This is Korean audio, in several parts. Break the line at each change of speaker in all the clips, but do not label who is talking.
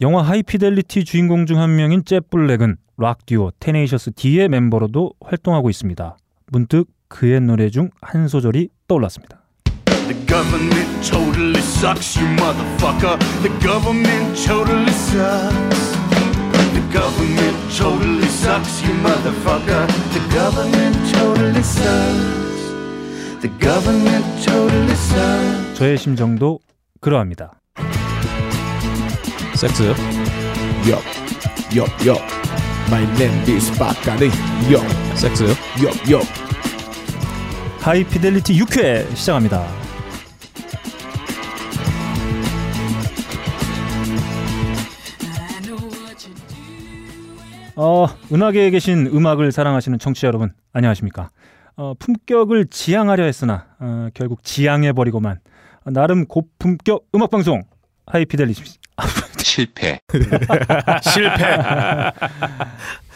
영화 하이피델리티 주인공 중 한 명인 잭 블랙은 락 듀오 테네이셔스 D의 멤버로도 활동하고 있습니다. 문득 그의 노래 중 한 소절이 떠올랐습니다.
The government totally sucks, you motherfucker. The government totally sucks. The government totally sucks, you motherfucker. The government totally sucks. The government totally sucks.
저의 심정도 그러합니다.
섹스
Yup, yup, yup. My name is Bakari. Yup,
섹스
yup, yup.
하이피델리티 6회 시작합니다. 어, 음악에 계신 음악을 사랑하시는 청취자 여러분, 안녕하십니까? 어, 품격을 지향하려 했으나 어, 결국 지향해 버리고만 나름 고품격 음악 방송 하이피델리티
실패.
아,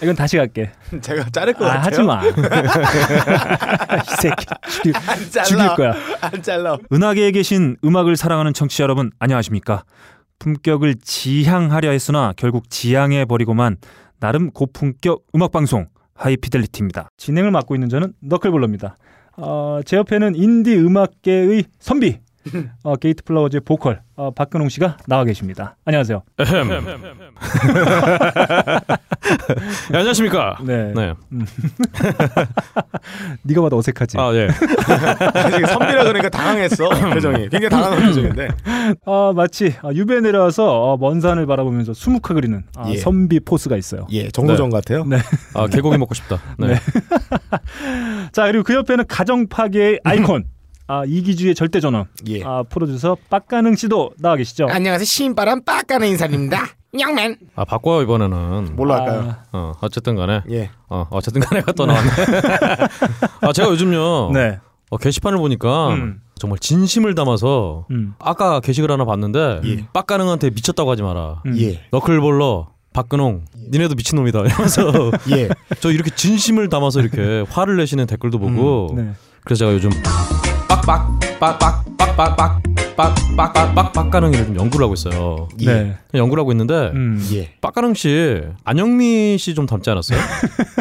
이건 다시 갈게.
제가 자를 것
아,
같아요.
하지 마. 이 새끼 죽일,
안 잘라.
죽일 거야.
안 잘라.
은하계에 계신 음악을 사랑하는 청취자 여러분 안녕하십니까? 품격을 지향하려 했으나 결국 지향해 버리고만 나름 고품격 음악 방송 하이피델리티입니다. 진행을 맡고 있는 저는 너클볼러입니다. 어, 제 옆에는 인디 음악계의 선비 어, 게이트 플라워즈의 보컬 어, 박근홍 씨가 나와 계십니다. 안녕하세요.
네, 안녕하십니까
네,
네.
네가 봐도 어색하지.
아, 예.
지금 선비라 그러니까 당황했어. 표정이. 굉장히 당황한 표정인데.
아, 마치 아, 유배 내려와서 어, 먼 산을 바라보면서 수묵화 그리는 아,
예.
선비 포스가 있어요.
예, 정도전 같아요.
네.
아, 개고기 먹고 싶다. 네.
자 그리고 그 옆에는 가정 파괴의 아이콘 아 이기주의 절대 전원
예. 아,
아 프로듀서 빡가능 씨도 나와 계시죠?
안녕하세요. 신바람 빡가는 인사입니다. 영맨.
아, 바꿔요, 이번에는.
뭘로 할까요?
아,
어, 어쨌든 간에.
예.
어, 어쨌든 간에가 또 나왔네. 아, 제가 요즘요.
네.
어, 게시판을 보니까
음.
정말 진심을 담아서
음.
아까 게시글 하나 봤는데
예.
빡가능한테 미쳤다고 하지 마라.
음. 예.
예.
너클볼러 박근홍 니네도 미친놈이다 이러면서
예.
저 이렇게 진심을 담아서 이렇게 화를 내시는 댓글도 보고
네.
그래서 제가 요즘 빡빡빡빡빡빡빡빡빡빡빡빡가능이를 좀 연구를 하고 있어요.
예.
네.
그냥 연구를 하고 있는데
음.
예.
빡가능 씨 안영미 씨 좀 닮지 않았어요?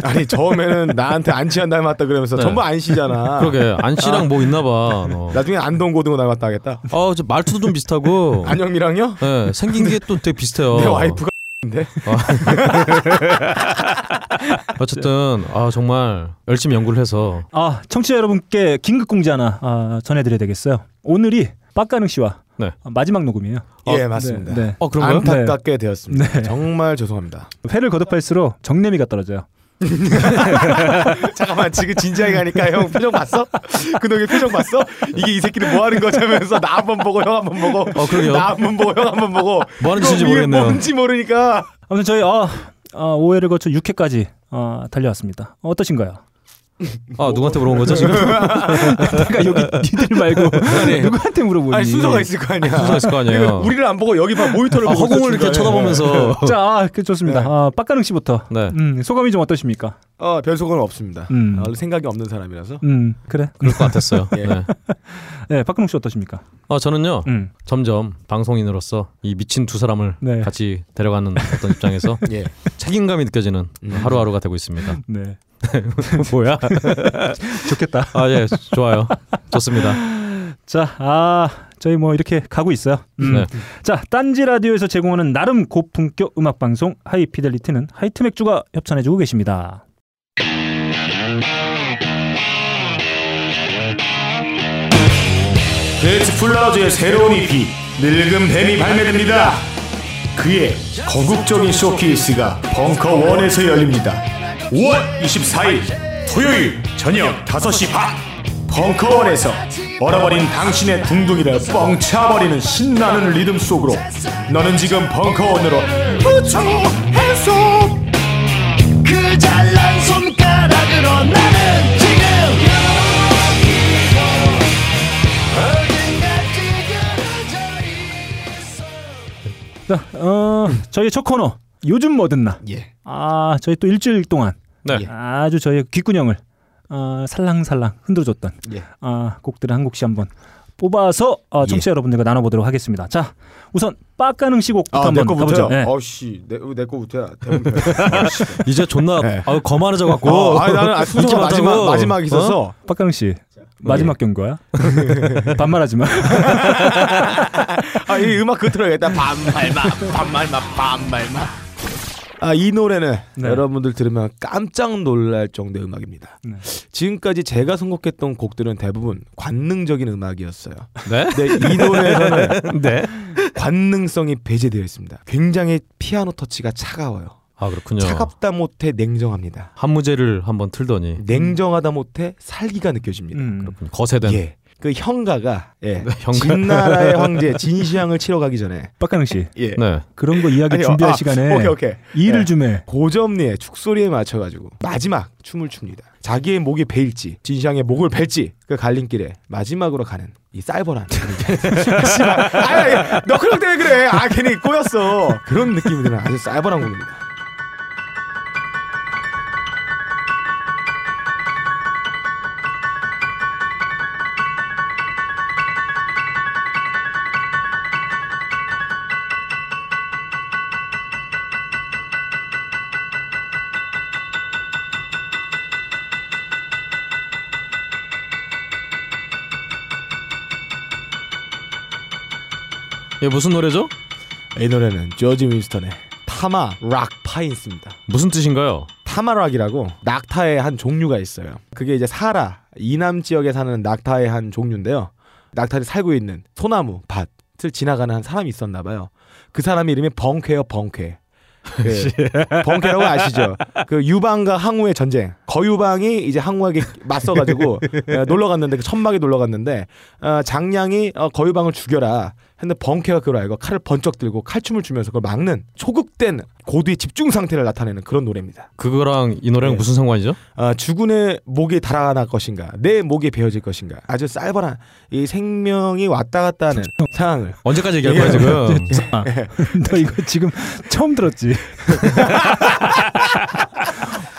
아니, 처음에는 나한테 안치한 닮았다 그러면서
네.
전부 안씨잖아.
그러게 안 씨랑 뭐 있나 봐. 너.
나중에 안동고등어 닮았다 하겠다.
아, 저 말투도 좀 비슷하고
안영미랑요?
예, 생긴 게 또 되게 비슷해요.
내 와이프가 인데
어쨌든 아 정말 열심히 연구를 해서
아 청취자 여러분께 긴급 공지 하나 아, 전해드려야 되겠어요. 오늘이 빡가능 씨와
네.
마지막 녹음이에요.
예, 맞습니다.
네, 네.
어 그런가요?
안타깝게 되었습니다.
네.
정말 죄송합니다.
회를 거듭할수록 정내미가 떨어져요.
잠깐만 지금 진지하게 가니까 형 표정 봤어? 근덕이 표정 봤어? 이게 이 새끼는 뭐 하는 거냐면서 나 한 번 보고 형 한 번 보고
어, 그러게요.
나 한 번 보고 형 한 번 보고
뭐 하는 짓인지
이게
모르겠네요.
뭔지 모르니까
아무튼 저희 어, 어, 5회를 거쳐 6회까지 어, 달려왔습니다. 어떠신가요?
아 누구한테 물어본 거죠 지금?
내가 그러니까 여기 니들 말고 누구한테 물어보니?
네. 아니 순서가 있을 거 아니야.
순서가 있을 거 아니에요.
그러니까 우리를 안 보고 여기 봐 모니터를
아,
보고 있어,
허공을 이렇게
중간에.
쳐다보면서
자, 아, 그
네.
좋습니다. 아, 빡가능 씨부터.
네.
음, 소감이 좀 어떠십니까?
어, 별 소감은 없습니다.
음.
어, 원래 생각이 없는 사람이라서.
음, 그래.
그럴 것 같았어요.
예.
네.
네, 박근홍 씨 어떠십니까?
아 저는요
음.
점점 방송인으로서 이 미친 두 사람을
네.
같이 데려가는 어떤 입장에서
예.
책임감이 느껴지는 하루하루가 되고 있습니다.
네.
뭐야?
좋겠다.
아 예 좋아요 좋습니다.
자, 아, 저희 뭐 이렇게 가고 있어요. 음.
네.
자, 딴지 라디오에서 제공하는 나름 고품격 음악 방송 하이 피델리티는 하이트 맥주가 협찬해 주고 계십니다.
네, 게이츠 플라워즈의 새로운 EP 늙은 뱀이 발매됩니다. 그의 거국적인 쇼케이스가 벙커원에서 열립니다. 5월 24일 토요일 저녁 5시 반 벙커원에서 얼어버린 당신의 둥둥이를 뻥차버리는 신나는 리듬 속으로 너는 지금 벙커원으로 부처해소 그 잘난 손가락으로 나는 지금
자, 어, 저희 첫 코너 요즘 뭐든 나.
예.
아, 저희 또 일주일 동안
네.
아주 저희 귓구녕을 어, 살랑살랑 흔들어줬던
예.
아, 곡들을 한 곡씩 한번 뽑아서 어, 청취자 여러분들과 나눠보도록 하겠습니다. 자, 우선 빡가능
아,
시곡부터
아,
한번 가보죠.
예.
네.
어, 아씨 내내 거부터야. 대부분.
이제 존나
네.
아우 거만해져 갖고.
어, 아니 나는 아, 순서가
웃기만
마지막
하다고.
마지막이 있어서 네.
빡가능 씨 마지막 경고야. 반말하지 마.
아, 이 음악 그 틀어야겠다. 반말마, 반말마, 반말마. 아, 이 노래는
네.
여러분들 들으면 깜짝 놀랄 정도의 음악입니다.
네.
지금까지 제가 선곡했던 곡들은 대부분 관능적인 음악이었어요.
네?
근데 이 노래에서는
네.
관능성이 배제되어 있습니다. 굉장히 피아노 터치가 차가워요.
아 그렇군요.
차갑다 못해 냉정합니다.
한무제를 한번 틀더니
냉정하다 못해 살기가 느껴집니다.
음.
거세된
예. 그 형가가
네,
예.
형가.
진나라의 황제 진시황을 치러 가기 전에
빡가능 씨
예.
네.
그런 거 이야기
아니요,
준비할
아,
시간에
오케이 오케이.
일을
예.
좀 해.
고점리에 축소리에 맞춰가지고 마지막 춤을 춥니다. 자기의 목이 베일지 진시황의 목을 벨지 그 갈림길에 마지막으로 가는 이 쌀벌한 아너 그런 때문에 그래 아 괜히 꼬였어 그런 느낌이 드는 아주 쌀벌한 곡입니다.
이게 무슨 노래죠?
이 노래는 조지 윈스턴의 타마 락 파인스입니다.
무슨 뜻인가요?
타마락이라고 낙타의 한 종류가 있어요. 그게 이제 사라 이남 지역에 사는 낙타의 한 종류인데요. 낙타를 살고 있는 소나무 밭을 지나가는 한 사람이 있었나 봐요. 그 사람 이름이 벙쾌요 벙쾌. 그 벙쾌라고 아시죠? 그 유방과 항우의 전쟁. 거유방이 이제 항우에게 맞서가지고 에, 놀러 갔는데 그 천막에 놀러 갔는데 어, 장량이 어, 거유방을 죽여라. 근데 벙쾌가 그걸 알고 칼을 번쩍 들고 칼춤을 추면서 그걸 막는 소극된 고도의 집중 상태를 나타내는 그런 노래입니다.
그거랑 이 노래랑
네.
무슨 상관이죠?
아, 주군의 목에 달아날 것인가 내 목에 베어질 것인가 아주 쌀벌한 이 생명이 왔다 갔다 하는 상황을
언제까지 얘기할 거야 지금?
아, 너 이거 지금 처음 들었지?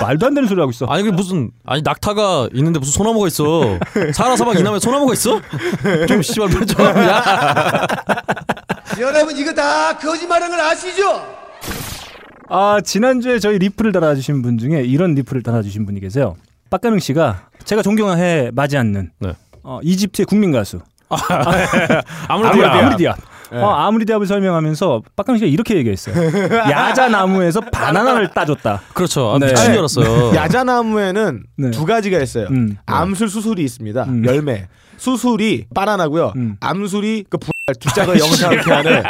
말도 안 되는 소리 하고 있어.
아니 그게 무슨 아니 낙타가 있는데 무슨 소나무가 있어? 사라 사막 이남에 소나무가 있어? 좀 씨발 말좀야
여러분 이거 다 거짓말하는 걸 아시죠?
아 지난주에 저희 리플을 달아주신 분 중에 이런 리플을 달아주신 분이 계세요. 빡가능 씨가 제가 존경해 마지 않는
네. 아,
어, 이집트의 국민 가수
아무래도
아무리- 아무리 디압.
네.
어, 아무리 디압을 설명하면서 빡가능 씨가 이렇게 얘기했어요. 야자 나무에서 바나나를 따줬다.
그렇죠. 아,
네.
미친 줄 알았어요.
야자나무에는
네.
두 가지가 있어요
음.
암술 수술이 있습니다
음.
열매 수술이 바나나고요
음. 아,
암술이 그 부... 뒷짝을 형상을 피하는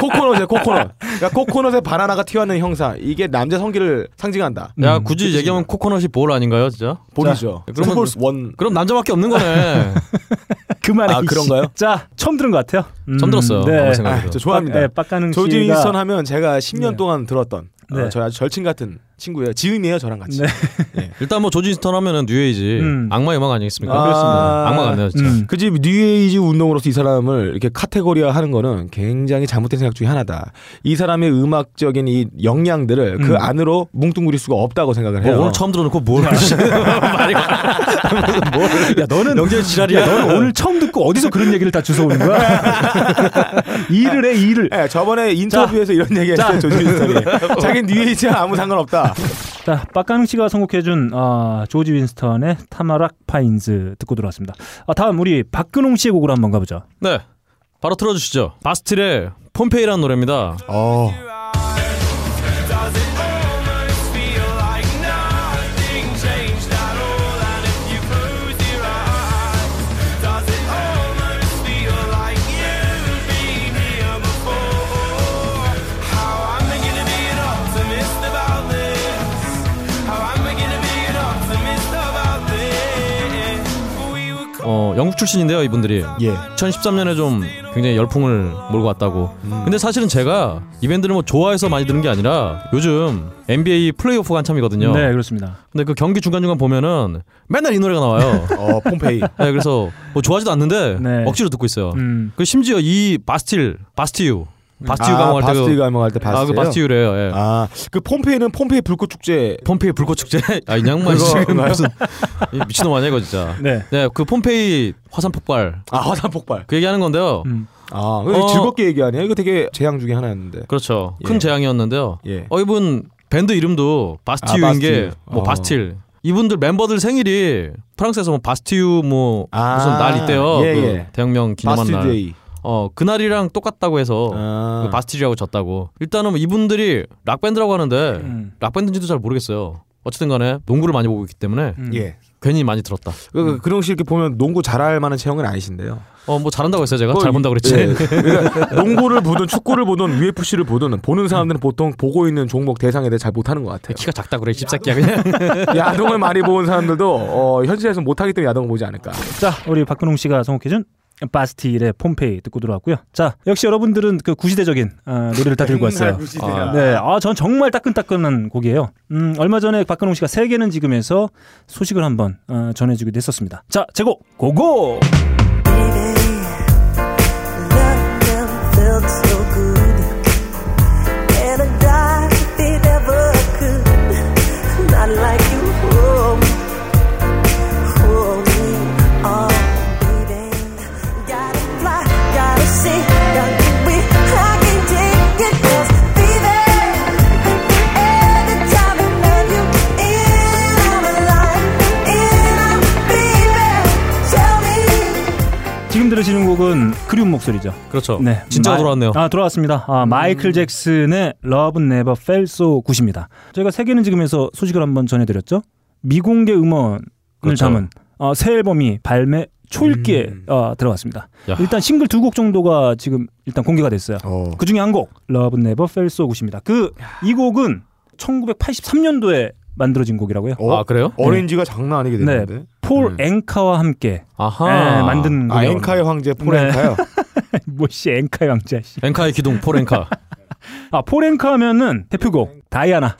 코코넛이에요 코코넛 그러니까 코코넛에 바나나가 튀어나는 형상 이게 남자 성기를 상징한다
야 굳이 얘기하면 코코넛이 볼 아닌가요, 진짜?
본이죠
그러면-
코코넛 원
그럼 남자밖에 없는 거네.
그만해.
아,
이
그런가요?
씨. 자 처음 들은 것 같아요. 음,
전 들었어요.
네.
아무 생각해도.
아, 저 좋아합니다
네, 빡가능 씨가
조지 윈스턴 하면 제가 10년
네.
동안 들었던 어,
네.
저희 아주 절친 같은 친구예요. 지음이에요, 저랑 같이.
네.
일단 뭐 조지 스턴 하면은 뉴에이지
음.
악마의 음악 아니겠습니까?
아, 그렇습니다.
악마 같네요 진짜.
음.
그집 뉴에이지 운동으로서 이 사람을 이렇게 카테고리화 하는 거는 굉장히 잘못된 생각 중에 하나다. 이 사람의 음악적인 이 역량들을 그
음.
안으로 뭉뚱그릴 수가 없다고 생각을
뭐
해요.
오늘 처음 들어놓고
네.
뭘 말이
야 너는
영재
야,
지랄이야.
너는 오늘 처음 듣고 어디서 그런 얘기를 다 주워오는 거야? 일을 해 일을.
예, 저번에 인터뷰에서 이런 얘기 했어요, 조지 윈스턴이. 자기는 뉴에이지랑 아무 상관없다.
자, 빡가능 씨가 선곡해준 아, 조지 윈스턴의 타마락 파인즈 듣고 들어왔습니다. 아, 다음 우리 박근홍 씨의 곡으로 한번 가보죠.
네, 바로 틀어주시죠. 바스틸의 폼페이라는 노래입니다.
어.
어, 영국 출신인데요, 이분들이.
예.
2013년에 좀 굉장히 열풍을 몰고 왔다고.
음.
근데 사실은 제가 이 밴드를 뭐 좋아해서 많이 듣는 게 아니라 요즘 NBA 플레이오프가 한참이거든요.
네, 그렇습니다.
근데 그 경기 중간중간 보면은 맨날 이 노래가 나와요.
어, 폼페이.
네, 그래서 뭐 좋아하지도 않는데
네.
억지로 듣고 있어요.
음,
그 심지어 이 바스틸, 바스티유 바스티유 감옥 갈때
아,
그,
바스티유 감옥 갈때
아,
봤어요.
그 바스티유래요. 예.
아그 폼페이는 폼페이 불꽃 축제
폼페이 불꽃 축제. 아, 이 양반
그거
지금
맞나요?
무슨 이 미친놈 아니야 이거 진짜.
네.
네, 그 폼페이 화산 폭발
아 화산 폭발.
그 얘기하는 건데요.
음.
아 이거
어.
즐겁게 얘기하네요. 이거 되게 재앙 중에 하나였는데.
그렇죠.
예.
큰 재앙이었는데요.
예.
어 이분 밴드 이름도 바스티유인
아, 바스티유.
게뭐
어.
바스틸. 이분들 멤버들 생일이 프랑스에서 뭐 바스티유 뭐
아.
무슨 날 있대요.
예,
그
예.
대혁명 기념한 날.
바스티데이.
어 그날이랑 똑같다고 해서
아.
그 바스티즈하고 졌다고. 일단은 뭐 이분들이 락 밴드라고 하는데
음.
락 밴드인지도 잘 모르겠어요. 어쨌든간에 농구를 많이 보고 있기 때문에
음.
예.
괜히 많이 들었다.
그 그룡 씨 이렇게 보면 농구 잘할 만한 체형은 아니신데요.
어 뭐 잘한다고 했어요 제가
그거
잘
이-
본다 고 그랬지.
예. 그러니까 농구를 보든 축구를 보든 UFC를 보든 보는 사람들은 보통 보고 있는 종목 대상에 대해 잘 못하는 것 같아요.
키가 작다 그래 집새끼야 그냥.
야동을 많이 본 사람들도 어, 현실에서 못하기 때문에 야동을 보지 않을까.
자, 우리 박근홍 씨가 선곡해준 바스티일의 폼페이 듣고 들어왔고요. 자, 역시 여러분들은 그 구시대적인 아, 노래를 다 들고 왔어요.
아,
네, 아, 전 정말 따끈따끈한 곡이에요. 음, 얼마 전에 박근홍 씨가 세계는 지금에서 소식을 한번 어, 전해주기도 했었습니다. 자, 제고 고고. 지금 들으시는 곡은 그리운 목소리죠.
그렇죠. 진짜 가
마-
돌아왔네요. 음.
아, 돌아왔습니다. 아, 마이클 잭슨의 Love Never Felt So Good입니다. 저희가 세계는 지금에서 소식을 한번 전해드렸죠. 미공개 음원을
그렇죠. 음.
담은 어, 새 앨범이 발매 초읽기에 어, 들어갔습니다.
야.
일단 싱글 두 곡 정도가 지금 일단 공개가 됐어요. 그 중에 한 곡, Love Never Felt So Good입니다. 그 이 곡은 1983년도에 만들어진 곡이라고요.
아 그래요?
어레인지가 장난 아니게
네,
됐는데.
폴
음.
앵카와 함께
아하.
예, 만든
아
곡이라고
엔카의 황제
네.
포렌카요.
음,
합니다. 뭐씨 앵카의 왕자 씨.
엔카의 기둥 포렌카.
아 포렌카 하면은 대표곡 다이아나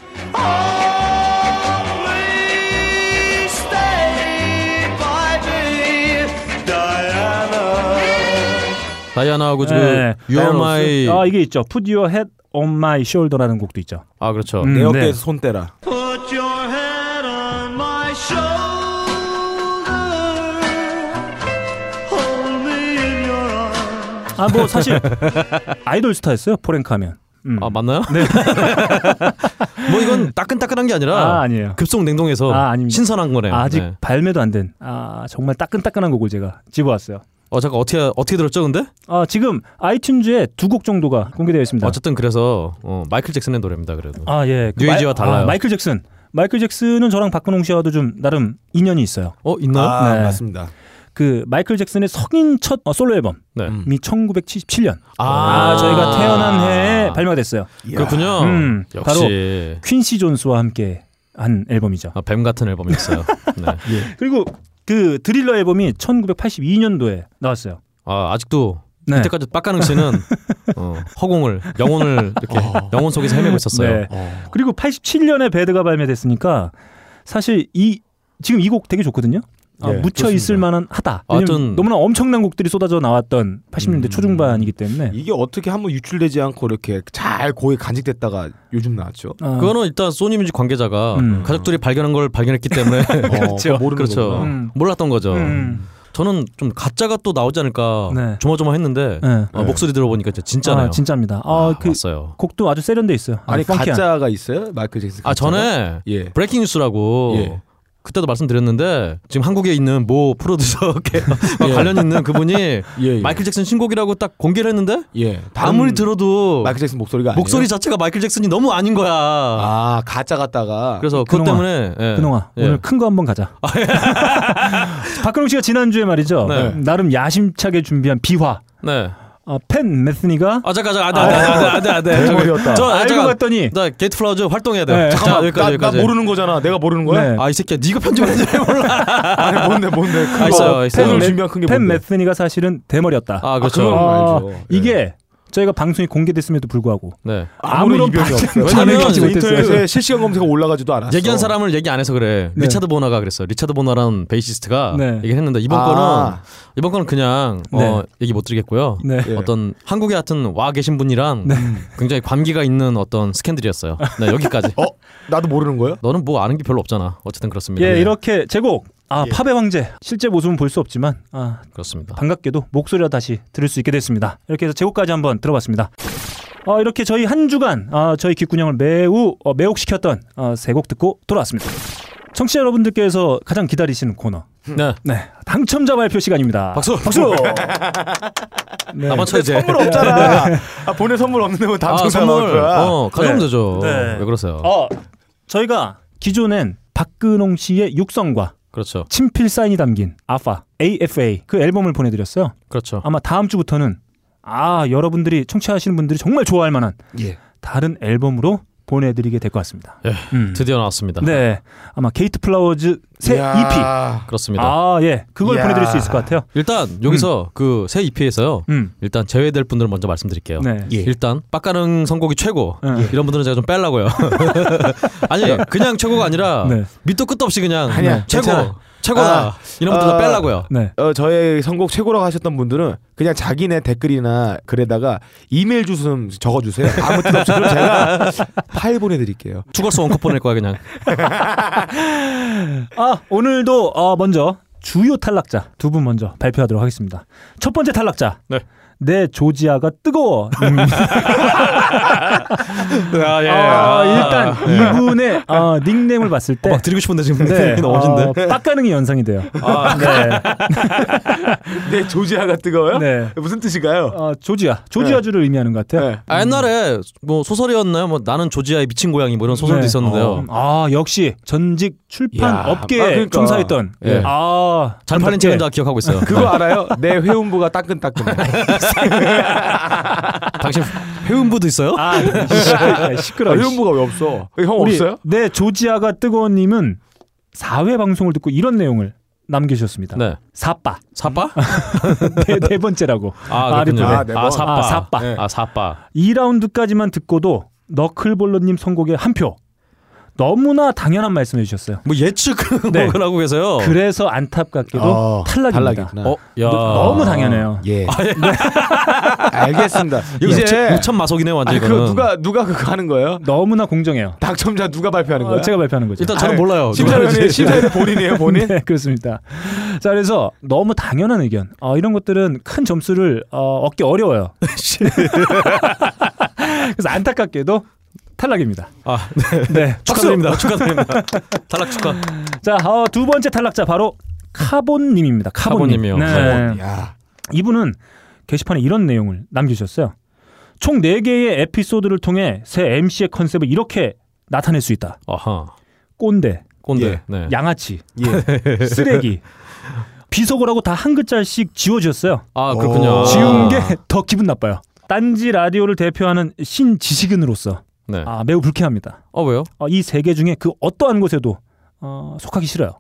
다이아나하고 지금
네.
You're 그 My
아
아,
이게 있죠 Put Your Head on My Shoulder라는 곡도 있죠
그렇죠.
음,
내
네.
어깨에서 손 떼라.
Put your head on my shoulder. Hold me in your arms.
아 뭐 사실 아이돌 스타였어요 포렌카 하면 음.
아 맞나요? 뭐 이건 따끈따끈한 게
아,
아니라
아니에요
급속 냉동에서
아, 아닙니다.
신선한 거네요.
아직
네.
발매도 안 된 아 정말 따끈따끈한 곡을 제가 집어왔어요
어 잠깐 어떻게 어떻게 들었죠 근데?
아 지금 아이튠즈에 두 곡 정도가 공개되어 있습니다
어쨌든 그래서 어, 마이클 잭슨의 노래입니다 그래도.
아예
뉴에이지와 달라요.
마이클 잭슨 마이클 잭슨은 저랑 박근홍 씨와도 좀 나름 인연이 있어요
어 있나요?
아
네.
맞습니다.
그 마이클 잭슨의 성인 첫 어, 솔로 앨범이
네.
1977년 아, 저희가 태어난 해에 발매가 됐어요
그렇군요.
음,
역시
퀸시 존스와 함께 한 앨범이죠.
아, 뱀 같은 앨범이었어요. 네.
그리고 그 드릴러 앨범이 1982년도에 나왔어요.
아 아직도
네.
그때까지 빡가능 씨는 어, 허공을 영혼을 이렇게 영혼 속에서 헤매고 있었어요.
네. 그리고 87년에 배드가 발매됐으니까 사실 이 지금 이 곡 되게 좋거든요. 아,
예,
묻혀 있을 만한 하다.
네, 아,
왜냐면
어떤- 음.
너무나 엄청난 곡들이 쏟아져 나왔던 80년대 초중반이기
네.
때문에
이게 어떻게 한번 유출되지 않고 이렇게 잘 고에 간직됐다가 요즘 나왔죠.
아,
그거는 일단 소니뮤직 관계자가
음.
가족들이 발견한 걸 발견했기 때문에
그거 모르는
그렇죠.
거구나.
음.
몰랐던 거죠.
음.
저는 좀 가짜가 또 나오지 않을까
네.
조마조마했는데
네.
어, 목소리 들어보니까 진짜 진짜네요.
아, 진짜입니다. 아,
아,
그
왔어요.
곡도 아주 세련돼 있어요. 아주
아니
펑키한.
가짜가 있어요? 마이클 잭슨.
아
가짜가?
전에
예.
브레이킹 뉴스라고
예.
그때도 말씀드렸는데 지금 한국에 있는 모 프로듀서 관련 있는 그분이
예.
마이클 잭슨 신곡이라고 딱 공개를 했는데
예. 다른
아무리 들어도
마이클 잭슨 목소리가 아니에요.
목소리 자체가 마이클 잭슨이 너무 아닌 거야.
아 가짜 같다가
그래서 그것
그놈아.
때문에
네.
예.
근홍아
예.
오늘 큰 거 한번 가자.
아, 예.
박근홍 씨가 지난주에 말이죠. 음,
네.
나름 야심차게 준비한 비화.
네.
아, 팬 메스니가
아 잠깐 잠깐 안돼 안돼 안돼 안돼
너무 아, 어려웠다.
저
알고
잠깐
갔더니
나 게이트 플라워즈 활동해야 돼.
네.
자,
잠깐만
여기까지
아, 나,
여기까지.
나 모르는 거잖아. 내가 모르는 거야?
네.
아 이 새끼야 네가 편집하는 줄 몰라.
아니 뭔데 뭔데?
아, 있어요, 있어요.
오늘
팬
준비한 큰 게
팬
뭔데?
메스니가 사실은 대머리였다.
아
그건
그렇죠.
알죠. 예.
이게 저희가 방송이 공개됐음에도 불구하고
네.
아무런
이변이
반응을
없어요.
전혀
왜냐면
하지 못했어요.
인터넷에 실시간 검색어 올라가지도 않았어.
얘기한 사람을 얘기 안 해서 그래.
네.
리차드 보나가 그랬어. 리차드 보나라는 베이시스트가
네.
얘기를 했는데 이번 거는
아,
이번 거는 그냥 어, 얘기 못 드리겠고요.
네.
예.
어떤 한국에 하여튼 와 계신 분이랑
네.
굉장히 관계가 있는 어떤 스캔들이었어요. 네, 여기까지.
어? 나도 모르는 거예요?
너는 뭐 아는 게 별로 없잖아. 어쨌든 그렇습니다.
예,
네,
이렇게 제곡
예.
아 팝의 황제 실제 모습은 볼 수 없지만 아,
그렇습니다.
반갑게도 목소리라 다시 들을 수 있게 됐습니다. 이렇게 해서 제곡까지 한번 들어봤습니다. 어, 이렇게 저희 한 주간 아, 저희 귓구녕을 매우 어, 매혹시켰던 어, 세곡 듣고 돌아왔습니다. 청취자 여러분들께서 가장 기다리시는 코너
네.
네 당첨자 발표 시간입니다.
박수.
박수. 네.
나만 쳐야지.
선물 없잖아. 아, 보내 선물 없는데 뭐
네. 아,
당첨자 나올
선물.
거야.
어, 가져오면
네.
되죠.
네.
왜 그러세요?
어, 저희가 기존엔 박근홍 씨의 육성과
그렇죠.
친필 사인이 담긴 아파 AFA 그 앨범을 보내드렸어요.
그렇죠.
아마 다음 주부터는 아 여러분들이 청취하시는 분들이 정말 좋아할 만한
예.
다른 앨범으로 보내드리게 될 것 같습니다.
예.
음.
드디어 나왔습니다.
네, 아마 게이트 플라워즈 새 EP.
그렇습니다.
아 예, 그걸
이야.
보내드릴 수 있을 것 같아요.
일단 여기서 그 새 EP에서요.
음,
일단 제외될 분들 먼저 말씀드릴게요.
네,
예.
일단 빡가는 선곡이 최고.
예.
이런 분들은 제가 좀 빼려고요. 아니 그냥 최고가 아니라
네.
밑도 끝도 없이 그냥 네,
아니야,
최고
괜찮아.
최고다
아,
이런 분들 다
아,
빼려고요.
네.
어, 저의 선곡 최고라고 하셨던 분들은 그냥 자기네 댓글이나 글에다가 이메일 주소 좀 적어주세요. 아무 뜻 없이 그럼 제가 파일 보내드릴게요.
죽었어 원컷 보낼 거야 그냥.
아 오늘도 어, 먼저 주요 탈락자 두 분 먼저 발표하도록 하겠습니다. 첫 번째 탈락자.
네.
내 조지아가 뜨거워. 음.
아, 예.
아, 일단 이분의 어, 닉네임을 봤을 때
막 드리고 싶은데 지금 너무 어진데. 아,
어, 빡가능이 연상이 돼요. 네.
네, 조지아가 뜨거워요?
네.
무슨 뜻인가요?
어, 조지아, 조지아주를 의미하는 것 같아요.
네.
아, 옛날에 뭐 소설이었나요? 뭐 나는 조지아의 미친 고양이 뭐 이런 소설도
네.
있었는데요.
어, 아 역시 전직 출판
야,
업계에
아, 그러니까.
종사했던
예.
아
잘 팔린 책은 다 기억하고 있어요.
그거 알아요? 내 회음부가 따끈따끈해.
아, 당신 회음부도 있어요?
아 시끄러-
아,
시끄러워.
아, 회음부가 왜 없어? 형
우리
없어요?
네 조지아가 뜨거운님은 4회 방송을 듣고 이런 내용을 남겨주셨습니다.
네.
사빠
사빠?
네, 네 번째라고.
아, 그렇군요.
아랫부분에.
아, 네 번.
아, 사빠.
아, 사빠.
네.
아, 사빠.
2라운드까지만 듣고도 너클볼러님 선곡에 한 표. 너무나 당연한 말씀해 주셨어요.
뭐 예측
네.
뭐라고 하고 계세요.
그래서 안타깝게도
어,
탈락입니다.
탈락이구나.
어, 야.
너무 당연해요.
예. 알겠습니다.
이거
이제
이제 우천 마속이네 완전
아니,
히
그거 누가 누가 그거 하는 거예요?
너무나 공정해요.
당첨자 누가 발표하는
어,
거예요?
제가 발표하는 거죠.
일단 저는 몰라요.
심사위원이 심사위원 본인이에요, 본인?
네, 그렇습니다. 자, 그래서 너무 당연한 의견. 어, 이런 것들은 큰 점수를 어, 얻기 어려워요. 그래서 안타깝게도 탈락입니다.
아,
네,
어, 축하드립니다. 축하드립니다. 탈락 축하.
자, 어, 두 번째 탈락자 바로 카본님입니다. 카본님.
카본님이요.
네.
야.
이분은 게시판에 이런 내용을 남기셨어요. 총 4개의 에피소드를 통해 새 MC의 컨셉을 이렇게 나타낼 수 있다.
아하.
꼰대,
꼰대.
예.
네.
양아치,
예.
쓰레기. 비속어라고 다 한 글자씩 지워졌어요.
아, 그렇군요.
오.
지운 게 더 기분 나빠요. 딴지 라디오를 대표하는 신지식인으로서
네.
아, 매우 불쾌합니다.
어, 왜요?
어, 이 세 개 중에 그 어떠한 곳에도 어, 속하기 싫어요.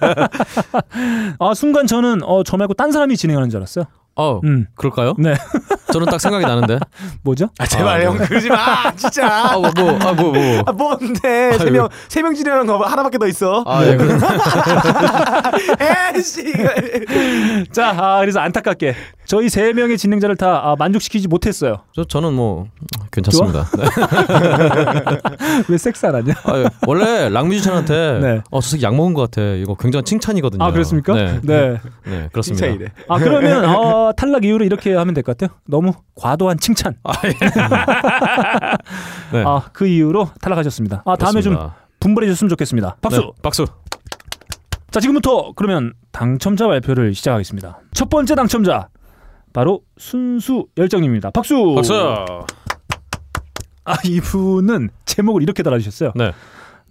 아, 순간 저는 어, 저 말고 딴 사람이 진행하는 줄 알았어요.
어.
음,
그럴까요?
네.
저는 딱 생각이 나는데.
뭐죠?
아, 제발 형 그러지 마. 진짜.
아, 뭐, 뭐, 아, 뭐, 뭐.
아, 뭔데? 세 명, 세 명 진행하는 거 하나밖에 더 있어.
아, 예, 그럼.
에이씨.
자, 아, 그래서 안타깝게 저희 세 명의 진행자를 다 아, 만족시키지 못했어요.
저, 저는 뭐, 괜찮습니다. 네.
왜 섹스하냐?
아, 예. 원래 락뮤지션한테,
네.
어, 저 새끼 약 먹은 것 같아. 이거 굉장한 칭찬이거든요.
아, 그렇습니까?
네.
네.
네,
진짜
그렇습니다.
이래.
아, 그러면 어, 탈락 이유로 이렇게 하면 될 것 같아요. 너무 과도한 칭찬.
아, 예. 네.
아, 그 이유로 탈락하셨습니다. 아, 다음에 좀
그렇습니다.
분발해 줬으면 좋겠습니다. 박수.
네, 박수.
자, 지금부터 그러면 당첨자 발표를 시작하겠습니다. 첫 번째 당첨자 바로 순수 열정입니다. 박수.
박수.
아, 이분은 제목을 이렇게 달아주셨어요.
네.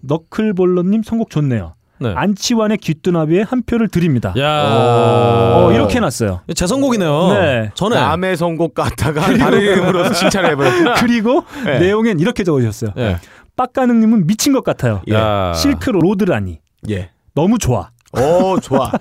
너클볼러님 선곡 좋네요.
네.
안치환의 귀뚜나비에 한 표를 드립니다.
야.
어, 이렇게 해놨어요.
제 선곡이네요.
네.
저는
남의 선곡 같다가 다른 이름으로 칭찬을 해버렸구나.
그리고
네.
내용엔 이렇게 적어주셨어요.
예.
빡가능님은 미친 것 같아요.
예.
야.
실크 로드라니
예.
너무 좋아.
어 좋아.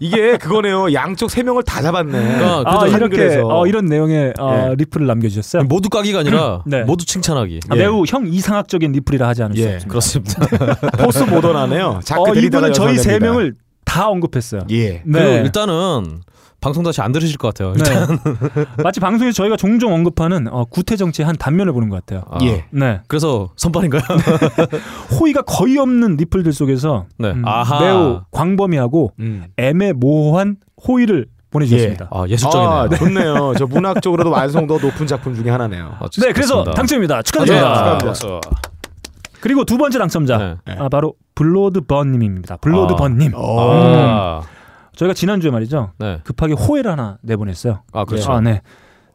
이게 그거네요. 양쪽 세 명을 다 잡았네.
그러니까
아,
그래도
이렇게
한글에서.
어, 이런 내용의 어,
예.
리플을 남겨주셨어요.
모두 까기가 아니라
네.
모두 칭찬하기.
아,
예.
매우 형 이상학적인 리플이라 하지 않을 수
예,
없습니다.
그렇습니다.
포스 모던하네요. 자크
어,
데리다가
이분은 저희 세
연상됩니다.
명을 음, 다 언급했어요.
예.
그리고 일단은 방송 다시 안 들으실 것 같아요.
네.
일단.
마치 방송에서 저희가 종종 언급하는 어, 구태 정치의 한 단면을 보는 것 같아요.
아,
예.
네.
그래서 선발인가요?
호의가 거의 없는 리플들 속에서
네.
음,
아하.
매우 광범위하고
음.
애매모호한 호의를 보내주셨습니다.
아 예술적이네요.
아, 좋네요. 저 문학적으로도 완성도 높은 작품 중에 하나네요.
아,
네, 그래서
좋습니다.
당첨입니다.
예,
축하드립니다.
축하합니다.
그리고 두 번째 당첨자
네.
아, 바로 블로드 번님입니다. 블로드
아.
번님.
아,
저희가 지난주에 말이죠.
네.
급하게 호의를 하나 내보냈어요.
아 그렇죠.
아, 네.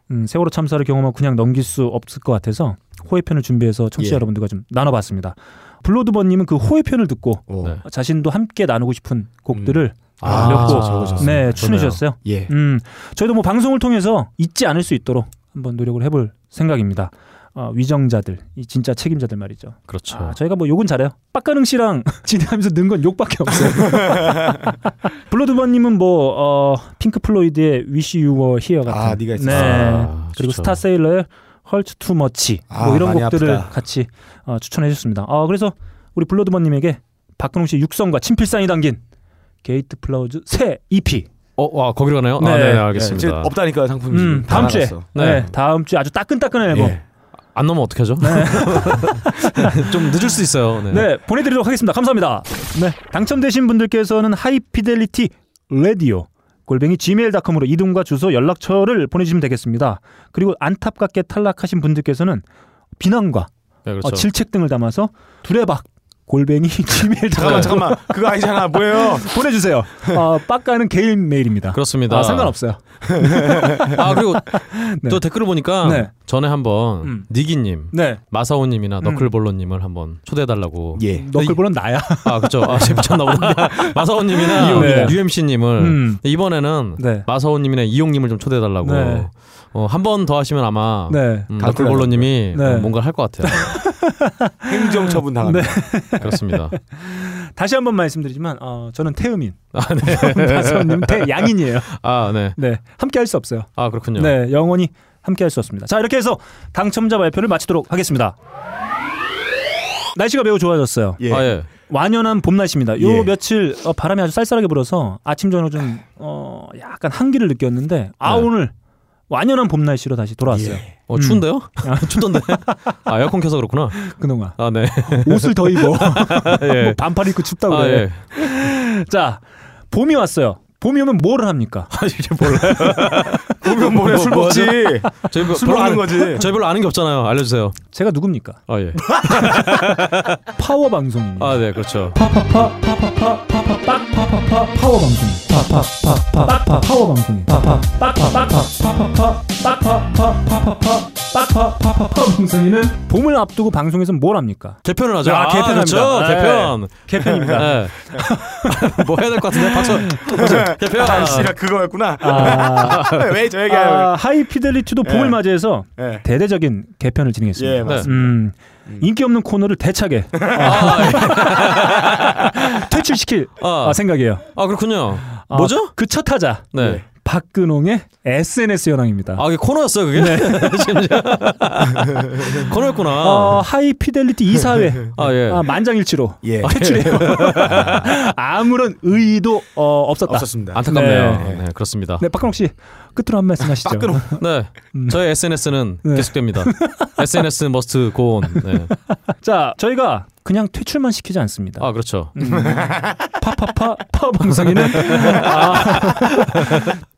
음, 세월호 참사를 경험하고 그냥 넘길 수 없을 것 같아서 호의편을 준비해서 청취자
예.
여러분들과 좀 나눠봤습니다. 블로드번님은 그 호의편을 듣고
오.
네.
자신도 함께 나누고 싶은 곡들을
아,
몇 곡.
적으셨어요.
네 추내셨어요.
예.
음, 저희도 뭐 방송을 통해서 잊지 않을 수 있도록 한번 노력을 해볼 생각입니다. 아, 위정자들, 이 진짜 책임자들 말이죠.
그렇죠.
아, 저희가 뭐 욕은 잘해요. 빡가능 씨랑 진행하면서 는 건 욕밖에 없어요. 블러드번님은 뭐 어, 핑크 플로이드의 Wish You Were Here 같은.
아, 네가 있었어.
아,
그리고
좋죠.
스타 세일러의 Hurt Too Much
아,
뭐 이런
많이
곡들을
아프다.
같이 어, 추천해 주셨습니다. 아, 그래서 우리 블러드번님에게 박근홍 씨 육성과 친필상이 담긴 게이트 플라우즈 새 E EP.
어, 와 거기로 가나요?
네.
아, 네, 네,
이제
알겠습니다.
없다니까요 상품이.
음,
다
다음 주에.
나갔어.
네.
네.
다음 주에 아주 따끈따끈한 앨범.
예.
안 넘어 어떻게 하죠? 좀 늦을 수 있어요. 네.
네, 보내드리도록 하겠습니다. 감사합니다. 네, 당첨되신 분들께서는 하이피델리티 라디오 골뱅이 gmail.com으로 이름과 주소, 연락처를 보내주시면 되겠습니다. 그리고 안타깝게 탈락하신 분들께서는 비난과
네,
어,
그렇죠.
질책 등을 담아서 두레박 골뱅이
잠깐만
네.
gmail.com
잠깐만 그거 아니잖아 뭐예요?
보내주세요. 어, 빡가는 개인 메일입니다.
그렇습니다.
아, 상관없어요.
아 그리고
네.
또 댓글을 보니까
네.
전에 한번
음.
니기님,
네,
마사오님이나
음.
너클볼로님을 한번 초대해달라고.
예.
너클볼은 나야.
아 그렇죠. 아 제가 미쳤나 보다. 마사오님이나
이용이나.
UMC님을
음.
이번에는
네.
마사오님이나 이용님을 좀 초대해달라고.
네.
어, 한 번 더 하시면 아마
네.
음, 너클볼로님이
네.
어, 뭔가 할 것 같아요.
행정 처분 당합니다.
그렇습니다.
다시 한번 말씀드리지만 어, 저는 태음인,
아 네.
다서님 태양인이에요.
아 네.
네, 함께 할 수 없어요.
아 그렇군요.
네, 영원히 함께 할 수 없습니다. 자, 이렇게 해서 당첨자 발표를 마치도록 하겠습니다. 날씨가 매우 좋아졌어요.
예.
아 예.
완연한 봄 날씨입니다. 요
예.
며칠 어, 바람이 아주 쌀쌀하게 불어서 아침 저녁 좀 어, 약간 한기를 느꼈는데 아
네.
오늘 완연한 봄 날씨로 다시 돌아왔어요.
어 추운데요?
음.
춥던데. 아 에어컨 켜서 그렇구나.
그동안
아 네.
옷을 더 입어 뭐
예.
반팔 입고 춥다고
아
그래.
예.
자, 봄이 왔어요. 봄이 오면 뭐를 합니까?
아 이제 몰라요.
보면 뭐래 술 먹지.
저희 뭐 별로
술 먹는
아는-
네.
거지.
저희 별로 아는 게 없잖아요. 알려주세요.
제가 누굽니까?
아 예.
파워 방송입니다.
아 네 그렇죠.
파워 방송. 파파파파 파워 방송. 파파파파파파파파파파파파파파파파 방송이는 봄을 앞두고 방송에서 뭘 합니까?
개편을 하죠.
아, 개편합니다.
그렇죠.
네.
개편.
개편입니다.
네. 뭐 해야 될 것 같은데 박수.
네.
개편.
아, 씨가 그거였구나.
아,
왜 저에게?
아, 하이피델리티도 봄을
예.
맞이해서
예.
대대적인 개편을 진행했습니다.
예, 맞습니다.
음, 인기 없는 코너를 대차게
아, 예.
퇴출시킬
아.
어.
아, 생각이에요.
아 그렇군요.
아,
뭐죠?
그 첫 타자
네.
박근홍의 SNS 현황입니다.
아 이게 코너였어요 그게. 심지어. 코너였구나.
어, 하이피델리티 이사회
아 예.
아, 만장일치로
예.
퇴출해요. 아무런 의의도 어, 없었다.
없었습니다.
안타깝네요.
네.
네. 그렇습니다.
네, 박근홍 씨 끝으로 한 말씀 하시죠.
박근홍.
네. 저희 SNS는
네.
계속됩니다. SNS 머스트 고온. 네.
자, 저희가 그냥 퇴출만 시키지 않습니다.
아 그렇죠.
파파파 파방송이는 아,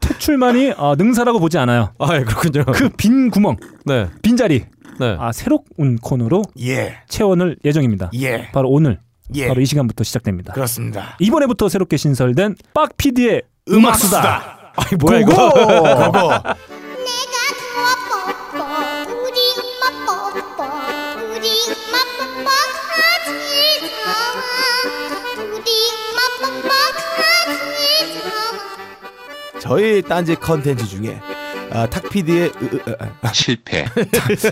퇴출만이 어, 능사라고 보지 않아요.
아 예 그렇군요.
그 빈 구멍,
네.
빈 자리,
네.
아, 새로운 코너로
예.
채원을 예정입니다.
예.
바로 오늘,
예.
바로 이 시간부터 시작됩니다.
그렇습니다.
이번에부터 새롭게 신설된 빡 PD의
음악 수다.
아니 뭐야
고고.
이거.
고고.
내가 좋아 뽀뽀 우리 엄마 뽀뽀 우리 엄마 뽀뽀 같이 좋아 우리 엄마 뽀뽀 같이 좋아
저희 딴지 컨텐츠 중에 아, 탁피디의 아,
실패.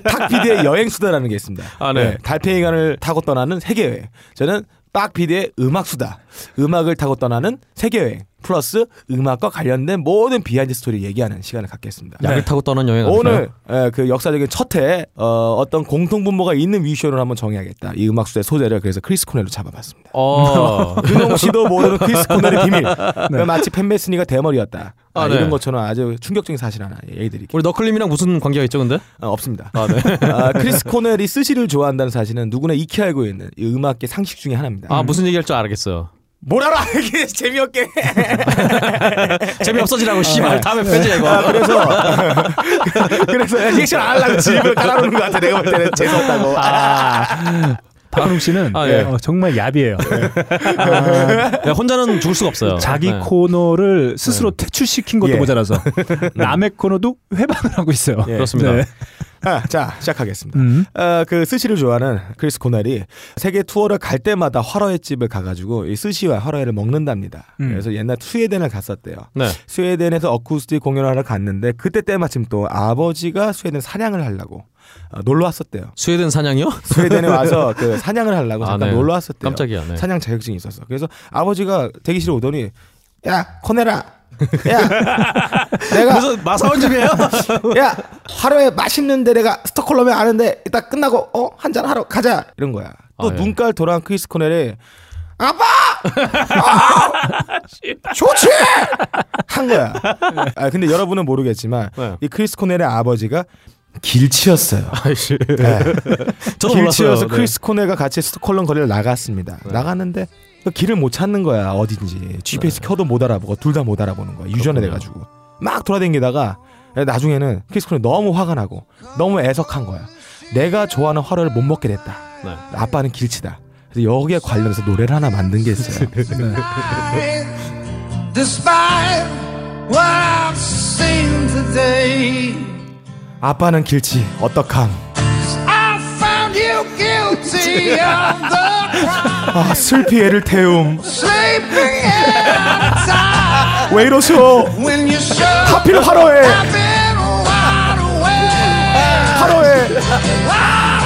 탁피디의 여행 수다라는 게 있습니다.
아, 네.
달팽이관을 타고 떠나는 세계 여행. 저는 빡피디의 음악수다. 음악을 타고 떠나는 세계여행 플러스 음악과 관련된 모든 비하인드 스토리 얘기하는 시간을 갖겠습니다. 네.
약을 타고 떠난 여행 아닐까요?
오늘 예, 그 역사적인 첫해 어, 어떤 공통분모가 있는 위쇼를 한번 정해야겠다. 이 음악수의 소재를 그래서 크리스 코넬로 잡아봤습니다.
어.
윤홍 씨도 모르는 크리스 코넬의 비밀. 마치 팬메스니가 대머리였다. 아,
네. 아, 네.
이런 것처럼 아주 충격적인 사실 하나 얘기 드릴게요.
우리 너클림이랑 무슨 관계가 있죠, 근데?
아, 없습니다. 아, 크리스 코넬이 스시를 좋아한다는 사실은 누구나 익히 알고 있는 이 음악계 상식 중에 하나입니다.
아, 무슨 얘기할 줄 알겠어요.
뭘 알아? 이게 재미없게.
재미없어지라고 씨발 다음에 아, 편지해 이거.
그래서 그래서 리액션 안 하려고 지입을 깔아놓는 것 같아. 내가 볼 때는 재수없다고.
박근홍 씨는
어, 아, 예.
어, 정말 얍이에요.
야, 네. 혼자는 죽을 수가 없어요.
자기
네.
코너를 스스로 퇴출시킨 것도
예.
모자라서 남의 코너도 회방을 하고 있어요.
음. 예, 그렇습니다.
네.
아, 자 시작하겠습니다.
음.
어, 그 스시를 좋아하는 크리스 코넬이 세계 투어를 갈 때마다 화로회 집을 가가지고 이 스시와 화로회를 먹는답니다.
음.
그래서 옛날 스웨덴을 갔었대요.
네.
스웨덴에서 어쿠스틱 공연을 하러 갔는데 그때 때마침 또 아버지가 스웨덴 사냥을 하려고 어, 놀러 왔었대요.
스웨덴 사냥이요?
스웨덴에 와서 그 사냥을 하려고
아,
잠깐
네.
놀러 왔었대요.
깜짝이야. 네.
사냥 자격증이 있었어. 그래서 아버지가 대기실에 오더니 야 코네라 야 내가
그래서 마사원 중이에요?
야 하루에 맛있는데 내가 스톡홀름에 아는데 이따 끝나고 어 한잔 하러 가자 이런 거야 또
아, 예.
눈깔 돌아간 크리스 코넬이 아빠 아, 좋지 한 거야 아 근데 여러분은 모르겠지만
네.
이 크리스 코넬의 아버지가 길치였어요
아이씨.
네.
저도 몰랐어요.
길치여서
네.
크리스 코넬과 같이 스톡홀름 거리를 나갔습니다 나갔는데 그 길을 못 찾는 거야 어딘지 GPS 켜도 못 알아보고 둘 다 못 알아보는 거야 유전에
네. 그렇군요.
돼가지고 막 돌아다니다가 나중에는 크리스 코넬 너무 화가 나고 너무 애석한 거야 내가 좋아하는 화로를 못 먹게 됐다
네.
아빠는 길치다 그래서 여기에 관련해서 노래를 하나 만든 게 있어요
네.
Despite what I've seen today,
아빠는 길치 어떡함
I found you guilty of the crime.
아 슬피 애를 태움
Sleeping outside
왜 이러시오
when you should have
하필 화로에
been wide awake.
화로에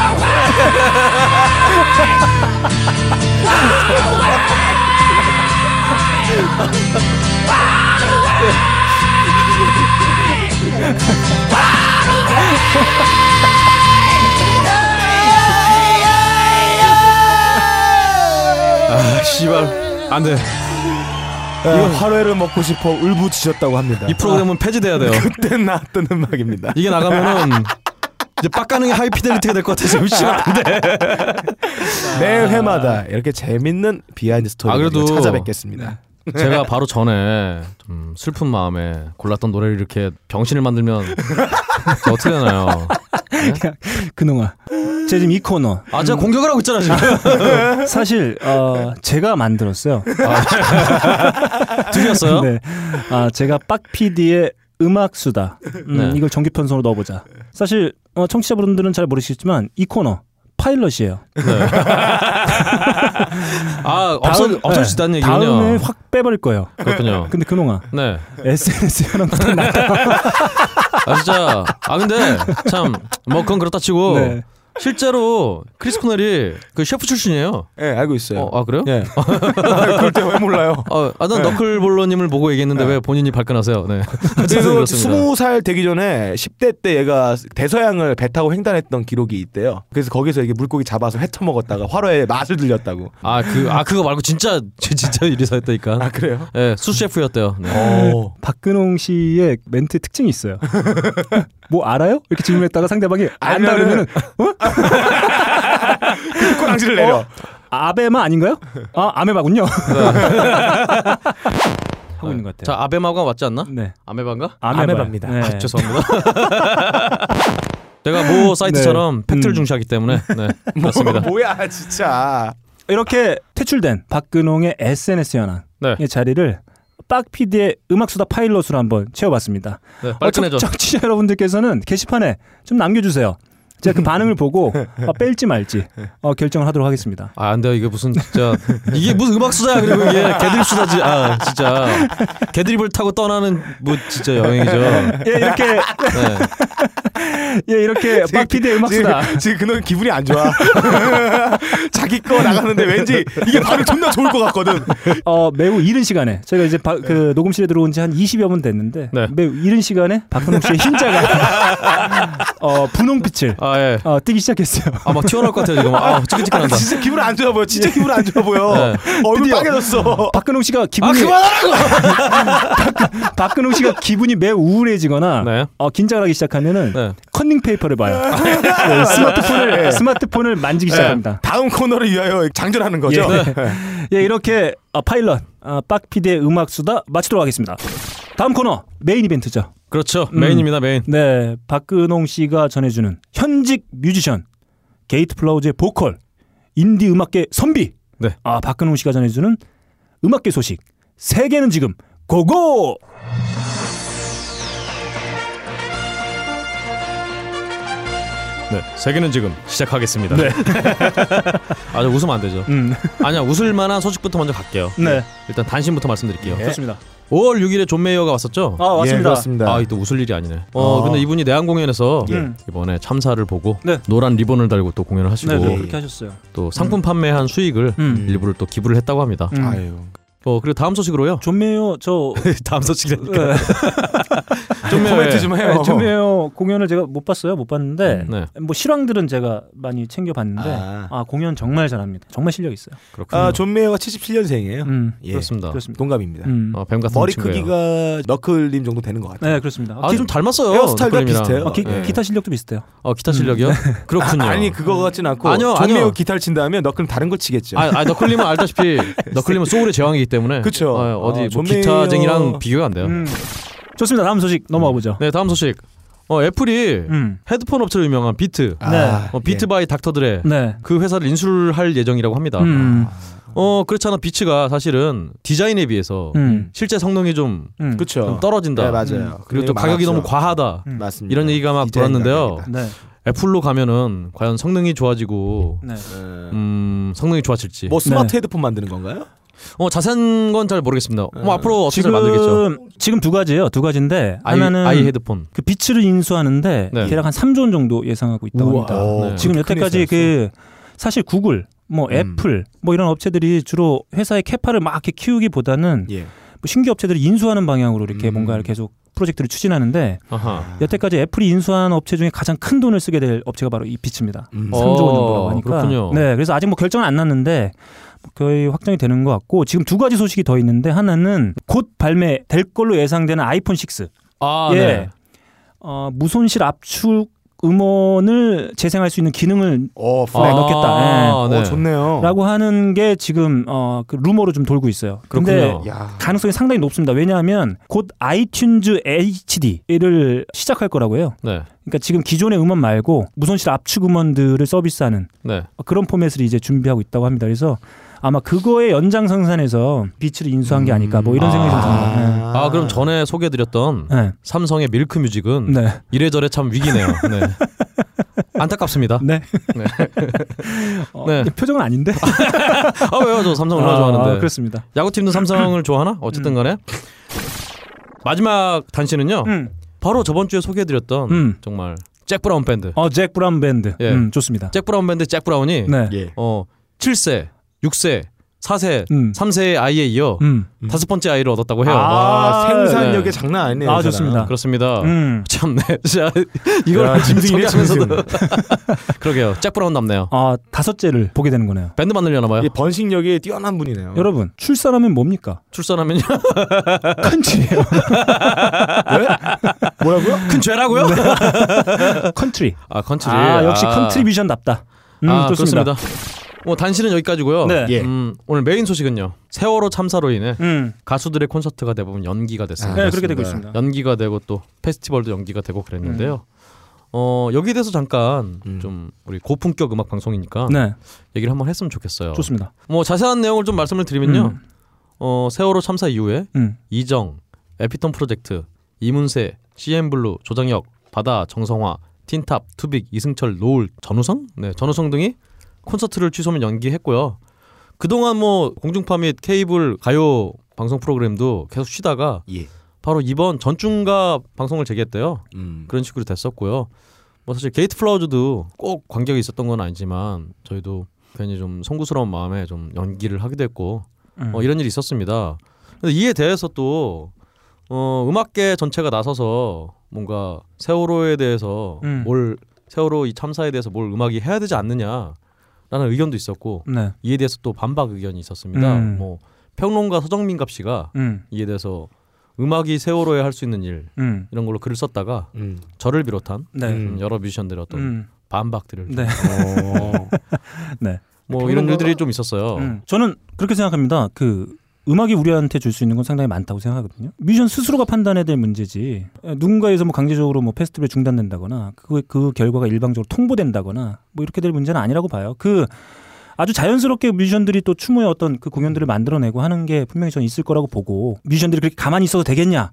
아, 씨발. 안 돼.
이거 화로회를 먹고 싶어 울부짖었다고 합니다
네.
아,
이 프로그램은 폐지돼야 돼요.
그때 나왔던 음악입니다
이게 나가면은 이제 빡가능의 하이피델리티가 될 것 같아서 씨발 안 돼.
매 회마다 이렇게 재밌는 비하인드 스토리
아,
를
그래도-
찾아뵙겠습니다.
제가 바로 전에 좀 슬픈 마음에 골랐던 노래를 이렇게 병신을 만들면 저 어떻게 되나요?
그놈아. 제 지금 이 코너
아 제가 공격을 하고 있잖아 지금
사실 어, 제가 만들었어요.
아, 들렸어요?
네. 아, 제가 빡피디의 음악 수다. 음,
네.
이걸 정기 편성으로 넣어보자. 사실 어, 청취자분들은 잘 모르시겠지만 이 코너 파일럿이에요.
네. 아 없어 없을 수 있다는
네,
얘기군요.
다음에 확 빼버릴 거예요.
그렇군요.
근데 그놈아
네.
SNS 하는 것도 낫다.
아 진짜. 아 근데 참 뭐 그건 그렇다 치고
네.
실제로 크리스 코넬이 그 셰프 출신이에요.
예, 알고 있어요.
어, 아 그래요?
예. 그럴 때 왜 몰라요?
어, 아, 난 너클볼러님을 보고 얘기했는데 왜 본인이 발끈하세요? 네. 저는
그래서
그렇습니다.
스무 살 되기 전에 10대 때 얘가 대서양을 배 타고 횡단했던 기록이 있대요. 그래서 거기서 이게 물고기 잡아서 회쳐 먹었다가 화로에 맛을 들렸다고.
아, 그, 아, 그거 말고 진짜, 진- 진짜 이리사였다니까.
아 그래요? 어,
예, 수셰프였대요. 네.
오.
박근홍 씨의 멘트 특징이 있어요. 뭐 알아요? 이렇게 질문했다가 상대방이 안다 그러면은
꼬랑지를 내려.
어? 아베마 아닌가요? 아 아메바군요. 하고 있는 것 같아요.
네. 자, 아베마가 맞지 않나?
네.
아메바인가?
아메바입니다.
네.
아, 죄송합니다. 제가 모 사이트처럼
네.
팩트를
음.
중시하기 때문에 네, 그렇습니다.
뭐야 진짜.
이렇게 퇴출된 박근홍의 SNS 현황
네.
의 자리를 빡 PD의 음악수다 파일럿으로 한번 채워봤습니다.
네, 빨끈해져.
어, 청- 청취자 여러분들께서는 게시판에 좀 남겨주세요. 제가 그 반응을 보고 아, 뺄지 말지 어, 결정을 하도록 하겠습니다.
아, 안 돼요. 이게 무슨 진짜 이게 무슨 음악 수사야. 그리고 이게 개드립 수사지. 아, 진짜 개드립을 타고 떠나는 뭐 진짜 여행이죠. 네.
예 이렇게 예 이렇게 박피디의 음악수다.
지금, 지금 그놈 기분이 안 좋아. 자기 거 나가는데 왠지 이게 반응 존나 좋을 것 같거든.
어, 매우 이른 시간에 저희가 이제 바- 그 녹음실에 들어온 지 한 20여 분 됐는데
네.
매우 이른 시간에 박근홍 씨의 흰자가 어, 분홍빛을
아, 예.
어, 뜨기 시작했어요.
아, 막 튀어나올 것 같아요, 지금. 아, 찌끈찌끈한다.
진짜 기분 안 좋아 예. 보여. 진짜 기분 안 좋아 보여.
네.
얼굴 빨개졌어.
박근홍 씨가
아,
기분이
그만하라고!
박근홍 씨가 기분이 매우 우울해지거나
네.
어, 긴장을 하기 시작하면은
네. 아,
컨닝 페이퍼를 봐요. 네, 스마트폰을 스마트폰을
네.
만지기 시작합니다.
네. 다음 코너를 위하여 장전하는 거죠. 네.
예. 예, 이렇게 어, 파일럿 어, 빡피디의 음악 수다 마치도록 하겠습니다. 다음 코너 메인 이벤트죠.
그렇죠.
음.
메인입니다, 메인.
네, 박근홍 씨가 전해주는 현직 뮤지션 게이트 플라우즈의 보컬 인디 음악계 선비.
네.
아 박근홍 씨가 전해주는 음악계 소식 세계는 지금 고고.
네. 세계는 지금 시작하겠습니다.
네.
아, 저 웃으면 안 되죠.
음,
아니야, 웃을 만한 소식부터 먼저 갈게요.
네,
일단 단신부터 말씀드릴게요.
좋습니다.
5월 6일에 존 메이어가 왔었죠?
아
예,
맞습니다.
그렇습니다.
아, 이또 웃을 일이 아니네. 어, 근데 이분이 내한 공연에서
예.
이번에 참사를 보고
네.
노란 리본을 달고 또 공연을 하시고
네, 네, 그렇게 하셨어요.
또 상품 판매한 수익을
음.
일부를 또 기부를 했다고 합니다.
음. 네,
아유. 예.
어, 그리고 다음 소식으로요.
존 메이어 저
다음 소식이니까.
네,
좀
코멘트 좀 해요.
존 메이어 공연을 제가 못 봤어요. 못 봤는데
네.
뭐 실황들은 제가 많이 챙겨 봤는데 아.
아.
공연 정말 잘합니다. 정말 실력 있어요.
그렇군요.
아, 존 메이어가 77년생이에요.
음.
예.
그렇습니다.
그렇습니다.
동갑입니다.
음.
어, 뱀 같은
머리
친구예요.
크기가 너클님 정도 되는 것 같아요.
네, 그렇습니다.
아,
기,
좀 닮았어요.
헤어스타일과
느낌이랑.
비슷해요.
어, 기,
예.
기타 실력도 비슷해요.
어, 기타 실력이요? 그렇군요.
아, 니 그거 같진 않고
아니요,
존
아니요.
메이어 기타를 친다면 너클 다른 걸 치겠죠.
아, 아, 너클림은 알다시피 너클림은 소울의 제왕이기 때문에
그쵸.
어, 어디
아,
뭐
존 메이어-
기타쟁이랑 비교가 안 돼요.
음. 좋습니다. 다음 소식 넘어가 보죠.
네, 다음 소식. 어, 애플이
음.
헤드폰 업체로 유명한 비트,
네.
아,
어,
예.
비트 바이 닥터들의
네.
그 회사를 인수를 할 예정이라고 합니다.
음.
어, 그렇잖아. 비츠가 사실은 디자인에 비해서
음.
실제 성능이 좀,
음.
그렇죠.
좀 떨어진다. 음,
네, 맞아요.
그리고 또 가격이 너무 과하다.
음.
맞습니다.
이런 얘기가 막
디자인
돌았는데요.
가격이다.
네.
애플로 가면은 과연 성능이 좋아지고
네.
음, 성능이 좋아질지.
뭐 스마트
네.
헤드폰 만드는 건가요?
어, 자세한 건 잘 모르겠습니다. 뭐 앞으로 어떻게 잘
지금
만들겠죠.
지금 두 가지예요. 두 가지인데
아이,
하나는
아이 헤드폰.
그 비츠를 인수하는데
네.
대략 한 3조 원 정도 예상하고 있다고
우와.
합니다.
오,
네.
지금
그렇게
여태까지
큰 회사였어.
그 사실 구글 뭐
음.
애플 뭐 이런 업체들이 주로 회사의 캐파를 막 이렇게 키우기보다는
예.
뭐 신규 업체들을 인수하는 방향으로 이렇게 뭔가를 계속 프로젝트를 추진하는데
음. 아하.
여태까지 애플이 인수한 업체 중에 가장 큰 돈을 쓰게 될 업체가 바로 이 비츠입니다.
음.
3조 원
어,
정도라고 하니까.
그렇군요.
네, 그래서 아직 뭐 결정은 안 났는데 뭐 거의 확정이 되는 것 같고 지금 두 가지 소식이 더 있는데 하나는 곧 발매될 걸로 예상되는 아이폰 6.
아,
예.
네.
어, 무손실 압축 음원을 재생할 수 있는 기능을
어, 플-
아, 넣겠다.
아,
어,
네.
좋네요.
라고 하는 게 지금 어, 그 루머로 좀 돌고 있어요. 근데
그렇군요.
야.
가능성이 상당히 높습니다. 왜냐하면 곧 아이튠즈 HD를 시작할 거라고 해요.
네.
그러니까 지금 기존의 음원 말고 무손실 압축 음원들을 서비스하는
네.
어, 그런 포맷을 이제 준비하고 있다고 합니다. 그래서 아마 그거의 연장선상에서 비츠를 인수한 게 아닐까 뭐 이런 생각이 좀 듭니다.
음. 아, 그럼 전에 소개해 드렸던
네.
삼성의 밀크 뮤직은
네.
이래저래 참 위기네요. 네. 안타깝습니다.
네.
네.
어,
네.
표정은 아닌데.
아, 왜요? 저 삼성을 얼마나 좋아하는데.
아, 그렇습니다.
야구팀도 삼성을 좋아하나? 어쨌든 간에. 마지막 단신은요.
음.
바로 저번 주에 소개해 드렸던
음.
정말 잭 브라운 밴드.
어, 잭 브라운 밴드.
예.
음, 좋습니다.
잭 브라운 밴드 잭 브라운이
네.
예.
어 7세, 6세, 4세,
음.
3세의 아이에 이어
음.
다섯 번째 아이를 얻었다고 해요.
아,
아,
생산력이
네.
장난 아니네요.
아,
이 사람.
좋습니다.
그렇습니다.
음.
참네. 진짜 이걸
야,
짐승이네
짐승이네,
하면서도. 그러게요. 잭 브라운 남네요.
아, 다섯째를 보게 되는 거네요.
밴드 만들려나 봐요.
예,
이 번식력이 뛰어난
음.
분이네요.
여러분, 출산하면 뭡니까?
출산하면
컨트리예요.
뭐라고요?
큰 죄라고요?
컨트리.
아, 컨트리.
네. 아, 역시 컨트리뷰션답다. 음,
아,
좋습니다.
그렇습니다. 뭐 단신은 여기까지고요.
네.
예.
음, 오늘 메인 소식은요. 세월호 참사로 인해
음.
가수들의 콘서트가 대부분 연기가 됐습니다.
네, 그렇게
그렇습니다.
되고 있습니다.
연기가 되고 또 페스티벌도 연기가 되고 그랬는데요.
음.
어, 여기 에 대해서 잠깐
음.
좀 우리 고품격 음악 방송이니까
네.
얘기를 한번 했으면 좋겠어요.
좋습니다.
뭐 자세한 내용을 좀 말씀을 드리면요.
음.
어, 세월호 참사 이후에
음.
이정, 에피톤 프로젝트, 이문세, CM 블루, 조장혁, 바다, 정성화, 틴탑, 투빅, 이승철, 노을, 전우성, 네 전우성 등이 콘서트를 취소하면 연기했고요. 그동안 뭐 공중파 및 케이블 가요 방송 프로그램도 계속 쉬다가
예.
바로 이번 전중가 방송을 재개했대요.
음.
그런 식으로 됐었고요. 뭐 사실 게이트 플라워즈도 꼭 관객이 있었던 건 아니지만 저희도 괜히 좀 송구스러운 마음에 좀 연기를 하기도 했고
음.
어, 이런 일이 있었습니다. 근데 이에 대해서 또 어, 음악계 전체가 나서서 뭔가 세월호에 대해서
음.
뭘 세월호 이 참사에 대해서 뭘 음악이 해야 되지 않느냐라는 의견도 있었고
네.
이에 대해서 또 반박 의견이 있었습니다.
음.
뭐 평론가 서정민갑 씨가
음.
이에 대해서 음악이 세월호에 할 수 있는 일
음.
이런 걸로 글을 썼다가
음.
저를 비롯한
네.
음, 여러 뮤지션들의 어떤
음.
반박들을
네.
어.
네.
뭐 이런 일들이 좀 있었어요.
음. 저는 그렇게 생각합니다. 그 음악이 우리한테 줄 수 있는 건 상당히 많다고 생각하거든요. 뮤지션 스스로가 판단해야 될 문제지. 누군가에서 뭐 강제적으로 뭐 페스티벌이 중단된다거나 그, 그 결과가 일방적으로 통보된다거나 뭐 이렇게 될 문제는 아니라고 봐요. 그 아주 자연스럽게 뮤지션들이 또 추모의 어떤 그 공연들을 만들어내고 하는 게 분명히 저는 있을 거라고 보고 뮤지션들이 그렇게 가만히 있어도 되겠냐?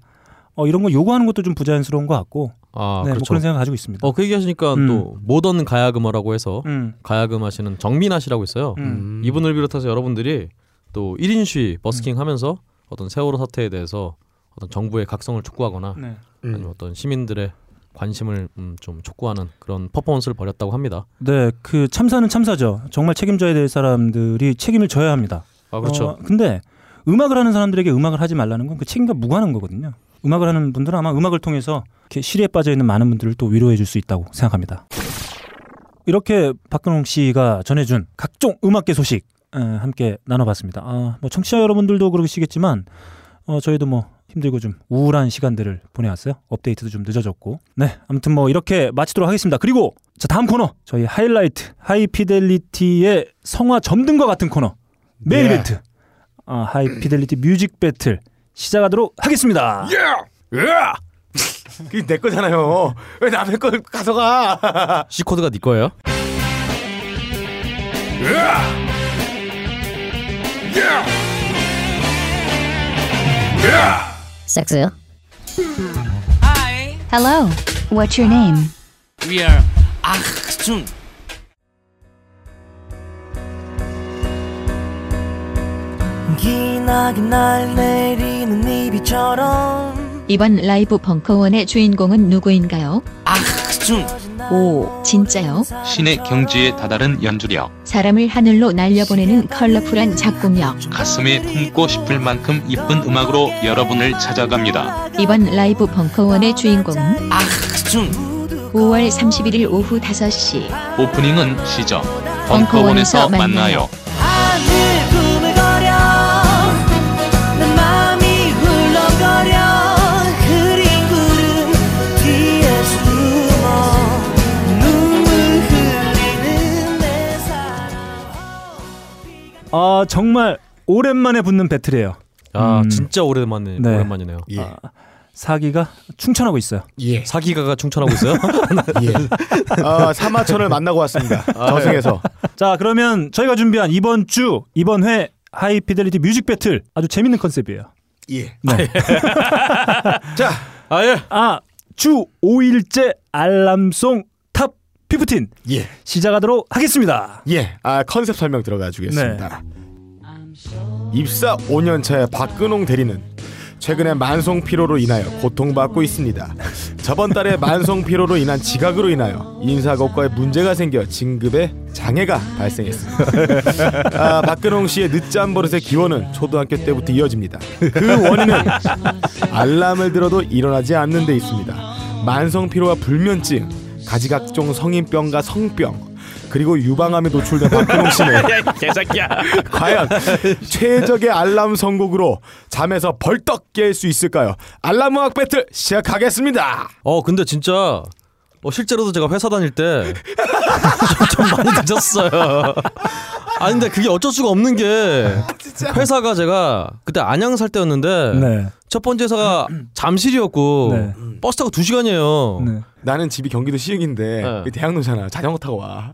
어, 이런 거 요구하는 것도 좀 부자연스러운 것 같고
아
네, 뭐
그렇죠.
그런 생각 가지고 있습니다.
어 그 얘기하시니까
음.
또 모던 가야금어라고 해서
음,
가야금 하시는 정민아 씨라고 있어요.
음,
이분을 비롯해서 여러분들이 또 1인시 버스킹
음.
하면서 어떤 세월호 사태에 대해서 어떤 정부의 각성을 촉구하거나
네.
아니면 어떤 시민들의 관심을 음, 좀 촉구하는 그런 퍼포먼스를 벌였다고 합니다.
네, 그 참사는 참사죠. 정말 책임져야 될 사람들이 책임을 져야 합니다.
아 그렇죠.
어, 근데 음악을 하는 사람들에게 음악을 하지 말라는 건 그 책임과 무관한 거거든요. 음악을 하는 분들은 아마 음악을 통해서 이렇게 시리에 빠져 있는 많은 분들을 또 위로해 줄 수 있다고 생각합니다. 이렇게 박근홍 씨가 전해준 각종 음악계 소식 에, 함께 나눠봤습니다. 아, 뭐 청취자 여러분들도 그러시겠지만 어, 저희도 뭐 힘들고 좀 우울한 시간들을 보내왔어요. 업데이트도 좀 늦어졌고. 네, 아무튼 뭐 이렇게 마치도록 하겠습니다. 그리고 자 다음 코너 저희 하이라이트 하이피델리티의 성화 점등과 같은 코너 메인
네.
이벤트 아, 하이피델리티 뮤직 배틀 시작하도록 하겠습니다.
그게 내 거잖아요. 왜 남의 걸 가져가?
C 코드가 네 거예요?
Sexy. Hello. What's your name?
We are Achtung. 기나긴 날 내리는 이 비처럼
이번 라이브 벙커원의 주인공은 누구인가요?
Achtung.
오, 진짜요?
신의 경지에 다다른 연주력,
사람을 하늘로 날려보내는 컬러풀한 작곡력.
가슴에 품고 싶을 만큼 이쁜 음악으로 여러분을 찾아갑니다.
이번 라이브 벙커원의 주인공은
Achtung.
5월 31일 오후 5시.
오프닝은 시저, 벙커원에서 만나요.
하늘 꾸물거려 내 마음이 울렁거려 흐린 구름 뒤에 숨어 눈물 흘리는 내 사랑
아 정말 오랜만에 붙는 배틀이에요.
아
음.
진짜 오랜만에
네.
오랜만이네요.
아, 사기가 충천하고 있어요.
예.
사기가가 충천하고 있어요?
예. 어, 사마천을 만나고 왔습니다. 저승에서.
자 그러면 저희가 준비한 이번 주 이번 회 하이피델리티 뮤직 배틀 아주 재밌는 컨셉이에요.
예.
네.
자,
아 예.
아 주 5일째 알람송 탑 15
예.
시작하도록 하겠습니다.
예. 아, 컨셉 설명 들어가 주겠습니다. 입사 5년 차의 박근홍 대리는 최근에 만성 피로로 인하여 고통받고 있습니다. 저번 달에 만성 피로로 인한 지각으로 인하여 인사고과에 문제가 생겨 진급에 장애가 발생했습니다. 아, 박근홍 씨의 늦잠 버릇의 기원은 초등학교 때부터 이어집니다. 그 원인은 알람을 들어도 일어나지 않는 데 있습니다. 만성 피로와 불면증, 가지각종 성인병과 성병, 그리고 유방암에 노출된 박근홍 씨는 과연 최적의 알람 선곡으로 잠에서 벌떡 깰 수 있을까요? 알람 음악 배틀 시작하겠습니다.
어 근데 진짜 어, 실제로도 제가 회사 다닐 때 좀 많이 늦었어요. 아
아,
근데 그게 어쩔 수가 없는 게 회사가 제가 그때 안양 살 때였는데
네.
첫 번째 회사가 잠실이었고
네.
버스 타고 두 시간이에요.
네.
나는 집이 경기도 시흥인데
네.
그 대학로잖아. 자전거 타고 와.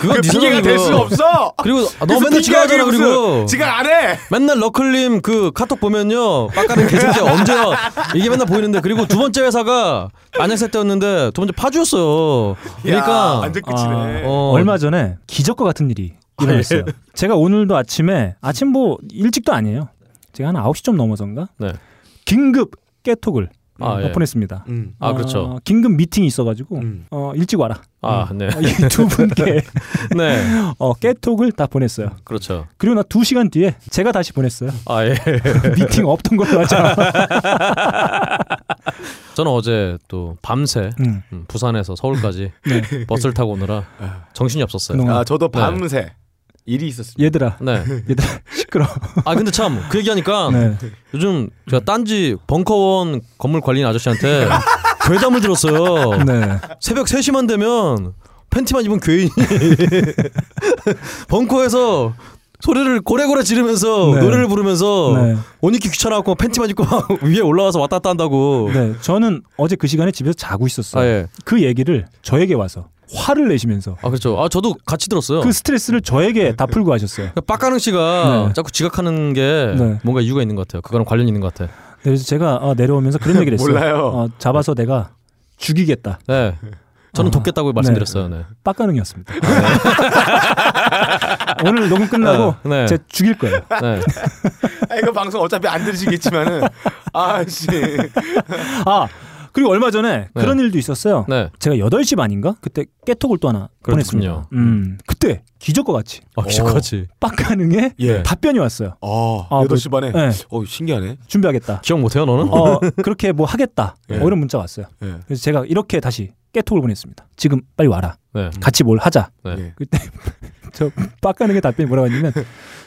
그건 네
핑계가
생각이고.
될 수가 없어.
그리고 너 맨날 지각하잖아 그리고
지각 안 해.
맨날 러클님 그 카톡 보면요 빡가는 개새끼 언제요 이게 맨날 보이는데 그리고 두 번째 회사가 안양살 때였는데 두 번째 파주였어요
야,
그러니까
완전 끝이네.
어,
얼마 전에 기적과 같은 일이
아, 네.
일어났어요. 제가 오늘도 아침에 아침 뭐 일찍도 아니에요. 제가 한 9시 좀 넘어선가?
네.
긴급 깨톡을
아, 예.
보냈습니다.
음.
아 그렇죠
어, 긴급 미팅이 있어가지고
음.
어, 일찍 와라.
아네네 네.
어, 이두 분께 어, 깨톡을 다 보냈어요.
그렇죠
그리고 나 두 시간 뒤에 제가 다시 보냈어요. 그
아예
미팅 없던 걸로 하자.
저는 어제 또 밤새
음. 네.
음, 부산에서 서울까지 버스를 타고 오느라 정신이 없었어요
아. 그동안.
아, 저도 밤새 일이 있었습니다.
얘들아,
네 아
얘들아 시끄러.
근데 참 그 얘기하니까
네. 음.
요즘 제가 딴지 벙커원 건물 관리인 아저씨한테 괴담을 들었어요
네.
새벽 3시만 되면 팬티만 입은 괴인이 벙커에서 소리를 고래고래 지르면서
네.
노래를 부르면서
네.
옷 입기 귀찮아갖고 팬티만 입고 막 위에 올라와서 왔다 갔다 한다고
네. 저는 어제 그 시간에 집에서 자고
아
있었어요.
예.
그 얘기를 저에게 와서 화를 내시면서
아 그렇죠. 아 저도 같이 들었어요. 네,
그 스트레스를 저에게 다 풀고 하셨어요.
그 빡가능 씨가
네.
자꾸 지각하는 게
네.
뭔가 이유가 있는 것 같아요. 그거랑 관련 있는 것 같아요.
그래서 제가 어, 내려오면서 그런 얘기를 했어요.
몰라요.
어, 잡아서 내가 죽이겠다.
네. 저는
아,
돕겠다고 말씀드렸어요. 네.
빡가능이었습니다. 오늘 녹음 끝나고
아, 네.
제가 죽일 거예요.
네.
아, 이거 방송 어차피 안 들으시겠지만은 아씨
아 그리고 얼마 전에
네.
그런 일도 있었어요.
네.
제가 8시 반인가 그때 깨톡을 또 하나
그렇군요.
보냈습니다. 음 그때 기적과 같이
아 기적같이
빡가능의
예.
답변이 왔어요.
어,
아,
8시 반에.
네.
어, 신기하네.
준비하겠다.
기억 못해요 너는?
어 그렇게 뭐 하겠다.
예.
뭐 이런 문자 왔어요.
예.
그래서 제가 이렇게 다시 깨톡을 보냈습니다. 지금 빨리 와라.
네.
같이 뭘 하자.
네.
그때 저 빡가는 게 답변이 뭐라고 했냐면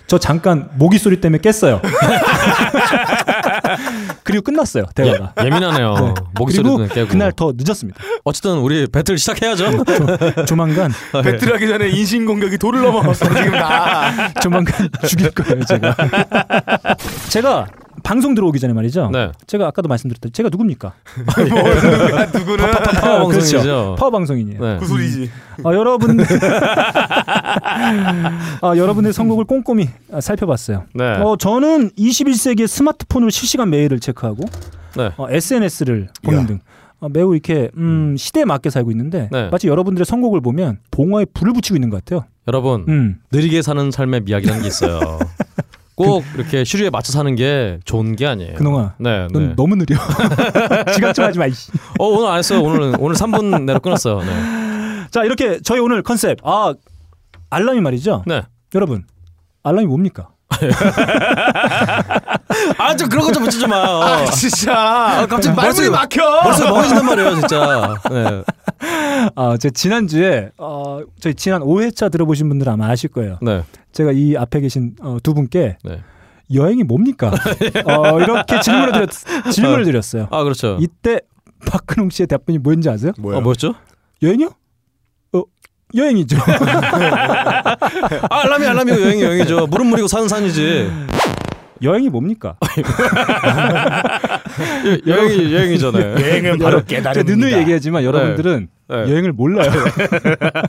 저 잠깐 모기 소리 때문에 깼어요. 그리고 끝났어요 대화가.
예, 민하네요
네.
목소리도
그리고
깨고.
그날 네. 더 늦었습니다.
어쨌든 우리 배틀 시작해야죠. 네.
조- 조만간
배틀하기 전에 인신 공격이 돌을 넘어갔어 지금 나.
조만간 죽일 거예요 제가. 제가 방송 들어오기 전에 말이죠.
네.
제가 아까도 말씀드렸듯이 제가 누굽니까?
뭘 누구는
파워
아, 그렇죠.
방송이죠.
파워 방송인이에요.
네.
그 소리지.
아, 여러분 아, 여러분의 선곡을 꼼꼼히 아, 살펴봤어요.
네.
어, 저는 21세기의 스마트폰으로 실시간 메일을 체크하고
네.
어, SNS를 보는 등 어, 매우 이렇게 음, 시대에 맞게 살고 있는데
네.
마치 여러분들의 선곡을 보면 봉화에 불을 붙이고 있는 것 같아요.
여러분
음. 그
느리게 사는 삶의 미학이라는 게 있어요. 꼭 이렇게 시류에 맞춰 사는 게 좋은 게 아니에요.
근홍아,
네,
넌
네.
너무 느려. 지각 좀 하지 마. 이씨.
어 오늘 안 했어요. 오늘 오늘 3분 내로 끊었어요. 네.
자, 이렇게 저희 오늘 컨셉 아 알람이 말이죠.
네.
여러분 알람이 뭡니까?
아 좀 그런 거 좀 붙이지 마요.
아, 진짜.
갑자기
말문이
벌써-
막혀.
벌써 먹어진단 말이에요, 진짜. 네.
아, 제 지난주에 어, 저희 지난 5회차 들어보신 분들은 아마 아실 거예요.
네.
제가 이 앞에 계신 어, 두 분께
네.
여행이 뭡니까? 어, 이렇게 질문을 드렸 질문을 드렸어요.
아, 그렇죠.
이때 박근홍 씨의 답변이 뭐였는지 아세요?
뭐야?
어, 뭐였죠?
여행이요? 어, 여행이죠.
아, 알람이 알람이고 여행이 여행이죠. 물은 물이고 산은 산이지.
여행이 뭡니까?
여행이 여행이잖아요.
여행은 바로
네. 제가
깨달음.
늘늘 얘기하지만 여러분들은
네.
여행을 몰라요.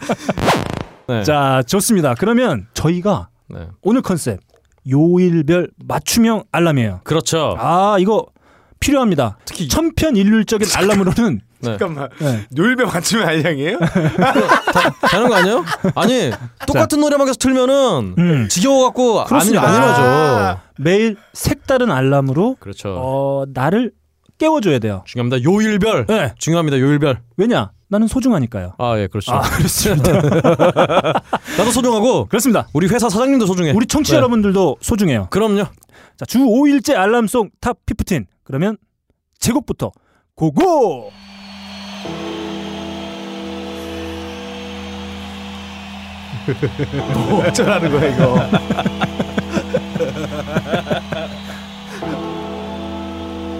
네.
자, 좋습니다. 그러면 저희가
네.
오늘 컨셉 요일별 맞춤형 알람이에요.
그렇죠.
아, 이거 필요합니다. 특히 천편일률적인 알람으로는
네.
잠깐만.
네.
요일배 맞추면 알량이에요?
되는 거 아니에요? 아니 똑같은 노래방에서 틀면은
음.
지겨워갖고 안, 안
그렇습니다.
일어나죠.
매일 색다른 알람으로
아. 그렇죠.
어, 나를 깨워줘야 돼요.
중요합니다. 요일별.
네.
중요합니다. 요일별.
왜냐? 나는 소중하니까요.
아 예 그렇죠.
아, 그렇습니다.
나도 소중하고
그렇습니다.
우리 회사 사장님도 소중해.
우리 청취자
네.
여러분들도 소중해요.
그럼요.
자, 주 5일째 알람송 탑 15. 그러면 제곡부터 고고!
어쩌라는 거야, 이거.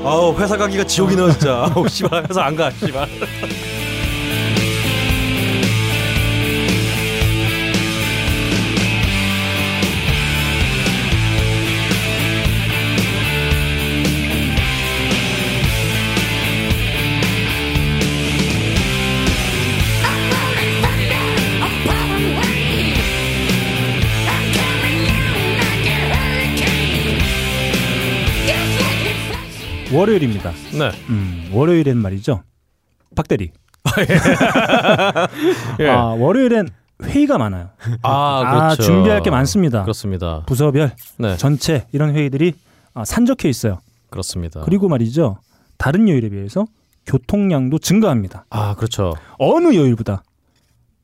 아우 회사 가기가 지옥이네 진짜. 아우 씨발 회사 안 가. 씨발.
월요일입니다.
네.
음, 월요일엔 말이죠. 박 대리.
예.
아,
아,
월요일엔 회의가 많아요. 아,
그렇죠.
준비할 게 많습니다.
그렇습니다.
부서별,
네,
전체 이런 회의들이 아, 산적해 있어요.
그렇습니다.
그리고 말이죠. 다른 요일에 비해서 교통량도 증가합니다.
아, 그렇죠.
어느 요일보다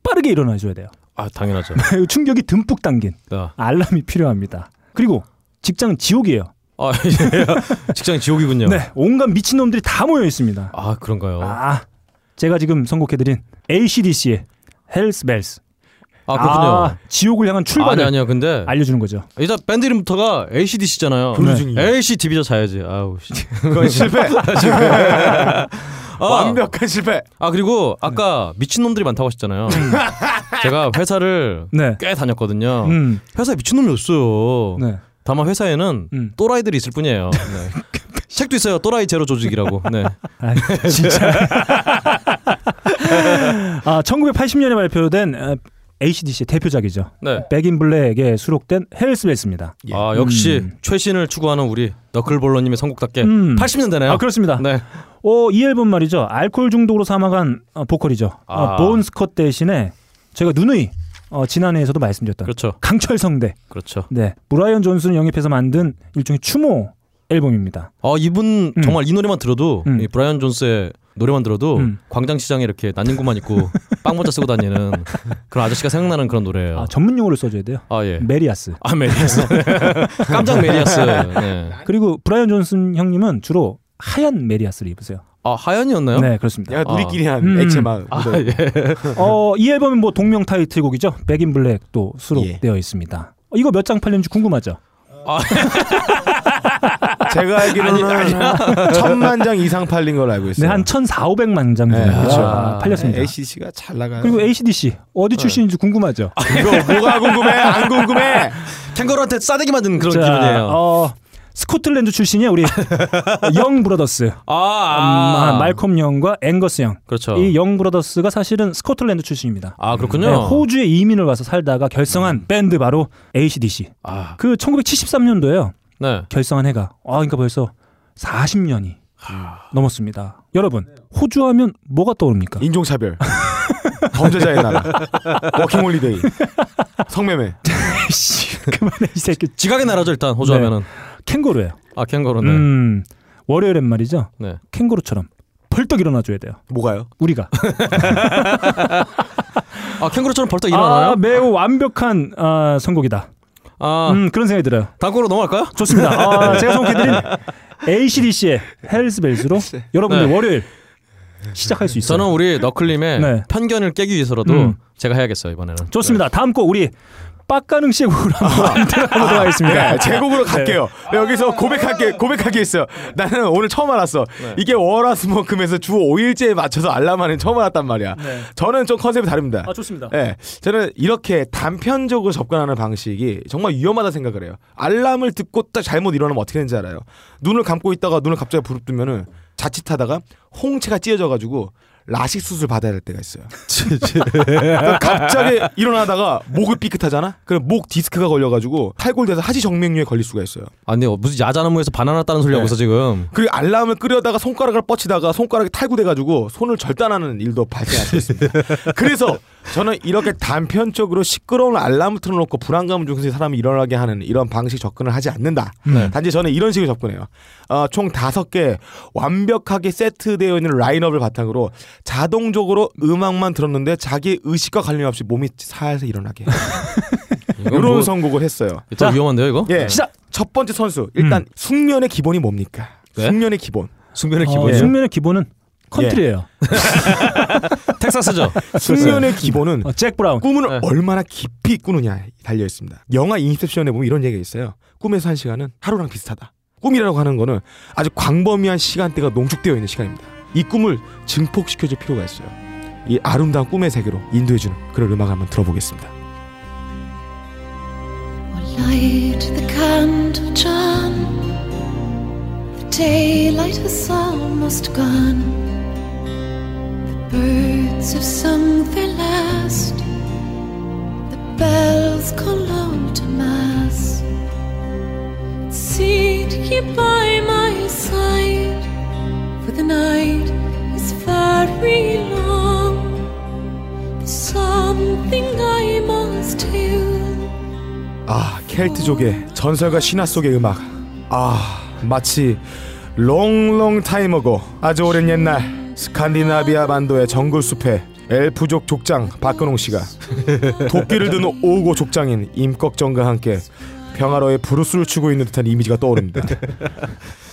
빠르게 일어나 줘야 돼요.
아, 당연하죠.
충격이 듬뿍 담긴
아,
알람이 필요합니다. 그리고 직장은 지옥이에요.
아, 예. 직장 지옥이군요.
네, 온갖 미친놈들이 다 모여 있습니다.
아, 그런가요? 아,
아, 제가 지금 선곡해드린 ACDC의 헬스 벨스.
아, 그렇군요.
지옥을 향한
아니
아, 출발을
아니요 근데
알려주는 거죠.
일단 밴드 이름부터가 ACDC잖아요.
그러네.
ACDB죠 자야지. 아우 씨.
그건 실패.
아,
완벽한 실패.
아 그리고 아까
네.
미친 놈들이 많다고 하셨잖아요. 제가 회사를
음. 네.
꽤 다녔거든요.
음,
회사에 미친 놈이 없어요.
네.
다만 회사에는
음.
또라이들이 있을 뿐이에요. 네. 책도 있어요. 또라이 제로 조직이라고. 네.
아, 진짜. 아, 1980년에 발표된 어, ACDC의 대표작이죠.
네.
백인 블랙에 수록된 헬스 벨스입니다.
아 역시
음.
최신을 추구하는 우리 너클볼러님의 선곡답게
음.
80년대네요.
아, 그렇습니다.
네.
어, 이 앨범 말이죠. 알코올 중독으로 사망한 어, 보컬이죠.
아.
어, 본 스컷 대신에 저희가 누누이 어, 지난해에서도 말씀드렸던
그렇죠.
강철 성대.
그렇죠.
네. 브라이언 존슨을 영입해서 만든 일종의 추모 앨범입니다.
아 이분
음.
정말 이 노래만 들어도
음.
이 브라이언 존스의 노래만 들어도
음.
광장시장에 이렇게 난닝구만 입고 빵 모자 쓰고 다니는 그런 아저씨가 생각나는 그런 노래예요.
아, 전문 용어를 써줘야 돼요.
아, 예.
메리아스.
아 메리아스. 깜짝 메리아스. 네.
그리고 브라이언 존슨 형님은 주로 하얀 메리아스를 입으세요.
아 하연이었나요?
네, 그렇습니다.
약간 우리끼리 한
음.
액체 네. 막.
아
묻어요.
예.
어, 이 앨범은 뭐 동명 타이틀곡이죠. 백인 블랙도 수록되어 있습니다. 어, 이거 몇 장 팔렸는지 궁금하죠?
제가 알기로는 천만 장 이상 팔린 걸로 알고
네,
있어요.
한 1,400만 장 정도
네, 그렇죠.
아, 팔렸습니다.
ACC가 잘 나가요.
그리고 ACDC 어디
네.
출신인지 궁금하죠?
아,
이거 뭐가 궁금해? 안 궁금해?
캥거루한테 싸대기 만든 그런
자,
기분이에요.
어, 스코틀랜드 출신이에요. 우리 영 브라더스.
아,
아,
아.
말콤 영과 앵거스 영.
그렇죠.
이 영 브라더스가 사실은 스코틀랜드 출신입니다.
아 그렇군요. 음.
네, 호주에 이민을 와서 살다가 결성한 밴드 바로 ACDC.
아,
그 1973년도에요.
네.
결성한 해가. 아, 그러니까 벌써 40년이
아.
넘었습니다. 여러분, 호주 하면 뭐가 떠오릅니까?
인종차별. 범죄자의 나라. 워킹홀리데이. 성매매.
씨, 그만해 이 새끼.
지각의 나라죠 일단 호주
네.
하면은.
캥거루예요.
아 캥거루네.
음. 월요일엔 말이죠.
네.
캥거루처럼 벌떡 일어나 줘야 돼요.
뭐가요?
우리가
아 캥거루처럼 벌떡 일어나나요?
아, 매우 완벽한 아, 선곡이다.
아
음, 그런 생각이 들어요.
다음으로 넘어갈까요?
좋습니다. 아, 제가 선곡해드린 ACDC의 헬스벨스로 여러분들
네.
월요일 시작할 수 있어요.
저는 우리 너클님의
네.
편견을 깨기 위해서라도
음.
제가 해야겠어요 이번에는.
좋습니다. 다음 곡 우리 빡가능 씨의 곡으로
아.
한번 들어보도록 하겠습니다.
네, 제 곡으로 갈게요. 네, 여기서 고백할 게 고백할 게 있어요. 나는 오늘 처음 알았어. 이게 월화수목금에서 주 5일째에 맞춰서 알람하는 처음 알았단 말이야. 저는 좀 컨셉이 다릅니다.
네. 아, 좋습니다.
네.
예, 저는 이렇게 단편적으로 접근하는 방식이 정말 위험하다 생각을 해요. 알람을 듣고 딱 잘못 일어나면 어떻게 되는지 알아요. 눈을 감고 있다가 눈을 갑자기 부릅뜨면은 자칫하다가 홍채가 찢어져가지고 라식 수술 받아야 될 때가 있어요. 그러니까 갑자기 일어나다가 목을 삐끗하잖아. 그럼 목 디스크가 걸려가지고 탈골돼서 하지 정맥류에 걸릴 수가 있어요.
아니 무슨 야자나무에서 바나나 따는 소리 하고
네.
있어 지금.
그리고 알람을 끄려다가 손가락을 뻗치다가 손가락이 탈구돼가지고 손을 절단하는 일도 발생할 수 있습니다. 그래서 저는 이렇게 단편적으로 시끄러운 알람을 틀어놓고 불안감을 중심에 사람이 일어나게 하는 이런 방식 접근을 하지 않는다.
네.
단지 저는 이런 식으로 접근해요. 어, 총 다섯 개 완벽하게 세트되어 있는 라인업을 바탕으로 자동적으로 음악만 들었는데 자기 의식과 관련 없이 몸이 살살 일어나게
이건
이런
뭐,
선곡을 했어요.
일단 위험한데요 이거?
예.
네. 시작!
첫 번째 선수 일단 숙면의 기본이 뭡니까?
음. 네?
숙면의 기본.
숙면의
어,
네, 기본이요.
숙면의 기본은 컨트리예요.
텍사스죠.
숙면의 기본은
어, 잭 브라운.
꿈을
네.
얼마나 깊이 꾸느냐에 달려 있습니다. 영화 인셉션에 보면 이런 얘기가 있어요. 꿈에서 한 시간은 하루랑 비슷하다. 꿈이라고 하는 거는 아주 광범위한 시간대가 농축되어 있는 시간입니다. 이 꿈을 증폭시켜줄 필요가 있어요. 이 아름다운 꿈의 세계로 인도해주는 그런 음악 을 한번 들어보겠습니다.
Or light the candle, John. The daylight has almost gone. The birds have sung their last. The bells call out to mass. Sit here by my side. for the night is very long. There's something I must tell.
아 켈트족의 전설과 신화 속의 음악 아 마치 롱롱 타임어고 아주 오랜 옛날 스칸디나비아 반도의 정글 숲에 엘프족 족장 박근홍 씨가 도끼를 든 오우고 족장인 임꺽정과 함께 평화로의 브루스를 추고 있는 듯한 이미지가 떠오릅니다.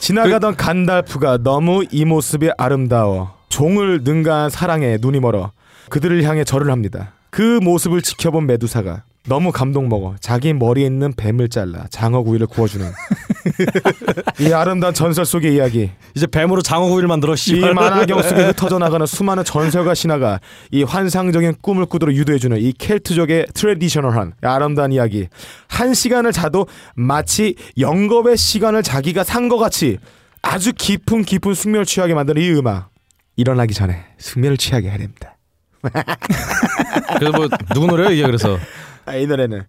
지나가던 간달프가 너무 이 모습이 아름다워 종을 능가한 사랑에 눈이 멀어 그들을 향해 절을 합니다. 그 모습을 지켜본 메두사가 너무 감동 먹어 자기 머리에 있는 뱀을 잘라 장어구이를 구워주는 이 아름다운 전설 속의 이야기
이제 뱀으로 장어구이를 만들어
이
씨발.
만화경 속에 흩어져 나가는 수많은 전설과 신화가 이 환상적인 꿈을 꾸도록 유도해주는 이 켈트족의 트레디셔널한 아름다운 이야기 한 시간을 자도 마치 영겁의 시간을 자기가 산 것 같이 아주 깊은 깊은 숙면을 취하게 만드는 이 음악 일어나기 전에 숙면을 취하게 해야 됩니다
그래서 뭐 누구 노래요 이게 그래서
아, 이 노래는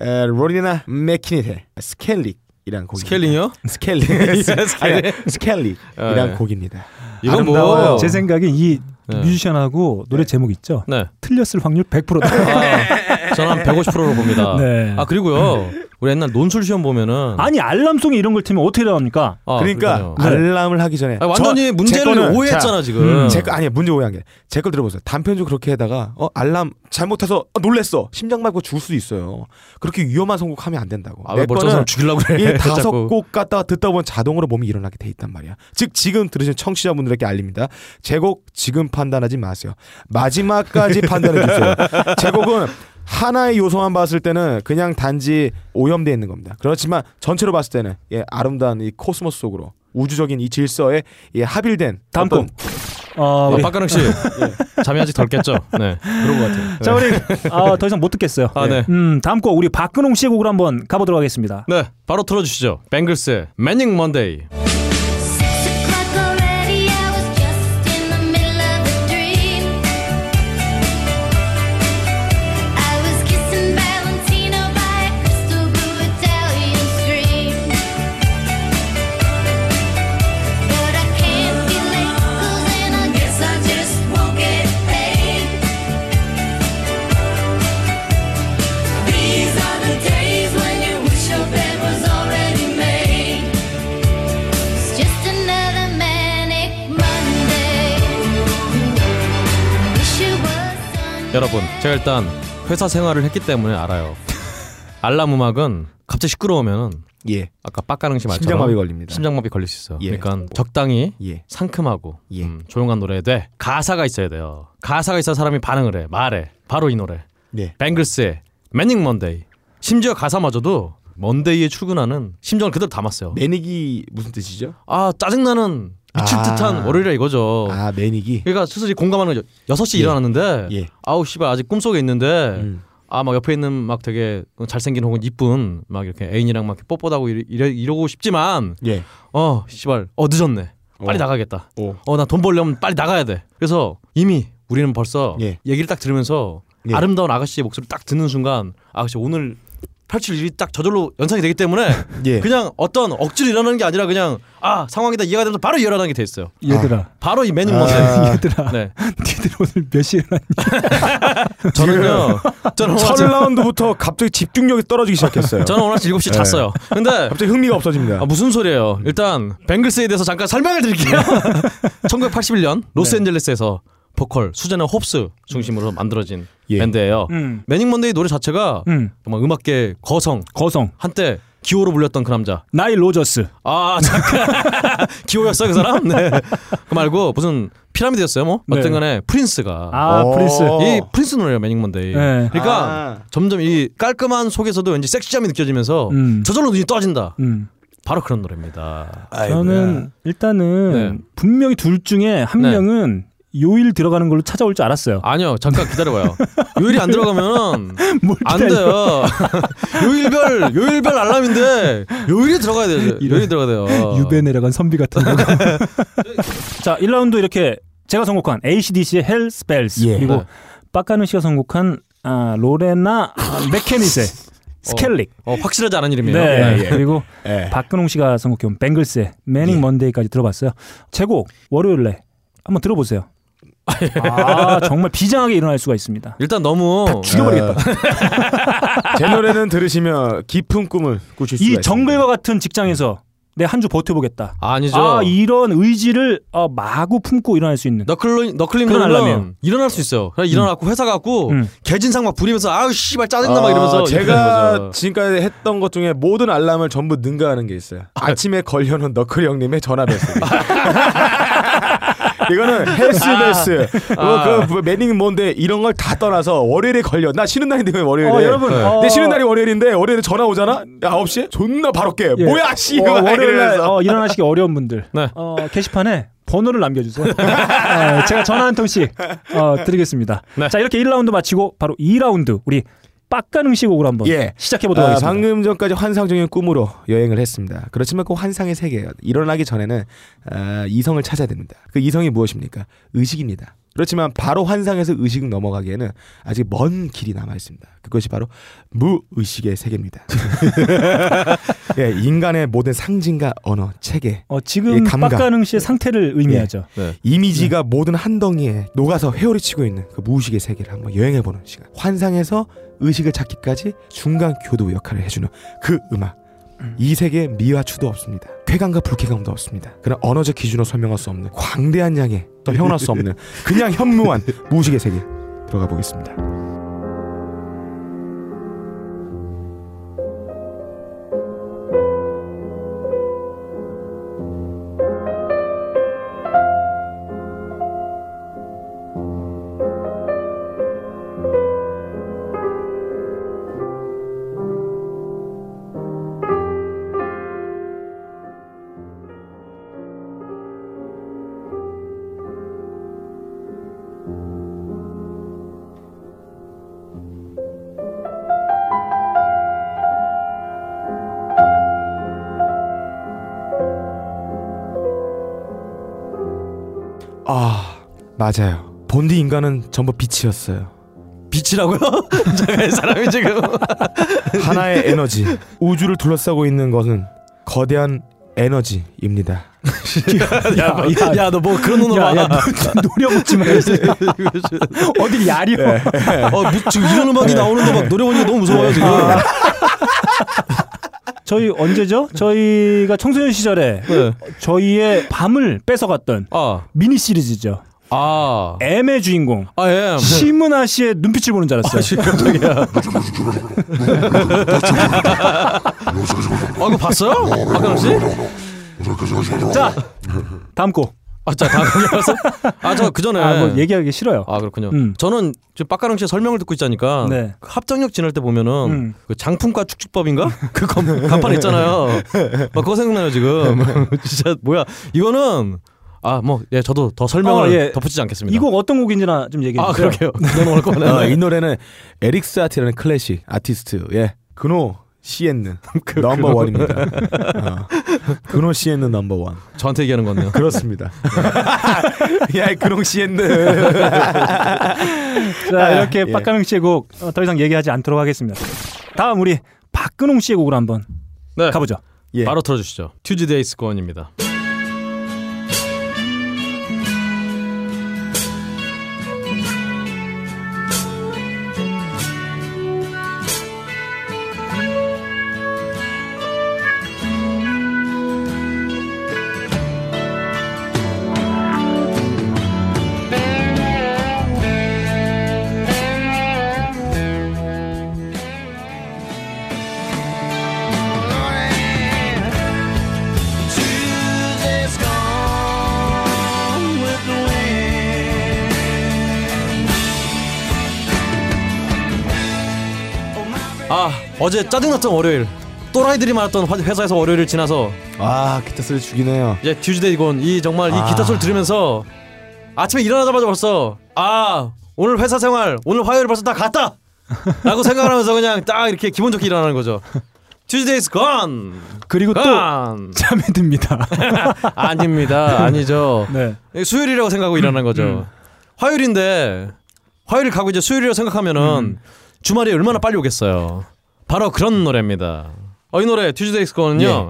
에, 로리나 맥키니의 스켈릭이라는 곡
스케일링이요? 예,
스켈릭
스켈릭.
아니, 스켈릭이라는
예.
곡입니다
이건
아름다워요.
뭐
어, 제 생각엔 이
네.
뮤지션하고 노래 제목 있죠.
네.
틀렸을 확률 100%다.
아, 저는 한 150%로 봅니다.
네.
아 그리고요 우리 옛날 논술 시험 보면은
아니 알람송에 이런 걸 틀면 어떻게 나옵니까?
아,
그러니까
그러네요.
알람을 하기 전에
아, 완전히
저-
문제를
제 거는-
오해했잖아
자,
지금.
음,
제 거 아니야 문제 오해한 게 제 걸 들어보세요 단편적으로 그렇게 해다가 어 알람 잘못해서 어, 놀랬어 심장 밟고 죽을 수도 있어요 그렇게 위험한 선곡하면 안 된다고
아왜 멀쩡한 사람 죽이려고
이
그래?
음, 다섯
네, 자꾸.
곡 갖다가 듣다 보면 자동으로 몸이 일어나게 돼 있단 말이야 즉 지금 들으신 청취자분들에게 알립니다 제 곡 지금 판단하지 마세요 마지막까지 판단해 주세요 제 곡은 하나의 요소만 봤을 때는 그냥 단지 오염되어 있는 겁니다 그렇지만 전체로 봤을 때는 예, 아름다운 이 코스모스 속으로 우주적인 이 질서에 예, 합일된
다음
어떤
곡. 어,
아,
우리- 예.
박가능 씨 잠이 아직 덜 깼죠? 네 그런 것 같아요.
자 우리 아, 더 이상 못 듣겠어요.
아, 네.
음 다음 곡 우리 박근홍 씨의 곡으로 한번 가보도록 하겠습니다.
네 바로 틀어주시죠. 뱅글스의 매닝 먼데이.
These are the days when you wish your bed was already made.
It's just another manic Monday. Wish it was Sunday.
여러분 제가 일단 회사 생활을 했기 때문에 알아요. 알람 음악은 갑자기 시끄러우면은
예
아까 빡가능 씨 말처럼
심장마비 걸립니다
심장마비 걸릴 수 있어요.
예.
그러니까 적당히
예
상큼하고
예.
음, 조용한 노래에 돼 가사가 있어야 돼요. 가사가 있어야 사람이 반응을 해 말해. 바로 이 노래.
네.
뱅글스의 매닝 먼데이. 심지어 가사마저도 먼데이에 출근하는 심정을 그대로 담았어요.
매닉이 무슨 뜻이죠?
아 짜증나는 미칠
아.
듯한 월요일이라 이거죠.
아 매닉이
그러니까 스스로 공감하는 거죠. 6시
예.
일어났는데
예.
아우 씨발 아직 꿈속에 있는데
음.
아 막 옆에 있는 막 되게 잘생긴 혹은 이쁜 막 이렇게 애인이랑 막 이렇게 뻣뻣하고 이래, 이래, 이러고 싶지만
예.
어 씨발 어 늦었네 빨리
어.
나가겠다
오.
어 나 돈 벌려면 빨리 나가야 돼 그래서 이미 우리는 벌써
예.
얘기를 딱 들으면서
예.
아름다운 아가씨의 목소리를 딱 듣는 순간 아가씨 오늘 펼칠 일이 딱 저절로 연상이 되기 때문에
예.
그냥 어떤 억지로 일어나는 게 아니라 그냥 아 상황이 다 이해가 되면서 바로 일어나는 게 돼 있어요
얘들아
바로 이 메뉴
아.
먼저
얘들아
네
니들 오늘 몇 시에 일어났니?
저는요 저는 오늘
첫
아침-
라운드부터 갑자기 집중력이 떨어지기 시작했어요.
저는 오늘 7시
네.
잤어요 근데
갑자기 흥미가 없어집니다.
아, 무슨 소리예요?
음.
일단 뱅글스에 대해서 잠깐 설명을 드릴게요.
네.
1981년 로스앤젤레스에서 보컬 수제나 홉스 중심으로 만들어진
예.
밴드예요.
음,
매닝 먼데이 노래 자체가
음
정말 음악계 거성
거성
한때 기호로 불렸던 그 남자.
나일 로저스
아 잠깐 기호였어요 그 사람? 네. 그 말고 무슨 피라미드였어요 뭐?
네.
어쨌든간에 프린스가
아
오.
프린스
이 프린스 노래예요 매닝 먼데이.
네.
그러니까
아.
점점 이 깔끔한 속에서도 왠지 섹시함이 느껴지면서
음.
저절로 눈이 떠진다.
음.
바로 그런 노래입니다.
저는 일단은
네.
분명히 둘 중에 한
네.
명은 요일 들어가는 걸로 찾아올 줄 알았어요.
아니요 잠깐 기다려봐요 요일이 안 들어가면
뭘
안
기다려.
돼요 요일별 요일별 알람인데 요일이 들어가야 돼요 요일이 들어가야 돼요
유배 내려간 선비 같은 거. 자, 1라운드 이렇게 제가 선곡한 ACDC의 Hell Spells
예.
그리고
네.
빡가는 씨가 선곡한 아, 로레나 아, 메케니세 스켈릭.
어, 확실하지 않은 이름이에요.
네.
예, 예.
그리고
예.
박근홍 씨가 선곡해온 뱅글스의 매닝 먼데이까지 들어봤어요. 제곡 월요일에 한번 들어보세요. 아 정말 비장하게 일어날 수가 있습니다.
일단 너무
죽여버리겠다. 제 노래는 들으시면 깊은 꿈을 꾸실 수가
이
있습니다.
정글과 같은 직장에서 내 한 주 버텨보겠다.
아니죠.
아 이런 의지를 어, 마구 품고 일어날 수 있는.
너클로 너클링
그건
그러면
알람이에요.
일어날 수 있어요. 그냥 일어나고 회사 가고
음.
개진상 막 부리면서 아우 씨발 짜증나 막
아,
이러면서 이렇게 되는
제가
거죠.
지금까지 했던 것 중에 모든 알람을 전부 능가하는 게 있어요. 아침에 걸려놓은 너클 형님의 전화 메시지. 이거는 헬스벨스, 뭐, 그 매닝 뭔데 이런 걸 다 떠나서 월요일에 걸려. 나 쉬는 날인데 왜 월요일에?
어, 여러분,
네.
어,
내 쉬는 날이 월요일인데 월요일에 전화 오잖아. 야, 9시에 존나 바로 깨.
예.
뭐야 씨.
어,
이거 막
월요일에
이러면서.
어, 일어나시기 어려운 분들
네.
어, 게시판에 번호를 남겨주세요. 네, 제가 전화 한 통씩 어, 드리겠습니다.
네.
자 이렇게 1라운드 마치고 바로 2라운드 우리 빡가능시 곡으로 한번
예.
시작해 보도록
아,
하겠습니다.
방금 전까지 환상적인 꿈으로 여행을 했습니다. 그렇지만 그 환상의 세계예요. 일어나기 전에는 아, 이성을 찾아야 됩니다. 그 이성이 무엇입니까? 의식입니다. 그렇지만 바로 환상에서 의식 넘어가기에는 아직 먼 길이 남아 있습니다. 그것이 바로 무의식의 세계입니다. 예, 인간의 모든 상징과 언어, 체계,
어,
예,
지금
감각. 예.
빡가능시의 상태를 의미하죠.
이미지가 모든 한 덩이에 녹아서 헤어리치고 있는 그 무의식의 세계를 한번 여행해보는 시간. 환상에서 의식을 찾기까지 중간 교도 역할을 해주는 그 음악. 이 세계에 미와 추도 없습니다. 쾌감과 불쾌감도 없습니다. 그런 언어적 기준으로 설명할 수 없는 광대한 양의 또 형언할 수 없는 그냥 현무한 무의식의 세계 들어가 보겠습니다. 아 맞아요. 본디 인간은 전부 빛이었어요.
빛이라고요? 제가 이 사람이 지금
하나의 에너지 우주를 둘러싸고 있는 것은 거대한 에너지입니다.
야 너 뭐 그런 놈으로
야, 야,
막-
노려먹지 마. 어디 야리야.
예.
어, 무- 지금 이런
네.
음악이 나오는 거막 노래보니까 너무 무서워요 지금.
아. 저희 언제죠? 저희가 청소년 시절에
예.
네.
저희의 밤을 뺏어갔던
아,
미니 시리즈죠.
아,
M의 주인공
아 예.
심은하 씨의 눈빛을 보는 줄 알았어요.
아 이거 봤어요? 박강 씨?
자 다음 곡.
아, 자, 다음 알았어. 아, 저 그 전에
아뭐 얘기하기 싫어요.
아 그렇군요.
음.
저는 지금 빡가릉 씨의 설명을 듣고 있자니까
네.
그 합정역 지날 때 보면은
음.
그 장품과 축축법인가 그 건- 간판 있잖아요. 막 그거 생각나요 지금. 진짜 뭐야 이거는 아 뭐 예 저도 더 설명을
어, 예.
덧붙이지 않겠습니다.
이 곡 어떤 곡인지나 좀 얘기해 주세요.
아 그러게요. 너무 어렵구나.
어, 이 노래는 에릭 사티라는 클래식 아티스트 예 근호 시엔느 넘버 원입니다. 어. 그 근호 시엔느 넘버 원
저한테 얘기하는 건데요.
그렇습니다. 야 예, 근호 시엔느
자
네.
이렇게
예.
박가명 씨의 곡 어, 더 이상 얘기하지 않도록 하겠습니다. 다음 우리 박근홍 씨의 곡으로 한번
네.
가보죠.
예.
바로 틀어주시죠. 튜즈데이 스권입니다.
Tuesday's gone with the wind.
아 어제 짜증났던 월요일 또라이들이 많았던 화- 회사에서 월요일을 지나서
아 기타 소리 죽이네요.
이제 튜즈데이곤 이 정말
아.
이 기타 소리 들으면서 아침에 일어나자마자 벌써 아 오늘 회사 생활 오늘 화요일 벌써 다 갔다 라고 생각하면서 그냥 딱 이렇게 기분 좋게 일어나는 거죠 튜즈데이's gone
그리고 또
아! gone
잠에 듭니다.
아닙니다 아니죠
네.
예, 수요일이라고
음,
생각하고 일어나는 거죠
음.
화요일인데 화요일 가고 이제 수요일이라고 생각하면은 주말이 얼마나 빨리 오겠어요 바로 그런 노래입니다. 어, 이 노래 튜즈데이 스코어는요.
예.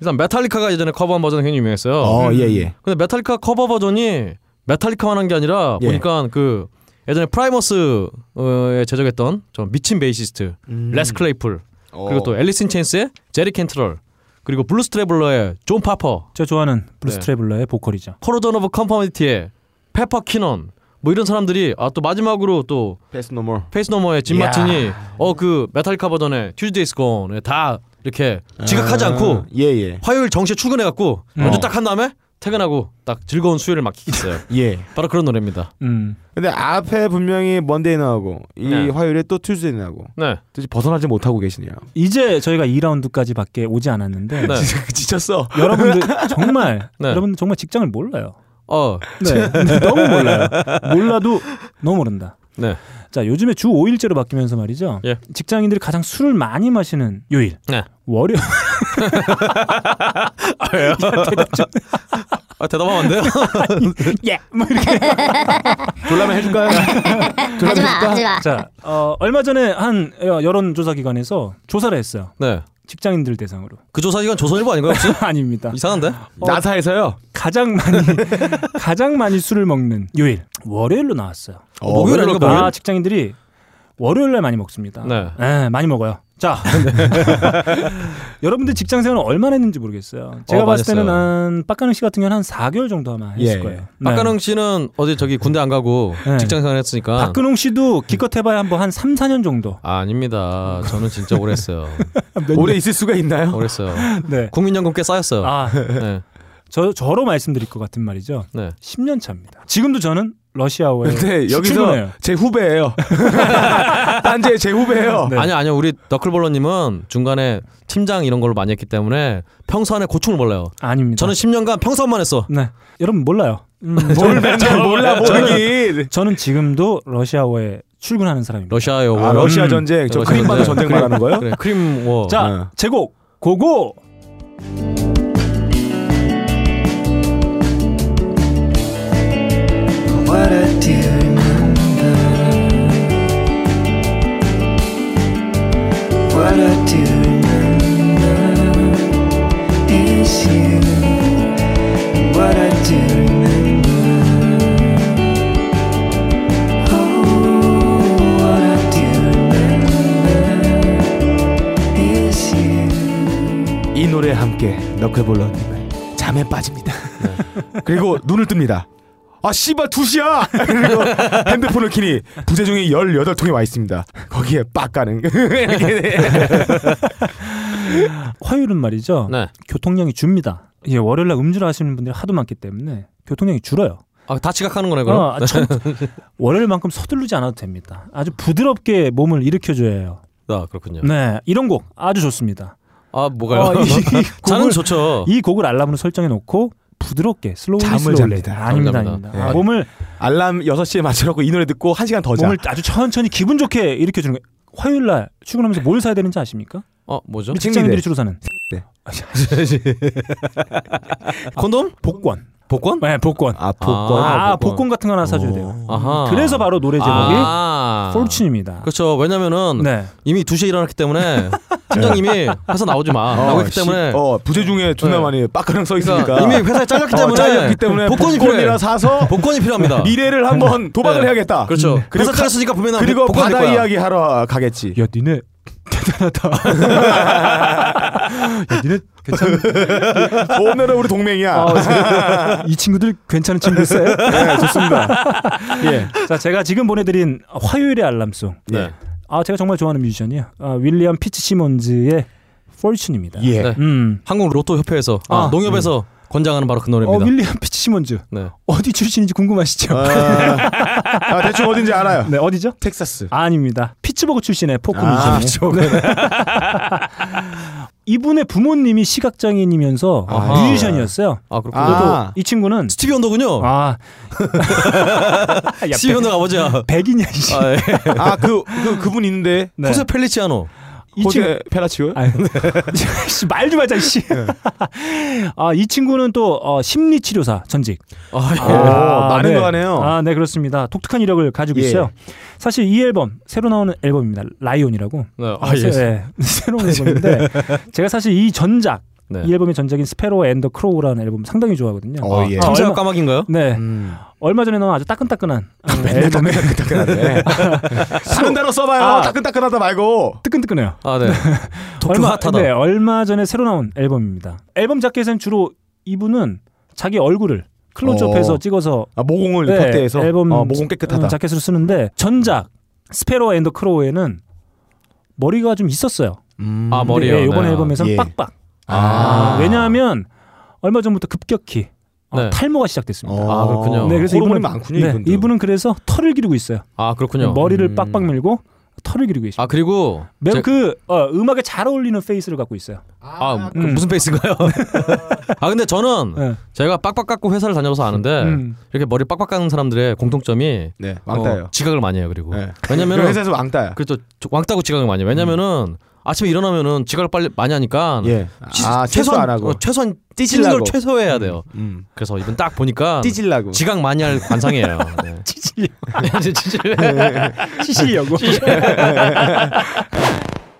일단 메탈리카가 예전에 커버한 버전이 굉장히 유명했어요. 음.
어, 예, 예.
근데 메탈리카 커버 버전이 메탈리카만 한 게 아니라
예.
보니까 그 예전에 어, 프라이머스에 제작했던 저 미친 베이시스트
음.
레스 클레이풀
어,
그리고 또 앨리스 인 체인스의 제리 캔트럴 그리고 블루스 트래블러의 존 파퍼
저 좋아하는 블루스
네.
트래블러의 보컬이죠.
코로전 오브 컴퍼니티의 페퍼 키넌 뭐 이런 사람들이 아 또 마지막으로 또
베스 노멀.
페이스 너머의 짐 마틴이 어 그 메탈리카 버전의 튜즈데이 스콘에 다 이렇게 지각하지 않고
아, 예, 예.
화요일 정시에 출근해 갖고
음.
먼저 딱 한 다음에 퇴근하고 딱 즐거운 수요일을 막히겠어요.
예.
바로 그런 노래입니다.
음.
근데 앞에 분명히 먼데이 나오고 이
네.
화요일에 또 튜스데이 나오고
네.
도대체 벗어나지 못하고 계시네요.
이제 저희가 2라운드까지밖에 오지 않았는데
네.
지쳤어.
여러분들 정말
네.
여러분들 정말 직장을 몰라요.
어.
네. 너무 몰라요. 몰라도 너무 모른다.
네.
자, 요즘에 주 5일제로 바뀌면서 말이죠.
예.
직장인들이 가장 술을 많이 마시는 요일.
네.
월요.
아 대답하면 안 돼요?
예. 뭐 이렇게.
졸라면 해줄까요?
하지 마, 하지 마.
자, 어, 얼마 전에 한 여론조사 기관에서 조사를 했어요.
네.
직장인들 대상으로.
그 조사 기간 조선일보 아닌가요 혹시?
아닙니다.
이상한데? 어,
나사에서요.
가장 많이 가장 많이 술을 먹는 요일. 월요일로 나왔어요.
어,
목요일
월요일로
아닌가?
봐.
아, 직장인들이 월요일 날 많이 먹습니다.
네.
예, 많이 먹어요. 자, 여러분들 직장 생활 얼마나 했는지 모르겠어요. 제가
어,
봤을
많이
때는
했어요.
한 빡가능 씨 같은 경우는 한 4개월 정도 아마 했을
예,
거예요.
예.
네.
박가능 씨는 어디 저기 군대 안 가고
네.
직장 생활 했으니까
박근홍 씨도 기껏 해봐야 한번 한 3, 4년 정도.
아, 아닙니다. 저는 진짜 오래 했어요.
오래 있을 수가 있나요?
오래 했어요.
네.
국민연금 꽤 쌓였어요.
아,
네.
저 저로 말씀드릴 것 같은 말이죠.
네.
10년 차입니다. 지금도 저는 러시아어에
근데 여기서
출근해요.
제 후배예요. 딴지의 제 후배예요.
네.
아니 아니요 우리 너클볼러님은 중간에 팀장 이런 걸로 많이 했기 때문에 평소 안에 고충을 몰라요.
아닙니다.
저는 10년간 평소만 했어.
네. 여러분 몰라요. 음,
네,
뭘 맨날 몰라 모르긴.
저는 지금도 러시아어에 출근하는 사람입니다.
러시아요.
아,
워.
러시아
음.
전쟁. 저
어, 러시아
크림반도 전쟁
그래,
말하는 거예요?
그래 크림 워.
자,
네.
제곡 고고.
What I do remember. What I do remember is you. What I do remember. Oh, what I do remember is you.
이 노래와 함께 너클볼러님은 잠에 빠집니다. 네. 그리고 눈을 뜹니다. 아 씨발 2시야! 그리고 핸드폰을 키니 부재중이 18통이 와 있습니다. 거기에 빡 가는
화요일은 말이죠.
네.
교통량이 줍니다. 예, 월요일 날 음주를 하시는 분들이 하도 많기 때문에 교통량이 줄어요.
아, 다 지각하는 거네 그럼.
어, 아, 참, 월요일만큼 서두르지 않아도 됩니다. 아주 부드럽게 몸을 일으켜줘야 해요.
아 그렇군요.
네, 이런 곡 아주 좋습니다.
아 뭐가요?
어, 이,
자는
곡을,
좋죠.
이 곡을 알람으로 설정해 놓고 부드럽게 슬로우
잠을
슬로우리.
잡니다.
아닙니다,
잠을
아닙니다.
잡니다.
아,
예.
몸을
알람 6시에 맞춰놓고 이 노래 듣고 1시간 더 자.
몸을 아주 천천히 기분 좋게 일으켜주는 거예요. 화요일 날 출근하면서 뭘 사야 되는지 아십니까?
어 뭐죠?
우리 직장인들이
생리대.
주로 사는
네.
아,
콘돔?
복권.
복권?
네, 복권.
아
아,
복권.
복권. 같은 거 하나 사줘야 돼요.
아하.
그래서 바로 노래 제목이
아.
폴춘입니다.
그렇죠. 왜냐면은
네.
이미 2시에 일어났기 때문에 팀장님이 회사 나오지 마. 라고 했기 아, 때문에
어 부재중에 존나
네.
많이 빡가랑 써 있으니까
그러니까 이미 회사에 잘렸기
어,
때문에
잘렸기 때문에
복권이
복권이라
필요해.
사서
복권이 필요합니다.
미래를 한번 도박을
아. 네.
해야겠다. 음.
그렇죠.
그리고
회사
가-
잘렸으니까 보면
그리고
복권 될
바다
거야.
이야기 하러 가겠지.
야, 니네 대단하다. 야, 니네 괜찮.
네.
오늘은 우리 동맹이야.
아, 이 친구들 괜찮은 친구세요? 아, 네, 좋습니다. 예. 자, 제가 지금 보내드린 화요일의 알람송.
네.
아, 제가 정말 좋아하는 뮤지션이요. 아, 윌리엄 피치 시몬즈의 Fortune입니다.
예.
네.
음.
한국 로또 협회에서 아,
아,
농협에서 권장하는 바로 그
어,
노래입니다.
윌리엄 피치 시몬즈
네.
어디 출신인지 궁금하시죠?
아, 아, 대충 어딘지 알아요.
네, 어디죠?
텍사스.
아, 닙니다 피츠버그 출신의 포크
아,
뮤지션. 이분의 부모님이 시각장애인이면서
아하.
뮤지션이었어요.
아 그렇군요.
아.
이 친구는
스티비 언더군요.
아,
스티비 언더 아버지야.
백인이야. 네. 이 씨.
아, 예.
아 그 그 그, 분 있는데
네.
호세 펠리치아노.
이 친구
호세 페라치오?
아유,
네.
씨, 말좀 하자, 씨. 아, 이 친구는 또 어, 심리치료사 전직.
아,
아, 많은
네.
거 하네요.
아, 네, 그렇습니다. 독특한 이력을 가지고
예.
있어요. 사실 이 앨범, 새로 나오는 앨범입니다. 라이온이라고.
네. 아, 예.
네, 새로운 앨범인데, 제가 사실 이 전작,
네.
이 앨범의 전작인 스페로 앤더 크로우라는 앨범 상당히 좋아하거든요.
어, 예.
아,
청자
얼마-
까마귀인가요?
네,
음.
얼마 전에 나온 아주 따끈따끈한 어,
맨날 따끈따끈하네. 다른 단어 써봐요.
아.
따끈따끈하다 말고.
뜨끈뜨끈해요.
아, 네.
얼마,
핫하다.
네, 얼마 전에 새로 나온 앨범입니다. 앨범 자켓은 주로 이분은 자기 얼굴을 클로즈업해서
어.
찍어서
아, 모공을
네,
확대해서
앨범
어, 모공 깨끗하다.
음, 자켓으로 쓰는데 전작 스페로 앤더 크로우에는 머리가 좀 있었어요.
음.
아, 머리요.
네, 이번
네.
앨범에서는
예.
빡빡. 음,
아.
왜냐하면 얼마 전부터 급격히 어,
네.
탈모가 시작됐습니다.
어.
아, 그렇군요.
네, 그래서
호르몬이
이분은-
많군요,
네,
이분도.
이분은 그래서 털을 기르고 있어요.
아, 그렇군요.
머리를
음.
빡빡 밀고 털을 기르고 계십니다.
아, 그리고
매우
제-
그 어, 음악에 잘 어울리는 페이스를 갖고 있어요.
아, 그
음.
무슨 페이스인가요? 아, 근데 저는
네.
예.
제가 빡빡 깎고 회사를 다녀서 아는데
음.
이렇게 머리 빡빡 깎는 사람들의 공통점이
네, 왕따예요.
어, 지각을 많이 해요. 그리고
네.
왜냐면
그 회사에서 왕따야.
그렇죠. 저- 왕따고 지각을 많이 해요. 왜냐면은 아침에 일어나면은 지각을 빨리 많이 하니까
예.
치-
아, 최소 안 하고.
어, 네. 최소한 찌질는
찌질라고.
걸 최소해야 돼요.
음.
그래서 이분 딱 보니까
띠질라고.
지각 많이 할 관상이에요. 네.
치질
찌질.
네.
치시려고.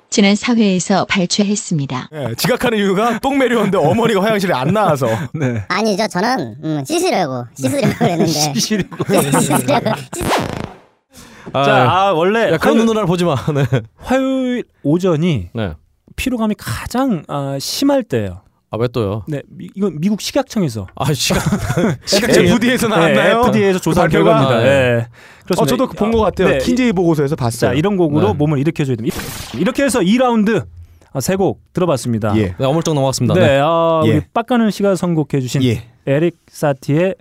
지난 사회에서 발췌했습니다.
예, 지각하는 이유가 똥 매려운데 어머니가 화장실에 안 나와서.
네.
아니죠 저는 음, 씻으려고 씻으려고 했는데
치시려고.
씻으려고
아,
자, 아, 원래
야, 그런
화요-
누나를 보지 마. 네.
화요일 오전이
네.
피로감이 가장 아, 심할 때예요.
아, 왜 또요?
네, 미, 이건 미국 식약청에서 네,
아, 시간.
지각제 부디에서
네.
나왔나요?
FDA에서 조사한
그 발표가?
결과입니다.
아,
예. 그렇습니다.
어, 저도 본 것 같아요.
네,
킨제이 보고서에서 봤어요.
자, 이런 곡으로
네.
몸을 일으켜줘야 됩니다. 이렇게 해서 2라운드 아, 세곡 들어봤습니다.
예.
네, 어물쩍 넘어갔습니다. 네.
네, 아,
예.
우리 빡가는 씨가 선곡해주신
예.
에릭 사티의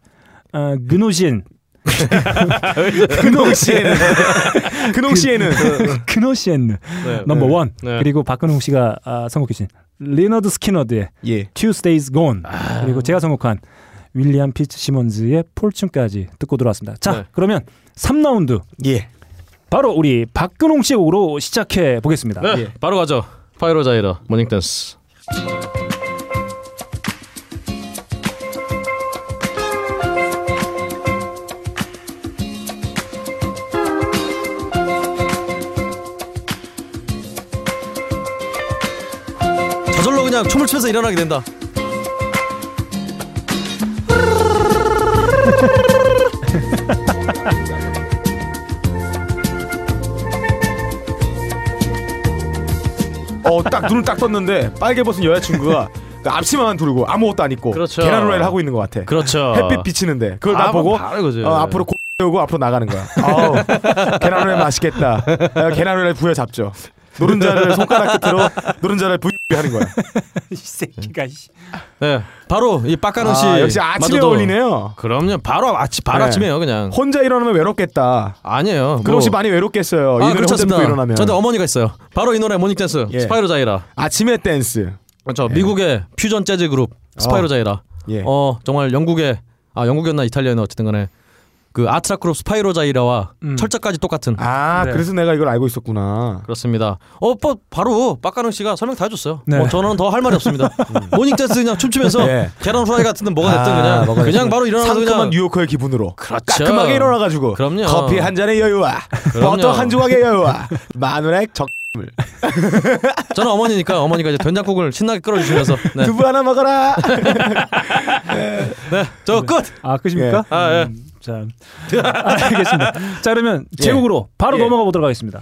어, 그노신,
근홍씨에는. 근홍씨에는.
그노시엔 넘버 원
네.
그리고 박근홍 씨가 아, 선곡해주신 리너드 스키너드의
예.
Tuesday's Gone
아.
그리고 제가 선곡한 윌리엄 피츠 시몬즈의 폴춘까지 듣고 들어왔습니다. 자,
네.
그러면 3라운드
예.
바로 우리 박근홍 씨의 곡으로 시작해 보겠습니다.
네, 바로 가죠. 파이로자이러 모닝 댄스. 저절로 그냥 춤을 추면서 일어나게 된다.
어, 딱 눈을 딱 떴는데 빨개 벗은 여자친구가 그 앞치마만 두르고 아무것도 안 입고
그렇죠.
계란 후라이를 하고 있는 것 같아.
그렇죠.
햇빛 비치는데 그걸 딱
아,
보고
바로 그죠.
어, 앞으로 고 오고 앞으로 나가는 거야. 아우, 계란 후라이 맛있겠다. 아, 계란 후라이 부여 잡죠. 노른자를 손가락 끝으로 노른자를 부여 하는 거야.
이 새끼가 씨.
네, 바로 이 빡가는 씨.
아, 역시 아침에
마저도.
어울리네요.
그럼요. 바로 아침 바로
네.
아침이에요, 그냥.
혼자 일어나면 외롭겠다.
아니에요.
그럼 혹시 많이 외롭겠어요. 이 노래 혼자 듣고 일어나면.
뭐. 아, 저한테 어머니가 있어요. 바로 이 노래 모닝 댄스
예.
스파이로자이라.
아침에 댄스.
그렇죠. 미국의 퓨전 재즈 그룹 스파이로자이라.
예.
어 정말 영국의 아 영국이었나 이탈리아였나 어쨌든간에 그 아트락 그룹 스파이로자이라와
음.
철자까지 똑같은.
아,
네.
그래서 내가 이걸 알고 있었구나.
그렇습니다. 어 바, 바로 빡가능 씨가 설명 다 해줬어요.
네.
뭐 저는 더 할 말이 없습니다. 모닝 댄스 그냥 춤추면서
음. 예.
계란 후라이 같은데 뭐가 됐든
아,
그냥
뭐가
그냥
됐든
바로 일어나서
상큼한
그냥
뉴요커의 기분으로
그렇죠.
깔끔하게 일어나가지고
그럼요.
커피 한 잔의 여유와
그럼요.
버터 한 조각의 여유와 마누라의 적
저는 어머니니까 어머니가 이제 된장국을 신나게 끓여주시면서 네.
두부 하나 먹어라
저 끝.
아, 끝입니까?
예. 아, 예.
음, 자. 알겠습니다. 자, 그러면 제
예.
곡으로 바로
예.
넘어가 보도록 하겠습니다.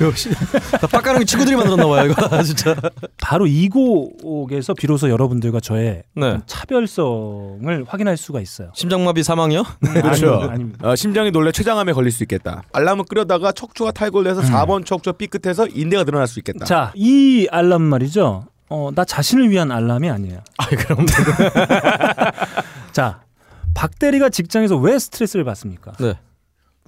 역시 빡가는 친구들이 만들었나 봐요 이거 진짜.
바로 이 곡에서 비로소 여러분들과 저의
네.
차별성을 확인할 수가 있어요.
심장마비 사망이요?
그렇죠.
아닙니다, 아닙니다.
어, 심장이 놀래 췌장암에 걸릴 수 있겠다. 알람을 끄려다가 척추가 탈골돼서 4번 척추 삐끗해서 인대가 늘어날 수 있겠다.
자, 이 알람 말이죠. 어, 나 자신을 위한 알람이 아니에요.
아 그럼.
자, 박 대리가 직장에서 왜 스트레스를 받습니까?
네.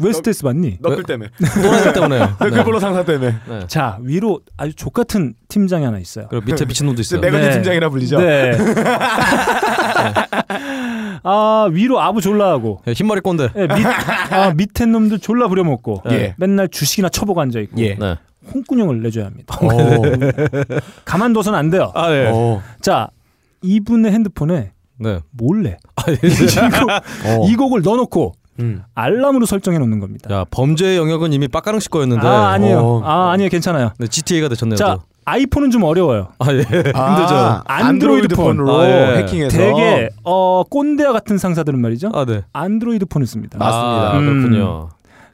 왜 스트레스 받니?
너클 때문에.
또라이 때문에요.
너클 볼로 상사 때문에.
네.
자, 위로 아주 족 같은 팀장이 하나 있어요.
그리고 밑에 비친 놈도 있어요.
내가 네.
네.
팀장이라 불리죠.
네. 아, 위로 아부 졸라 하고.
예, 흰머리 꼰대.
예, 밑, 아, 밑에 놈들 졸라 부려먹고. 네.
예.
맨날 주식이나 쳐보고 앉아있고.
예.
네.
홍군형을 내줘야 합니다.
오.
가만둬선 안 돼요.
아 예.
오.
자, 이분의 핸드폰에
네.
몰래
아, 예.
어.
이 곡을 넣어놓고
음.
알람으로 설정해 놓는 겁니다.
야 범죄의 영역은 이미 빡가릉 씨 거였는데.
아 아니에요.
어.
아 아니에요. 괜찮아요.
네, GTA가 네. 되셨네요.
자
또.
아이폰은 좀 어려워요.
아 예.
아, 안드로이드 폰으로
아, 예.
해킹해서
되게 어 꼰대와 같은 상사들은 말이죠.
아 네.
안드로이드 폰을 씁니다.
맞습니다.
아,
음.
그렇군요.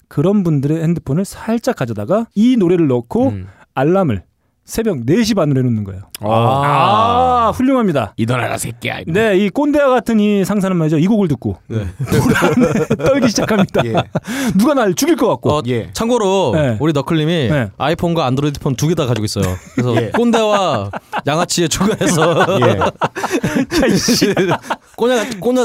그런 분들의 핸드폰을 살짝 가져다가 이 노래를 넣고
음.
알람을 새벽 4시 반으로 해놓는 거예요.
어.
아, 훌륭합니다.
일어나라 새끼야. 이거.
네, 이 꼰대와 같은 이 상사는 말이죠. 이 곡을 듣고
네.
불안에 떨기 시작합니다.
예.
누가 날 죽일 것 같고.
어,
예.
참고로
네.
우리 너클님이
네.
아이폰과 안드로이드 폰 두 개 다 가지고 있어요. 그래서
예.
꼰대와 양아치의 중간에서
예.
꼬냐 꼬냐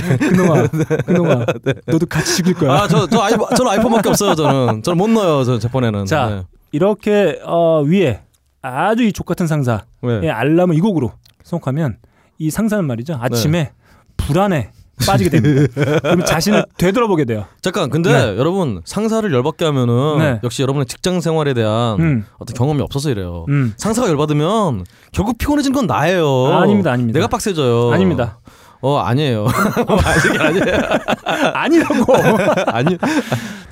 그놈아, 그놈아, 너도 같이 죽일 거야.
아저저 아이 저는 아이폰밖에 없어요. 저는 저는 못 넣어요. 저제 폰에는. 네.
자, 이렇게 어, 위에 아주 이 족같은 상사의 예,
네. 네.
알람을 이 곡으로 선곡하면 이 상사는 말이죠. 아침에 불안에 빠지게 됩니다. 그러면 자신을 되돌아보게 돼요.
잠깐 근데
네.
여러분 상사를 열받게 하면은
네.
역시 여러분의 직장 생활에 대한
음.
어떤 경험이 없어서 이래요.
음.
상사가 열받으면 결국 피곤해진 건 나예요.
아, 아닙니다, 아닙니다.
내가 빡세져요.
아닙니다.
어 아니에요. 아직 아니에요.
아니라고.
아니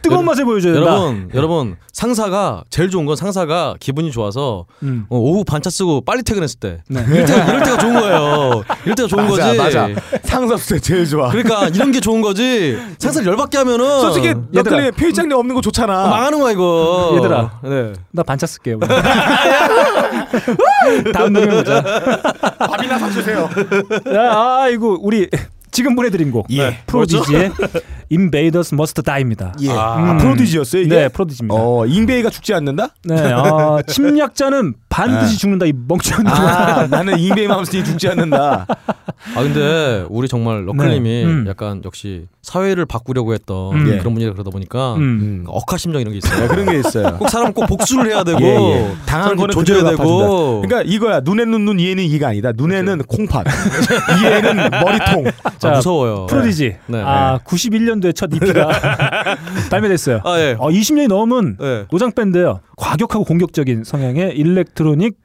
뜨거운 맛을 보여줘야 된다.
여러분 여러분 상사가 제일 좋은 건 상사가 기분이 좋아서
음.
어, 오후 반차 쓰고 빨리 퇴근했을 때
네.
이럴 때가, 이럴 때가 좋은 거예요. 이럴 때가 좋은
맞아,
거지.
맞아. 상사수세 제일 좋아.
그러니까 이런 게 좋은 거지. 상사를 열받게 하면은
솔직히
얘들아.
너클리 표의장님 없는 거 좋잖아.
어. 망하는 거야 이거.
얘들아.
네.
나 반차 쓸게요. 오늘. 다음 노래 보자.
밥이나 사주세요.
아, 아이고 우리 지금 보내드린 곡
예.
프로디지의 Invaders Must Die입니다.
예. 아, 프로디지였어요 이게.
네, 프로디지입니다.
어, 잉베이가 죽지 않는다?
네, 아, 침략자는 반드시
네.
죽는다 이 멍청한
아, 나는 잉베이 맘스니 죽지 않는다. 네,
아 근데 우리 정말 러클님이
네. 음.
약간 역시 사회를 바꾸려고 했던
음.
그런 분이라 그러다 보니까
음.
음.
억하심정 이런 게
네,
있어요.
그런 게 있어요.
꼭 사람 꼭 복수를 해야 되고
예, 예. 당한
사람
거는
조져야
그대로
되고. 그렇죠.
그러니까 이거야. 눈에 눈, 눈, 이에는 이가 아니다. 눈에는 콩팥. 이에는 머리통.
아, 무서워요.
프로디지.
네.
아, 91년도에 첫 EP가 발매됐어요.
아 예.
어, 20년이 넘은
네.
노장 밴드예요. 과격하고 공격적인 성향의 일렉트로닉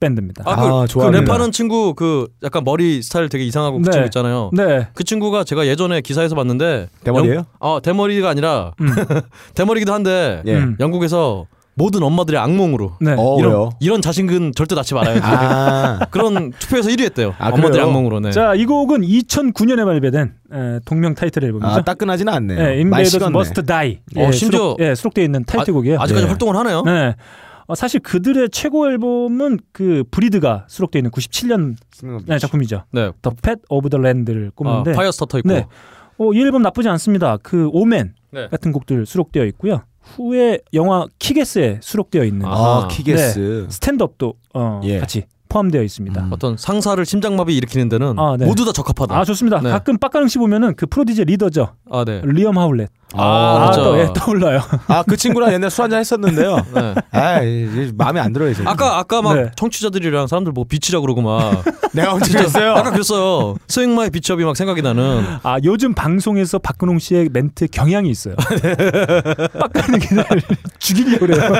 밴드입니다.
아,
아,
그, 그
좋아합니다.
랩하는 친구 그 약간 머리 스타일 되게 이상하고 그
네.
친구 있잖아요.
네.
그 친구가 제가 예전에 기사에서 봤는데
대머리예요?
영- 어 대머리가 아니라
음.
대머리기도 한데
예.
음.
영국에서 모든 엄마들의 악몽으로
네.
어,
이런
왜요?
이런 자신근 절대 낳지 말아야 돼.
아.
그런 투표에서 1위 했대요.
아,
엄마들의
그래요?
악몽으로. 네.
자, 이 곡은 2009년에 발매된 에, 동명 타이틀 앨범이죠.
아, 따끈하지는 않네요.
네,
많이
Invaders
식었네.
Must Die.
어, 심지어-
수록, 예, 수록되어 있는 타이틀곡이에요.
아직까지
예.
활동을 하네요.
네. 어, 사실 그들의 최고 앨범은 그 브리드가 수록되어 있는 97년
그렇죠.
네, 작품이죠.
네.
The Pet of the Land를
아,
꼽는데
파이어스타터 있고.
네. 어, 이 앨범 나쁘지 않습니다. 그 오맨
네.
같은 곡들 수록되어 있고요. 후에 영화 키게스에 수록되어 있는
아.
아, 키게스.
스탠드업도 어,
예.
같이 포함되어 있습니다.
음.
어떤 상사를 심장마비 일으키는 데는
아, 네.
모두 다 적합하다.
아 좋습니다.
네.
가끔 빡가릉 씨 보면은 그 프로디제 리더죠
아, 네.
리엄 하울렛.
아, 맞아.
또, 예, 떠올라요.
어. 아, 그 친구랑 옛날 술 한잔 했었는데요.
네.
아, 마음에 안 들어요, 이제.
아까 아까 막
네.
청취자들이랑 사람들 뭐 비치라 그러고 막
내가 언제 했어요?
아까 그랬어요. 스윙마의 비첩이 막 생각이 나는
아 요즘 방송에서 박근홍 씨의 멘트 경향이 있어요. 빡가릉 기자를 죽이려고 그래요.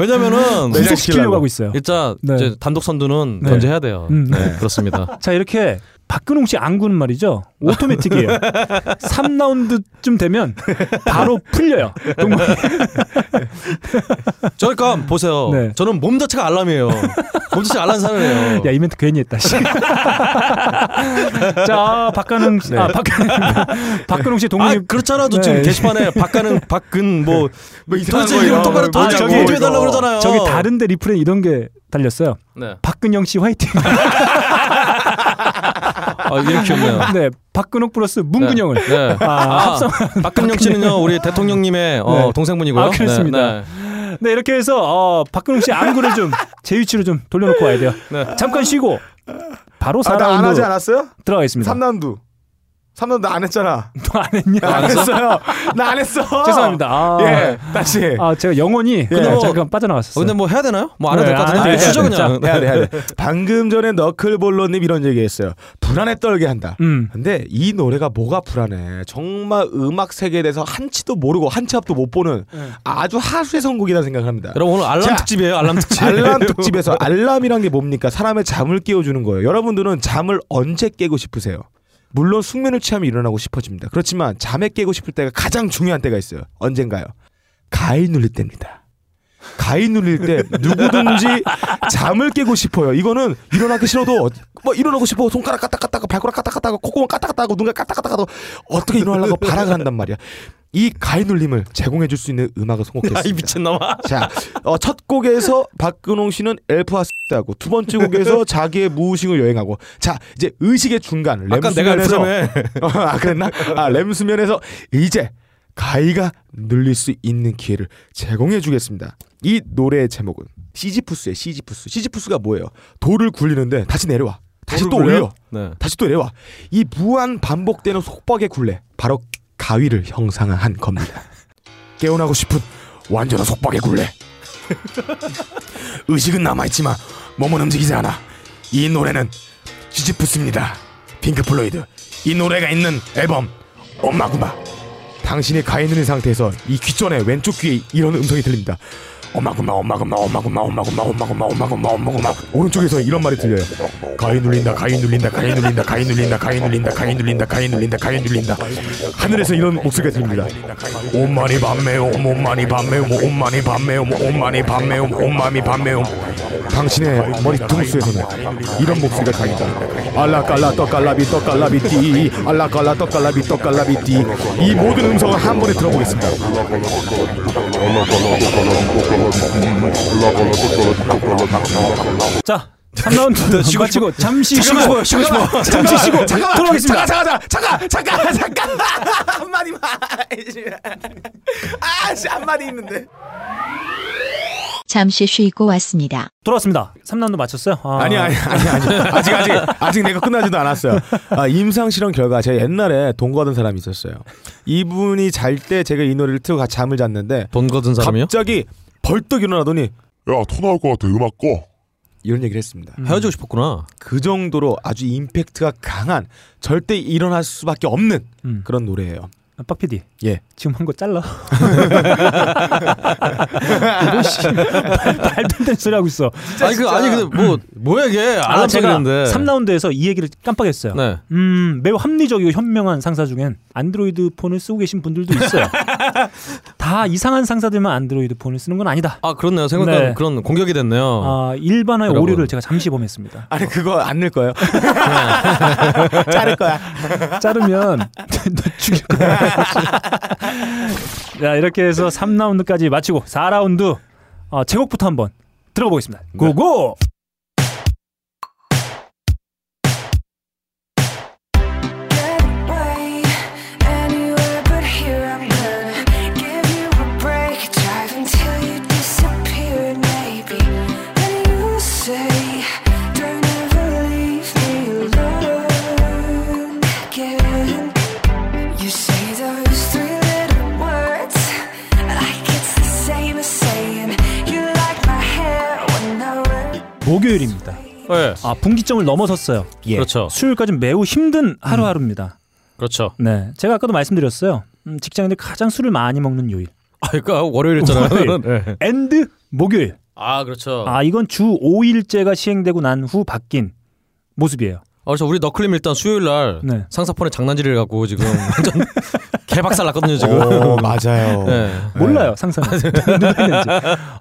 왜냐면은
네.
구속시키려고
시키려고.
하고 있어요.
일단
네.
이제 단독 선두는
네.
견제해야 돼요.
음.
네, 그렇습니다.
자 이렇게 박근홍 씨 안구는 말이죠. 오토매틱이에요. 3라운드쯤 되면 바로 풀려요. 동물.
저 그러니까 보세요.
네.
저는 몸 자체가 알람이에요. 몸 자체가 알람 사람이에요.
야, 이 멘트 괜히 했다. 씨. 자, 박근홍
네.
씨. 아, 박, 박근홍 씨
아
동립
그렇잖아도
네.
지금 게시판에 박가는 박근 뭐 아,
이상한
도대체
거
이름
이런
똑바로
거
도대체
뭐냐고,
공개해
이거.
달라고 그러잖아요.
저기 다른데 리플에 이런 게 달렸어요.
네.
박근영 씨 화이팅.
아 이름 귀엽네요.
네, 박근홍 플러스 문근영을.
네.
아,
아,
합성.
박근영 씨는요 우리 대통령님의 어,
네.
동생분이고요.
아, 그렇습니다.
네,
네, 이렇게 해서 어, 박근홍 씨 안구를 좀 제 위치로 좀 돌려놓고 와야 돼요.
네.
잠깐 쉬고 바로
아, 나안
4라운드
하지 않았어요?
들어가겠습니다.
3라운드. 3라운드 안 했잖아.
또안 네, 했냐?
안 했어요. 나 안 했어.
죄송합니다. 아,
예. 다시. 해.
아 제가 영원히 그냥
뭐-
잠깐
어,
빠져나갔었어요.
근데 뭐 해야 되나요? 뭐 안 해도
네,
될 것
안
같은데 네.
해도
주죠
돼요.
그냥.
해야 돼, 해야 돼. 방금 전에 너클볼로님 이런 얘기했어요. 불안에 떨게 한다.
음.
근데 이 노래가 뭐가 불안해? 정말 음악 세계에 대해서 한치도 모르고 한치 앞도 못 보는
네.
아주 하수의 선곡이라 생각합니다.
여러분 오늘 아, 알람
자.
특집이에요. 알람 특집.
알람 특집에서 알람이란 게 뭡니까? 사람의 잠을 깨워주는 거예요. 여러분들은 잠을 언제 깨고 싶으세요? 물론 숙면을 취하면 일어나고 싶어집니다. 그렇지만 잠에 깨고 싶을 때가 가장 중요한 때가 있어요. 언젠가요? 가위 눌릴 때입니다. 가위 눌릴 때 누구든지 잠을 깨고 싶어요. 이거는 일어나기 싫어도 뭐 일어나고 싶어 손가락 까딱까딱 발가락 까딱까딱 콧구멍 까딱까딱 눈가 까딱까딱 어떻게 일어나려고 발악을 한단 말이야. 이 가위 눌림을 제공해 줄 수 있는 음악을 선곡했습니다.
아이 미친놈아.
자, 어, 첫 곡에서 박근홍 씨는 엘프와 하고 두 번째 곡에서 자기의 무의식을 여행하고 자 이제 의식의 중간
아까 내가
램수면에서
알프라에
어, 아 그랬나 아 램수면에서 이제 가이가 늘릴 수 있는 기회를 제공해 주겠습니다 이 노래의 제목은 시지푸스의 시지푸스 시지푸스가 뭐예요 돌을 굴리는데 다시 내려와 다시 또 올려
네.
다시 또 내려와 이 무한 반복되는 속박의 굴레 바로 가위를 형상화한 겁니다 깨어나고 싶은 완전한 속박의 굴레 의식은 남아있지만 몸은 움직이지 않아 이 노래는 시지프스입니다 핑크플로이드 이 노래가 있는 앨범 엄마구마 당신이 가있는 상태에서 이 귓전에 왼쪽 귀에 이런 음성이 들립니다 엄마구마 엄마구마 엄마구마 엄마구마 엄마구마 엄마구마 엄마구마 오른쪽에서 이런 말이 들려요 가위 눌린다 가위 눌린다 가위 눌린다 가위 눌린다 가위 눌린다 가위 눌린다 가위 눌린다 가위 눌린다 하늘에서 이런 목소리가 들립니다 엄마니 밤매옴 엄마니 밤매옴 엄마니 밤매옴 엄마니 밤매옴 엄마니 밤매옴 당신의 머리 둥수에서는 이런 목소리가 들린다 알라깔라 떡갈라비 떡갈라비띠 알라깔라 떡갈라비 떡갈라비띠 이 모든 음성을 한 번에 들어보겠습니다
자, 3라운드 쉬고 마치고 잠시 쉬고
잠깐만,
쉬고 싶어. 잠시 쉬고 돌아오겠습니다.
잠깐 잠깐 잠깐 잠깐 한마디만 아씨 한마디 있는데
잠시 쉬고 왔습니다.
돌아왔습니다. 3라운드 마쳤어요? 아,
아니 아니 아니 아니 아직 아직 아직 내가 끝나지도 않았어요. 아, 임상 실험 결과 제가 옛날에 동거하던 사람이 있었어요. 이분이 잘 때 제가 이 노래를 틀고 같이 잠을 잤는데
돈 거둔 사람이요?
갑자기 벌떡 일어나더니
야, 토 나올 것 같아. 음악 꺼.
이런 얘기를 했습니다.
음. 헤어지고 싶었구나.
그 정도로 아주 임팩트가 강한 절대 일어날 수밖에 없는
음.
그런 노래예요.
아, 박 PD.
예.
지금 한 거 잘라. 이런 씨, 말도 안 되는 소리 하고 있어.
아니 그 아니 근데 뭐 뭐야 이게 알람
아, 제가
소리인데.
3라운드에서 이 얘기를 깜빡했어요.
네.
음, 매우 합리적이고 현명한 상사 중엔 안드로이드 폰을 쓰고 계신 분들도 있어요. 다 이상한 상사들만 안드로이드 폰을 쓰는 건 아니다.
아 그렇네요. 생각보다
네.
그런 공격이 됐네요.
아, 일반화의
여러분.
오류를 제가 잠시 범했습니다.
아니 그거 안 넣을 거예요. 자를 거야.
자르면 너 죽일 거야. 자, 이렇게 해서 3라운드까지 마치고 4라운드 어, 제곡부터 한번 들어가 보겠습니다.
네.
고고!
You say those three little words like it's the same as saying you like my hair when I wear
목요일입니다.
예.
아, 분기점을 넘어섰어요.
그렇죠.
수요일까지는 매우
음.
힘든 하루하루입니다.
그렇죠.
네. 제가 아까도 말씀드렸어요. 음, 직장인들 가장 술을 많이 먹는 요일.
아 그러니까 월요일이었잖아요.
월요일.
네.
엔드 목요일.
아 그렇죠.
아 이건 주 5일제가 시행되고 난 후 바뀐 모습이에요.
그래서 그렇죠. 우리 너클림 일단 수요일 날
네.
상사폰에 장난질을 갖고 지금 완전 개박살 났거든요 지금.
오, 맞아요.
네.
몰라요 상사 누가 했는지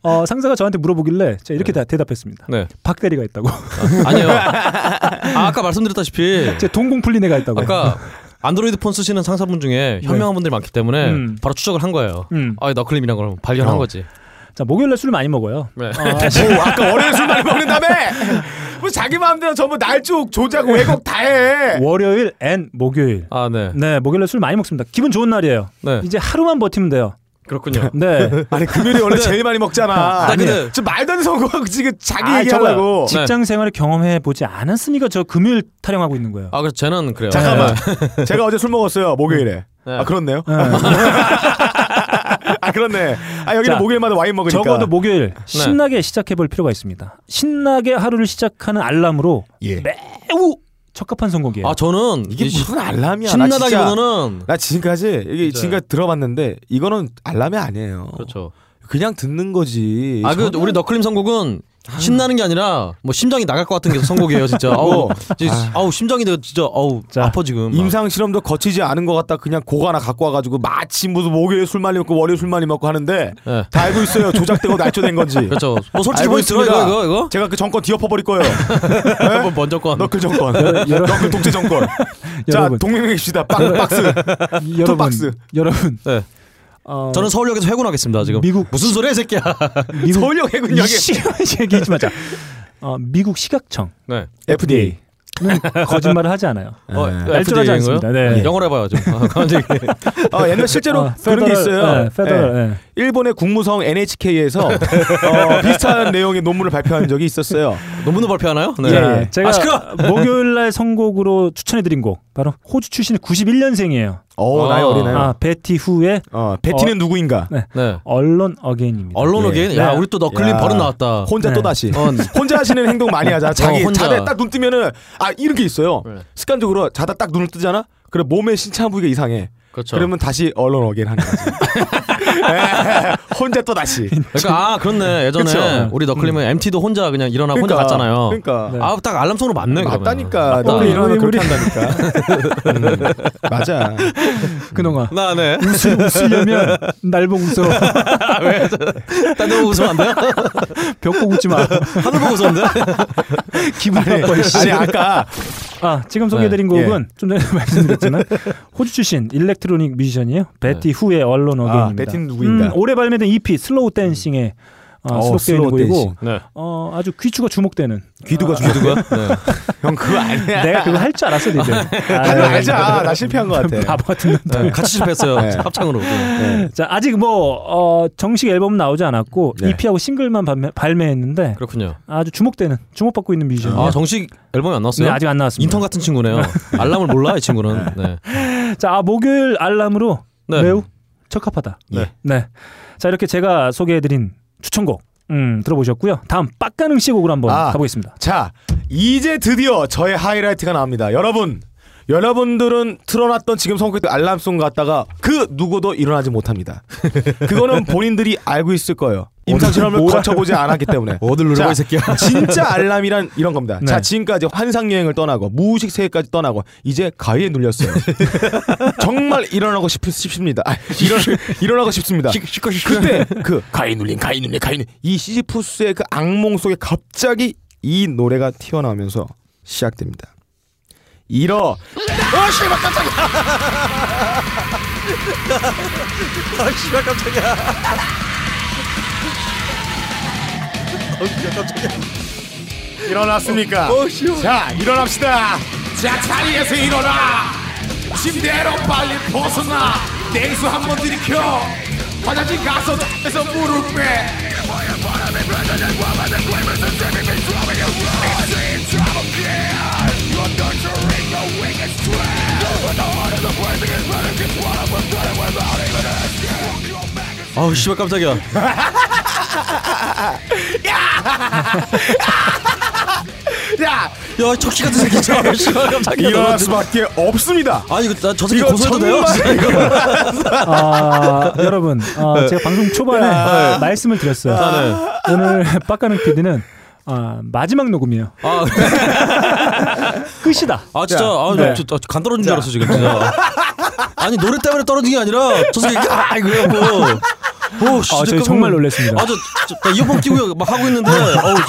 어, 상사가 저한테 물어보길래 제가 이렇게 다 대답했습니다.
네.
박 대리가 있다고.
아니요. 아, 아까 말씀드렸다시피
네.
제 동공 풀린 애가 있다고.
아까 안드로이드 폰 쓰시는 상사분 중에
네.
현명한 분들이 많기 때문에
음.
바로 추적을 한 거예요.
음.
아, 너클림이란 걸 발견한 거지.
자 목요일날 술 많이 먹어요.
네.
뭐 어. 아까 월요일 술 많이 먹는다며? 뭐 자기 마음대로 전부 날쭉 조작 왜곡 다 해.
월요일 앤 목요일.
아, 네.
네 목요일날 술 많이 먹습니다. 기분 좋은 날이에요.
네.
이제 하루만 버티면 돼요.
그렇군요.
네.
아니 금요일이 원래 제일 많이 먹잖아.
나 근데
저 말도 안 되는 선거 지금 자기
아, 저거요.
얘기하려고. 네.
직장 생활을 경험해 보지 않았으니까 저 금요일 타령하고 있는 거예요.
아, 그래서 쟤는 그래요.
잠깐만. 제가 어제 술 먹었어요. 목요일에.
네.
아 그렇네요.
네.
아 그렇네. 아 여기는
자,
목요일마다 와인 먹으니까.
적어도 목요일 신나게 시작해 볼 필요가 있습니다. 신나게 하루를 시작하는 알람으로
예.
매우 적합한 선곡이에요.
아, 저는
이게
네. 이 시-
무슨 알람이야? 나 진짜- 네.
신나다기보다는
나 지금까지 이게
진짜.
지금까지 들어봤는데 이거는 알람이 아니에요.
그렇죠.
그냥 듣는 거지.
아, 그
저는-
우리 너클림 선곡은 신나는 게 아니라 뭐 심장이 나갈 것 같은 게 선곡이에요, 진짜. 아우, 진짜- 아우 심장이 내가 진짜 아우
자,
아파 지금. 막.
임상 실험도 거치지 않은 것 같다. 그냥 고 하나 갖고 와가지고 마치 무슨 목요일 술 많이 먹고 월요일 술 많이 먹고 하는데
네.
다 알고 있어요. 조작되고 날조된 건지.
그렇죠. 뭐 솔직히
알고
보이 들어
있습니다.
이거 이거 이거.
제가 그 정권 뒤엎어버릴 거예요.
한번 먼저 건.
어, 너클 정권, 너클 독재 정권. 자
음. 여러분.
동맹입시다. 빡 박스.
여러분,
박스.
여러분,
네.
어,
저는 서울역에서 회군하겠습니다 지금.
미국-
무슨 소리야 이 새끼야.
미국
서울역 해군역에
얘기하지 마자. 어, 미국 시각청
네.
FDA.
는 거짓말을 하지 않아요.
어,
네.
날조하지
FDA인 거예요?
않습니다. 네.
영어로 해봐요 좀. 아, 갑자기.
어, 옛날 실제로
어,
그런 게
페더럴,
있어요.
네, 페더럴,
예.
네.
일본의 국무성 NHK에서 어, 비슷한 내용의 논문을 발표한 적이 있었어요.
논문도 발표하나요? 네.
예,
예.
제가
아, 시끄러워!
목요일 날 선곡으로 추천해드린 곡 바로 호주 출신의 91년생이에요.
어, 나이
아.
어리나요?
아 베티 후의
어, 베티는 누구인가?
네.
언론 어게인입니다.
언론에게
예.
야
네.
우리 또 너클림
야.
버릇 어, 나왔다.
혼자
네.
또 다시.
어,
혼자 하시는 행동 많이 하잖아. 자기
어, 혼자.
자다 딱 눈 뜨면은 아 이런 게 있어요.
네.
습관적으로 자다 딱 눈을 뜨잖아. 그래 몸에 신체한 부위가 이상해.
그렇죠.
그러면 다시 언론 어게인 하는 거지. 예, 혼자 또 다시.
그러니까 아 그렇네 예전에
그쵸.
우리 너클림은 MT도 혼자 그냥 일어나 고 혼자
그러니까,
갔잖아요.
그러니까
네.
아 딱 알람 소으로 맞네. 그러면.
맞다니까.
맞다.
우리 이러면
우리,
그렇게 한다니까. 음, 맞아.
그놈아
나네.
웃으, 웃으려면 날 보고 웃어.
딴데 보고 웃으면 안 돼요?
벽 보고 웃지 마.
하늘 보고 웃었는데?
기분
아니,
나빠. 씨.
아니 아까
아 지금 소개해드린
네.
곡은 좀 전에 말씀드렸지만 호주 출신 일렉트로닉 뮤지션이에요. 베티 후의 언론 어게인입니다.
네. 아,
음,
베티는 누구인가?
올해 발매된 E EP 슬로우 댄싱에 어,
어,
수록되어
슬로우
있는 곡이고
댄싱.
네.
어, 아주 귀추가 주목되는.
귀두가
누가? 네.
형 그거 아니야.
내가 그거 할 줄 알았어, 니들. 아,
하지 말자. 나 실패한 것 같아.
바보 같은 놈.
네, 같이 실패했어요.
네.
합창으로. 네.
자 아직 뭐 어, 정식 앨범은 나오지 않았고
네.
EP하고 싱글만 발매, 발매했는데
그렇군요.
아주 주목되는 주목받고 있는 뮤지션이에요.
아 정식 앨범이 안 나왔어요?
네, 아직 안 나왔습니다.
인턴 같은 친구네요. 알람을 몰라 이 친구는. 네.
자 아, 목요일 알람으로
네.
매우 적합하다.
네.
자 이렇게 제가 소개해드린 추천곡 음, 들어보셨고요. 다음 빡가능 씨 곡으로 한번
아.
가보겠습니다.
자, 이제 드디어 저의 하이라이트가 나옵니다. 여러분, 여러분들은 틀어놨던 지금 선곡했던 알람송 갔다가 그 누구도 일어나지 못합니다. 그거는 본인들이 알고 있을 거예요. 임상 실험을 거쳐보지 않았기 때문에.
어딜 누르고
자,
이 새끼야.
진짜 알람이란 이런 겁니다.
네.
자, 지금까지 환상 여행을 떠나고 무의식 세계까지 떠나고 이제 가위에 눌렸어요. 정말 일어나고 싶, 싶습니다. 아, 일어, 일어나고 싶습니다. 그때 그 가위 눌린 가위 눌린 가위 눌린 이 시지푸스의 그 악몽 속에 갑자기 이 노래가 튀어나오면서 시작됩니다. 일어. 아 씨발 깜짝이야.
아 씨발 깜짝이야.
일어났습니까? 자, 일어납시다. 자, 자리에서 일어나. 침대로 빨리 벗어나. 냉수 한 번 들이켜. 화장실 가서 에서 물을 빼.
아우 씨발 깜짝이야.
야,
야 척시 같은 새끼 참. 씨발 깜짝이야.
일어날 수밖에 없습니다.
아니 이거 나저 새끼
이거
고소해도 돼요?
정말
아, 여러분, 아, 제가 방송 초반에 아, 말씀을 드렸어요. 아, 오늘 빡가는 PD는 아, 마지막 녹음이에요.
아,
끝이다.
아 진짜
자,
아,
네.
저, 저, 간 떨어진 줄 알았어 지금 진짜. 아니 노래 때문에 떨어진 게 아니라 저 새끼 아 이거 해갖고. 오, 진짜
아, 저희
깜짝
정말
놀-
놀랐습니다.
아, 저, 저, 나 이어폰 끼고 막 하고 있는데, 어우, 진짜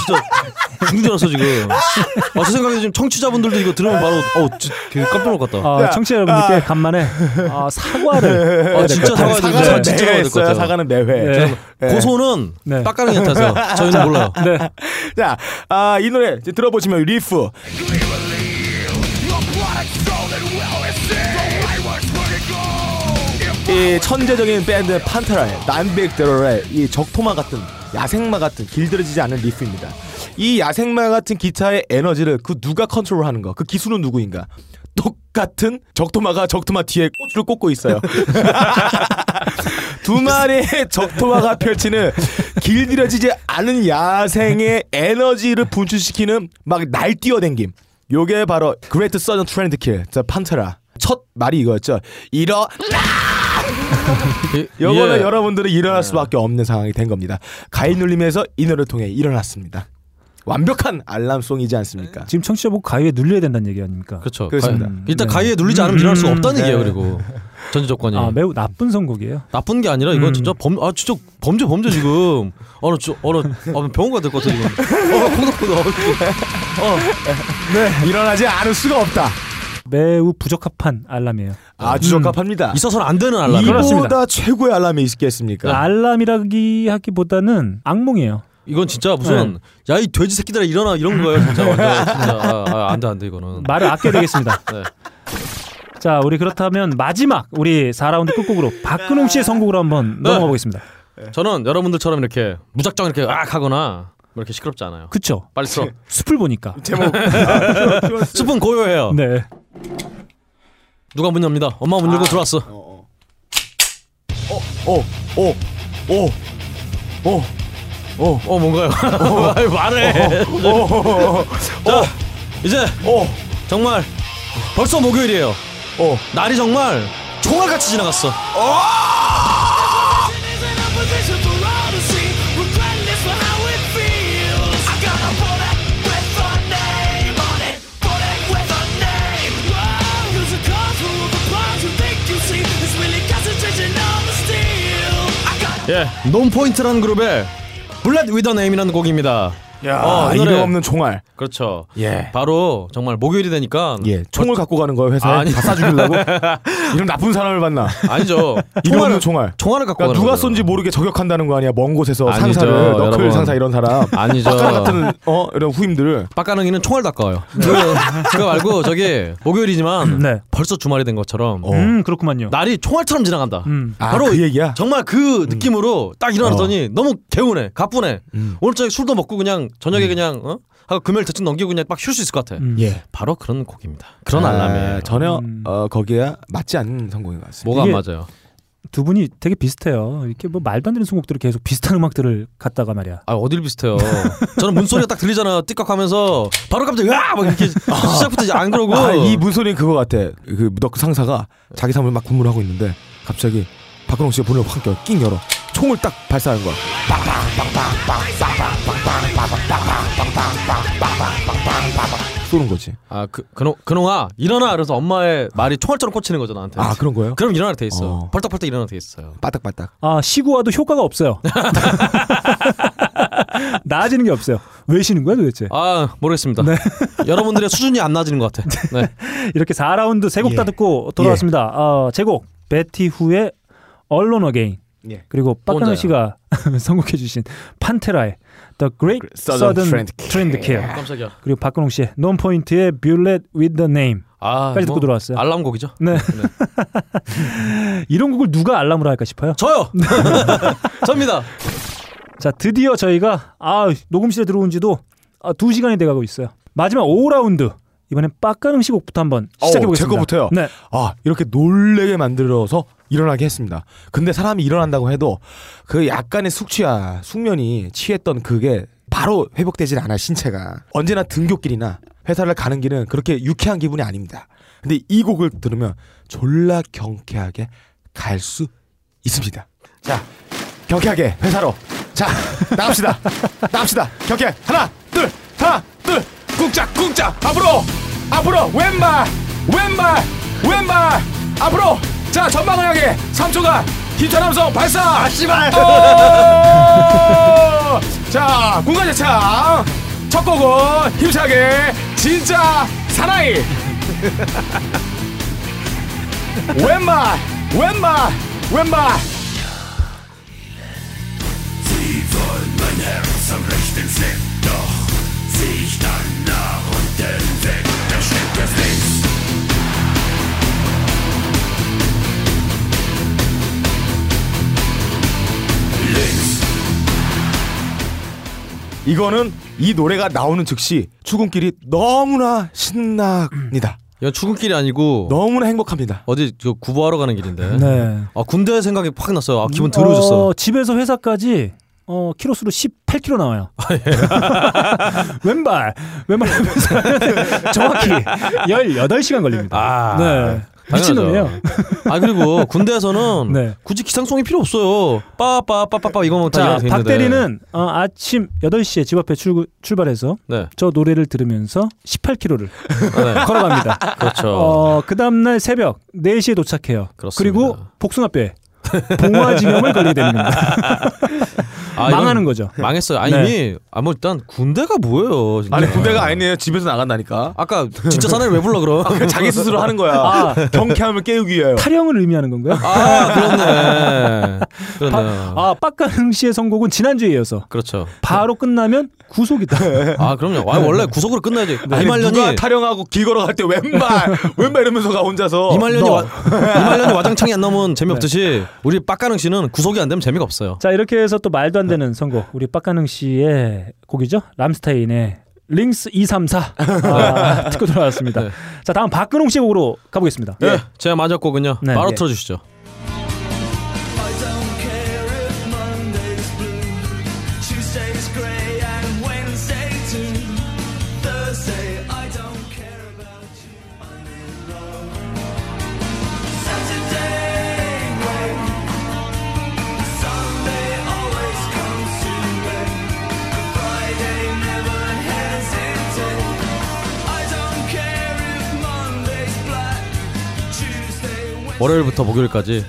죽는 줄 알았어, 지금. 아, 제 생각에 지금 청취자분들도 이거 들으면 바로, 어우, 진짜 되게 깜짝 놀랐다.
아, 청취자 여러분들께 간만에 아, 사과를
아, 진짜 사과
사과를
사과는 진짜 사과 될것
매회했어요.
같아요.
사과는 매회. 네.
고소는
네.
빡가능이한테서 저희는 몰라요.
자, 아, 이 노래 이제 들어보시면 리프. 이 천재적인 밴드 판테라의 난백대로의 이 적토마 같은 야생마 같은 길들여지지 않은 리프입니다. 이 야생마 같은 기타의 에너지를 그 누가 컨트롤하는 거? 그 기수는 누구인가? 똑같은 적토마가 적토마 뒤에 꽃을 꽂고 있어요. 두 마리의 적토마가 펼치는 길들여지지 않은 야생의 에너지를 분출시키는 막 날뛰어댕김. 요게 바로 그레이트 서전 트렌드 킬, 자 판테라 첫 말이 이거였죠. 일어 요거는
예.
여러분들이 일어날 수밖에 없는 상황이 된 겁니다. 가인눌림에서 이 노래를 통해 일어났습니다. 완벽한 알람송이지 않습니까?
지금 청취자 보고 가위에 눌려야 된다는 얘기 아닙니까?
그렇죠.
그렇습니다.
가- 일단 가위에 눌리지 않으면 일어날 수가 없다는 얘기예요, 그리고. 전제 조건이.
아, 매우 나쁜 선곡이에요.
나쁜 게 아니라 이건 진짜 범, 아, 진짜 범죄, 범죄 지금. 어, 나, 저, 어, 나, 아, 병원 가야 될것 같아, 지금. 어, 코덕코덕. 어.
네, 일어나지 않을 수가 없다.
매우 부적합한 알람이에요.
아, 주적합합니다.
있어서는 안 되는
이보다 최고의 알람이 있겠습니까?
알람이라기 하기보다는 악몽이에요.
이건 진짜 무슨 야 이 돼지 새끼들아 일어나 이런 거예요 진짜 완전 진짜 아, 아, 안돼 안돼 이거는
말을 아껴야 되겠습니다.
네.
자, 우리 그렇다면 마지막 우리 4라운드 끝곡으로 박근홍 씨의 선곡으로 한번 넘어가 보겠습니다.
저는 여러분들처럼 이렇게 무작정 이렇게 악 하거나 뭐 이렇게 시끄럽지 않아요.
그쵸?
빨리 쓸어.
숲을 보니까.
제목. 숲은 고요해요.
네.
누가 문 엽니다. 엄마 문 열고 들어왔어. 어 뭔가요? 아이, 말해.
어, 어, 어,
자 이제 정말 벌써 목요일이에요. 날이 정말 총알같이 지나갔어. 예, 논포인트라는 그룹의 블랙 위더 네임이라는 곡입니다.
야,
어, 이 노래.
아, 이름 없는 총알.
그렇죠.
예.
바로 정말 목요일이 되니까
예, 총을 갖고 가는 거예요 회사에
아니.
다 쏴죽이려고? 이런 나쁜 사람을 만나.
아니죠.
이름 없는 총알.
총알을 갖고
그러니까
가는
누가
거죠.
쏜지 모르게 저격한다는 거 아니야? 먼 곳에서
아니죠,
상사를 너클
여러분.
상사 이런 사람.
아니죠.
빡가는 같은 어 이런 후임들을.
빡가능이는 총알 닦아요. 그거 말고 저기 목요일이지만
네.
벌써 주말이 된 것처럼
어.
음, 그렇구만요.
날이 총알처럼 지나간다.
음.
아, 그 얘기야.
정말 그
음.
느낌으로 딱 일어났더니 너무 개운해, 가뿐해.
음.
오늘 저녁 술도 먹고 그냥 저녁에 그냥 어? 하고 금요일 대충 넘기고 그냥 막 쉴 수 있을 것
음.
같아.
예.
바로 그런 곡입니다. 그런
아,
알람이에요.
전혀 어, 거기에 맞지 않는 성공인 것 같습니다.
뭐가 안
이게-
맞아요?
두 분이 되게 비슷해요. 이렇게 뭐 말도 안 되는 선곡들을 계속 비슷한 음악들을 갖다가 말이야.
아 어딜 비슷해요. 저는 문소리가 딱 들리잖아요. 띠깍하면서 바로 갑자기 와막 이렇게 시작부터 이제 안 그러고
아, 이 문소리는 그거 같아. 그 너클 상사가 자기 사무실 막 근무를 하고 있는데 갑자기 박근홍 씨가 문을 확 열어, 낑 열어. 총을 딱 발사하는 거야. 쏘는 거지.
아, 그, 그놈, 그놈아, 일어나! 그래서 엄마의 말이 총알처럼 꽂히는 거죠, 나한테.
아, 그런 거예요?
그럼 일어나게 돼 있어. 벌떡벌떡 일어나게 돼 있어요.
빠딱빠딱.
아, 시구와도 효과가 없어요. 나아지는 게 없어요. 왜 쉬는 거야 도대체?
아, 모르겠습니다.
네.
여러분들의 수준이 안 낮아지는 것 같아. 네.
이렇게 4라운드 세 곡
예.
다 듣고 돌아왔습니다. 어, 제곡 베티 후의 언론 어게인
예.
그리고
혼자요.
박근혜 씨가 선곡해 주신 판테라의 The Great
그 Southern
Southern
Trend 아.
Trend Kill
깜짝이야.
그리고 박근홍 씨의 논포인트의 Bullet with the Name까지
아,
듣고 들어왔어요.
알람곡이죠?
네. 이런 곡을 누가 알람으로 할까 싶어요.
저요. 접니다.
자, 드디어 저희가 아, 녹음실에 들어온 지도 아, 2시간이 돼 가고 있어요. 마지막 5라운드. 이번엔 빡가능 시곡부터 한번 시작해
어우, 제
보겠습니다.
거부터요.
네.
아 이렇게 놀래게 만들어서 일어나게 했습니다. 근데 사람이 일어난다고 해도 그 약간의 숙취야 숙면이 취했던 그게 바로 회복되질 않아 신체가 언제나 등교길이나 회사를 가는 길은 그렇게 유쾌한 기분이 아닙니다. 근데 이 곡을 들으면 졸라 경쾌하게 갈 수 있습니다. 자 경쾌하게 회사로 자
아,
나갑시다 나갑시다 경쾌 하나 둘 하나 둘
꿍짝 꿍짝 앞으로 앞으로 왼발 왼발 왼발 앞으로 자 전방을 향해 3초간 힘찬 함성 발사 아 씨발 어! 자 공간 재창 첫 곡은 힘차게 진짜 사나이 왼발 왼발 왼발
Sie wollen mein Herz am rechten Fleck, doch zieh ich dann nach unten weg. Der Schritt ist links.
이거는 이 노래가 나오는 즉시 출근길이 너무나 신납니다.
음.
이건 출근길이 아니고
너무나 행복합니다.
어디 저 구보하러 가는 길인데.
네.
아 군대 생각이 팍 났어요. 아 기분 더러워졌어.
어, 집에서 회사까지 어, 키로수로 18km 나와요.
아, 예.
왼발, 왼발 하면서 정확히 18시간 걸립니다.
아.
네.
당연하죠.
미친놈이에요.
아 그리고 군대에서는
네.
굳이 기상송이 필요 없어요. 빠빠빠빠빠 이거만 다
자,
이해가
박
되는데.
대리는 어, 아침 8시에 집 앞에 출구, 출발해서
네.
저 노래를 들으면서 18km를
네.
걸어갑니다.
그렇죠.
어, 그 다음날 새벽 4시에 도착해요.
그렇습니다.
리고 복숭아뼈에 봉화지염을 걸리게 됩니다.
아, 이건
망하는 거죠.
망했어요. 아니
네.
이미 아무 일단 군대가 뭐예요? 진짜.
아니 군대가 아니네요. 집에서 나간다니까.
아까 진짜 사나이 왜 불러 그럼?
그 자기 스스로 하는 거야.
아.
경쾌함을 깨우기 위하여.
네.
타령을 의미하는 건가요?
아 그렇네. 그렇네요.
아, 빡가능 씨의 선곡은 지난주에 이어서
그렇죠.
바로 끝나면 구속이다.
아 그럼요. 아, 원래 구속으로 끝나야지.
아니, 누가
이말년이
타령하고 길 걸어갈 때 왼발 왼발 이러면서 가 혼자서
이말년이
너.
와, 이말년이 와장창이 안 나오면 재미없듯이 우리 빡가능 씨는 구속이 안 되면 재미가 없어요.
자, 이렇게 해서 또 말도 안 되는 선곡. 우리 빡가능 씨의 곡이죠? 람스타인의 링스 234. 아, 듣고 돌아왔습니다.
네.
자, 다음 박근홍 씨의 곡으로 가보겠습니다.
네. 제가 마지막 곡은요.
네.
바로
예.
틀어주시죠.
I don't care if Monday's blue, Tuesday's grey, and Wednesday too. Thursday, I don't care about you. I'm in love. Saturday, wait. Sunday oh, always comes too late. And Friday never hesitates. I don't care if Monday's black, Tuesday, Wednesday.
월요일부터 목요일까지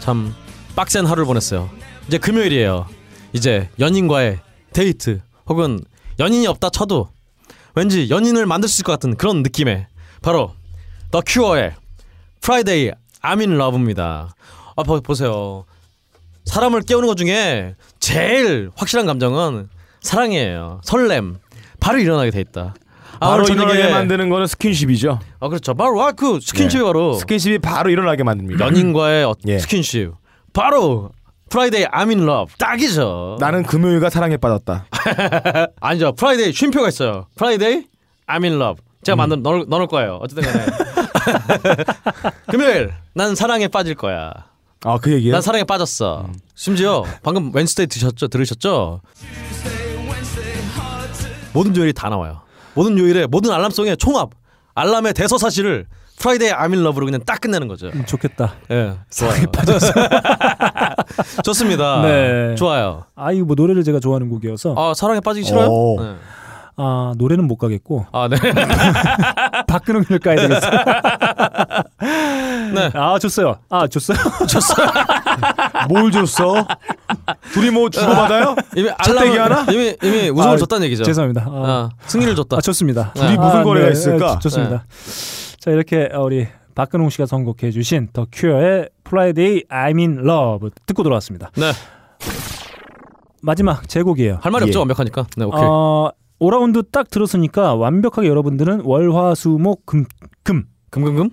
참 빡센 하루를 보냈어요. 이제 금요일이에요. 이제 연인과의 데이트 혹은 연인이 없다 쳐도 왠지 연인을 만들 수 있을 것 같은 그런 느낌의 바로 더 큐어의 프라이데이 I'm in love입니다. 아 보, 보세요. 사람을 깨우는 것 중에 제일 확실한 감정은 사랑이에요. 설렘. 바로 일어나게 돼 있다. 아,
바로
오늘 저녁에-
일어나게 만드는 거는 스킨십이죠.
아 그렇죠. 바로 아, 그
네.
스킨십이 바로
스킨십이 바로 일어나게 만듭니다.
연인과의 어-
예.
스킨십 바로 프라이데이 I'm in love 딱이죠
나는 금요일과 사랑에 빠졌다.
아니죠 프라이데이 쉼표가 있어요 프라이데이 I'm in love 제가
음.
만든 넣을, 넣을 거예요 어쨌든 간에 금요일 난 사랑에 빠질 거야
아 그 얘기예요? 음.
난 사랑에 빠졌어 심지어 방금 웬스데이 드셨죠 들으셨죠 모든 요일이 다 나와요 모든 요일에 모든 알람송의 총합 알람의 대서사시를 프라이데이 I'm in love로 그냥 딱 끝내는 거죠
음, 좋겠다.
예, 사랑에 빠졌어. 좋습니다.
네.
좋아요.
아, 이거 뭐 노래를 제가 좋아하는 곡이어서
아 사랑에 빠지기 싫어요?
오.
네.
아, 노래는 못 가겠고
아 네.
박근홍 씨를 까야 되겠어요.
네.
아, 줬어요. 아, 줬어요.
뭘 줬어? 둘이 뭐 주고받아요?
이미
잣대기
알람
하나?
이미 이미 우승을
아,
줬다는 얘기죠.
죄송합니다. 아,
아, 승리를 줬다.
아, 좋습니다.
둘이
아,
무슨
아,
거래가 있을까?
아, 좋습니다. 자 이렇게 어, 우리 박근홍 씨가 선곡해 주신 더 큐어의 프라이데이 I'm in love 듣고 돌아왔습니다.
네.
마지막 제곡이에요.
할 말이
예.
없죠 완벽하니까. 네 오케이.
어, 5라운드 딱 들었으니까 완벽하게 여러분들은 월화수목금 금
금금금.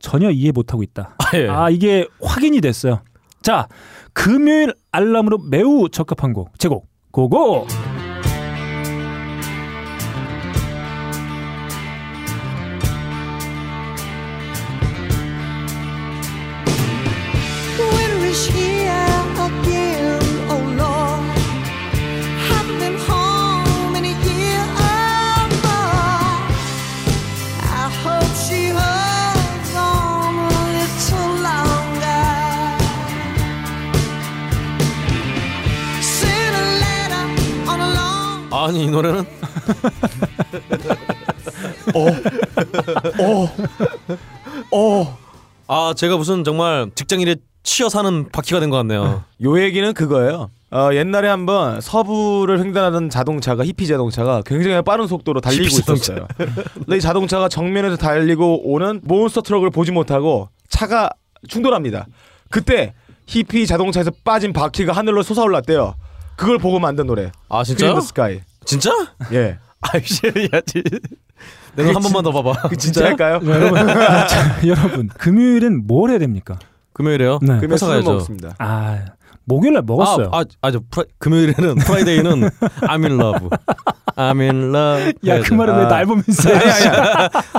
전혀 이해 못하고 있다.
아 예.
아 이게 확인이 됐어요. 자 금요일 알람으로 매우 적합한 곡 제곡 고고.
Winter is here again, oh Lord. Haven't been home in a year or more. I hope she holds on a little longer. Send a letter on a long
아니 이 노래는 어. 아, 제가 무슨 정말 직장인에 치여 사는 바퀴가 된 것 같네요.
요 얘기는 그거예요. 어, 옛날에 한번 서부를 횡단하던 자동차가 히피 자동차가 굉장히 빠른 속도로 달리고
히피 자동차.
있었어요. 근데 이 자동차가 정면에서 달리고 오는 몬스터 트럭을 보지 못하고 차가 충돌합니다. 그때 히피 자동차에서 빠진 바퀴가 하늘로 솟아올랐대요. 그걸 보고 만든 노래.
아, 진짜요?
Scream the Sky.
진짜?
예.
아이씨, 야, 지- 내 눈 한 번만 더 봐봐.
그 진짜일까요?
여러분, 아, 자, 여러분 금요일엔 뭘 해야 됩니까?
금요일에요?
네.
금요일
회사
술을
가야죠.
먹습니다.
아 목요일날 먹었어요.
아, 아, 아, 저 프라, 금요일에는 프라이데이는 I'm in love. I'm in love.
야 그 말은 왜 날 보면서? 해?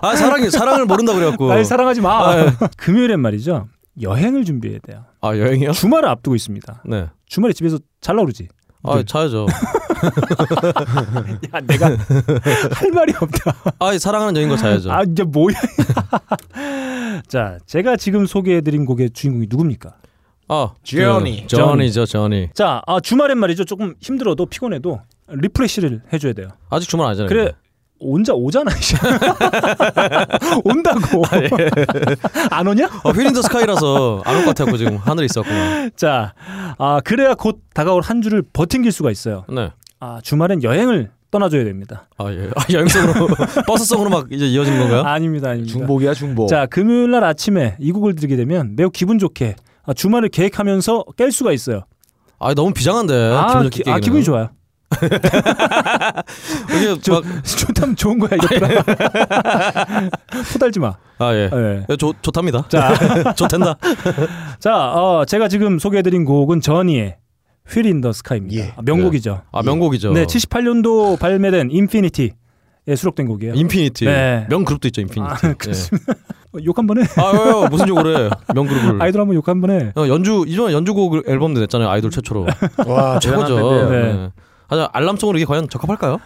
아, 사랑이 사랑을 모른다 그래갖고.
날 사랑하지 마.
아, 예.
금요일엔 말이죠. 여행을 준비해야 돼요.
아, 여행이요?
주말을 앞두고 있습니다.
네.
주말에 집에서 잘 나오르지.
아, 자야죠.
야 내가 할 말이 없다.
아, 사랑하는 여행과 자야죠.
아 이제 뭐야? 자 제가 지금 소개해드린 곡의 주인공이 누굽니까?
아,
Johnny.
그, Johnny죠, Johnny.
자 아, 주말엔 말이죠. 조금 힘들어도 피곤해도 리프레시를 해줘야 돼요.
아직 주말 아니잖아요.
그래 혼자 오잖아. 이제. 온다고 안 오냐?
아, 휠인더 스카이라서 안 올 것 같아요. 지금 하늘에 있었구나.
자, 아, 그래야 곧 다가올 한 주를 버틴길 수가 있어요.
네.
아, 주말엔 여행을 떠나줘야 됩니다.
아, 예. 아, 여행성으로 버스성으로 막 이제 이어지는 건가요?
아닙니다, 아닙니다.
중복이야 중복.
자, 금요일 날 아침에 이 곡을 들게 되면 매우 기분 좋게 아, 주말을 계획하면서 깰 수가 있어요.
아, 너무 비장한데.
아,
기분 좋게
기, 아,
깨기는.
기분이 좋아요.
이게
좋,
막,
좋다면 좋은 거야, 이거. 포달지 마.
아, 예.
예.
예, 좋, 좋답니다.
자,
좋단다.
자, 어, 제가 지금 소개해드린 곡은 저니의 휠 인 더 스카이입니다.
예.
아, 명곡이죠.
아, 명곡이죠.
네, 78년도 발매된 인피니티에 수록된 곡이에요.
인피니티.
네.
명그룹도 있죠, 인피니티.
아, 그렇습니다. 어, 욕 한 번에
예. 아, 왜요? 무슨 욕을 해? 명그룹을.
아이돌 한번 욕 한 번에
어, 연주 이전 연주곡 앨범도 냈잖아요. 아이돌 최초로.
와 대단한
최고죠.
밴드예요.
네.
네. 하지만 알람송으로 이게 과연 적합할까요?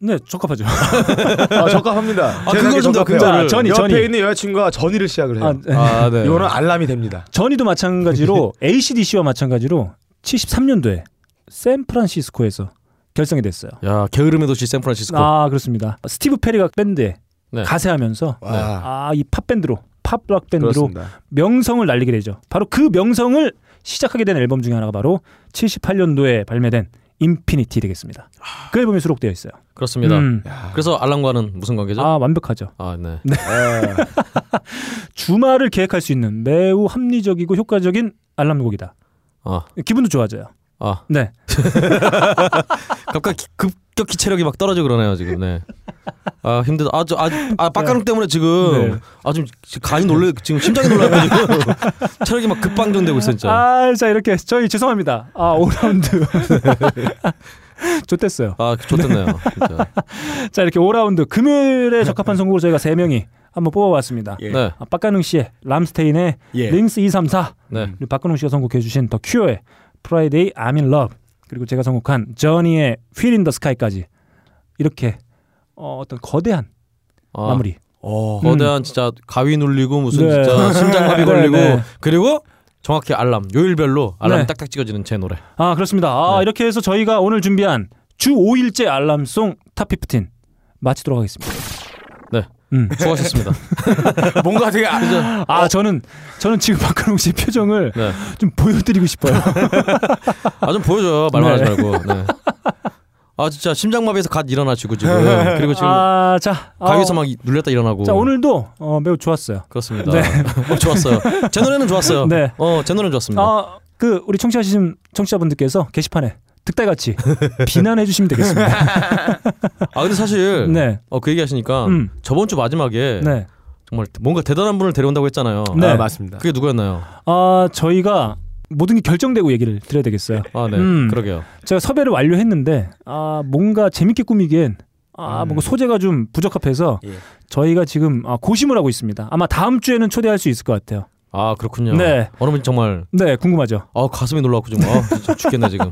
네 적합하죠.
아, 적합합니다.
아,
제가
그걸 좀 더,
적합해요.
그거를. 자, 전이,
옆에
전이.
있는 여자친구가 전이를 시작을 해요.
아, 네.
아, 네.
이거는 알람이 됩니다.
전이도 마찬가지로 ACDC와 마찬가지로 73년도에 샌프란시스코에서 결성이 됐어요.
야, 게으름의 도시 샌프란시스코.
아 그렇습니다. 스티브 페리가 밴드에
네.
가세하면서
와
아 이 팝 밴드로 팝락 밴드로
그렇습니다.
명성을 날리게 되죠. 바로 그 명성을 시작하게 된 앨범 중에 하나가 바로 78년도에 발매된 인피니티 되겠습니다. 그 앨범이 수록되어 있어요.
아. 그렇습니다.
음.
그래서 알람과는 무슨 관계죠? 아,
아 완벽하죠.
네.
예.
주말을 계획할 수 있는 매우 합리적이고 효과적인 알람곡이다.
아,
기분도 좋아져요.
아.
네.
갑자기 급격히 체력이 막 떨어져 그러네요, 지금. 네. 아, 힘들다. 아, 저 아, 아 빡가릉 때문에 지금
네.
아 지금 간이 놀래 지금 심장이 놀라고 지금 체력이 막 급방전되고 있어 진짜.
아, 자 이렇게 저희 죄송합니다. 아, 5라운드. 좋댔어요.
아, 좋겠네요. 진짜.
자, 이렇게 5라운드 금요일에 적합한 선곡을 저희가 세명이 한번 뽑아봤습니다.
예.
네.
아, 박가능 씨의 람스테인의
예.
링스 234,
네.
그리고 박근홍 씨가 선곡해 주신 더 큐어의 프라이데이 I'm in love, 그리고 제가 선곡한 저니의 Feel in the Sky까지 이렇게 어, 어떤 거대한
아,
마무리.
어.
거대한 진짜 가위 눌리고 무슨
네.
진짜 심장마비
네,
걸리고
네.
그리고 정확히 알람 요일별로 알람
네.
이 딱딱 찍어지는 제 노래.
아 그렇습니다. 아,
네.
이렇게 해서 저희가 오늘 준비한 주 5일째 알람송 탑15 마치도록 하겠습니다.
네.
음.
수고하셨습니다.
뭔가 되게 아,
아 저는 저는 지금 박근홍 씨 표정을
어? 네.
좀 보여드리고 싶어요.
아 좀 보여줘요. 말만
네.
하지 말고. 네. 아 진짜 심장마비에서 갓 일어나시고 지금 그리고 지금
네. 아자 어,
가위에서 막 이- 눌렸다 일어나고.
자 오늘도 어, 매우 좋았어요.
그렇습니다.
네.
어, 좋았어요. 제 노래는 좋았어요.
네.
어, 제 노래는 좋았습니다.
아그 우리 청취하시는 청취자분들께서 게시판에 득달같이 비난해 주시면 되겠습니다.
아 근데 사실
네.
어, 그 얘기하시니까
음.
저번 주 마지막에
네.
정말 뭔가 대단한 분을 데려온다고 했잖아요.
네.
아, 맞습니다.
그게 누구였나요?
아 저희가 모든 게 결정되고 얘기를 드려야 되겠어요.
아 네.
음.
그러게요.
제가 섭외를 완료했는데 아 뭔가 재밌게 꾸미기엔 아
음.
뭔가 소재가 좀 부적합해서
예.
저희가 지금 아, 고심을 하고 있습니다. 아마 다음 주에는 초대할 수 있을 것 같아요.
아 그렇군요.
네.
어느 분 정말
네, 궁금하죠.
아 가슴이 놀라고 지금 아 진짜 죽겠네 지금.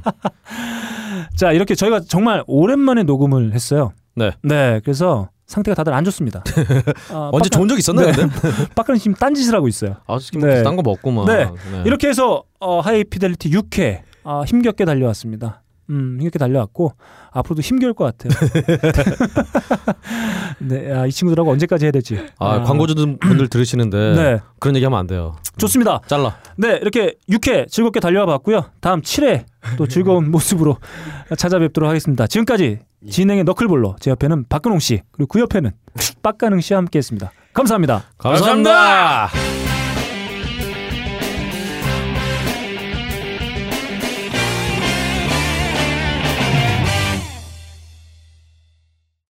자, 이렇게 저희가 정말 오랜만에 녹음을 했어요.
네. 어,
네, 그래서 상태가 다들 안 좋습니다. 아,
언제 좋은 적 있었나요?
네.
근데?
빡가는 지금 딴짓을 하고 있어요.
아 지금
네.
딴거 먹고 막.
네. 이렇게 해서 어, 하이피델리티 6회 아, 힘겹게 어, 달려왔습니다. 음, 이렇게 달려왔고 앞으로도 힘겨울 것 같아요. 네, 아, 이 친구들하고 언제까지 해야 될지.
아, 광고주분들 들으시는데
네.
그런 얘기 하면 안 돼요.
좋습니다.
잘라.
네, 이렇게 6회 즐겁게 달려와 봤고요. 다음 7회 또 즐거운 모습으로 찾아뵙도록 하겠습니다. 지금까지 진행의 너클볼로 제 옆에는 박근홍 씨 그리고 그 옆에는 빡가능 씨와 함께했습니다. 감사합니다.
감사합니다.
감사합니다.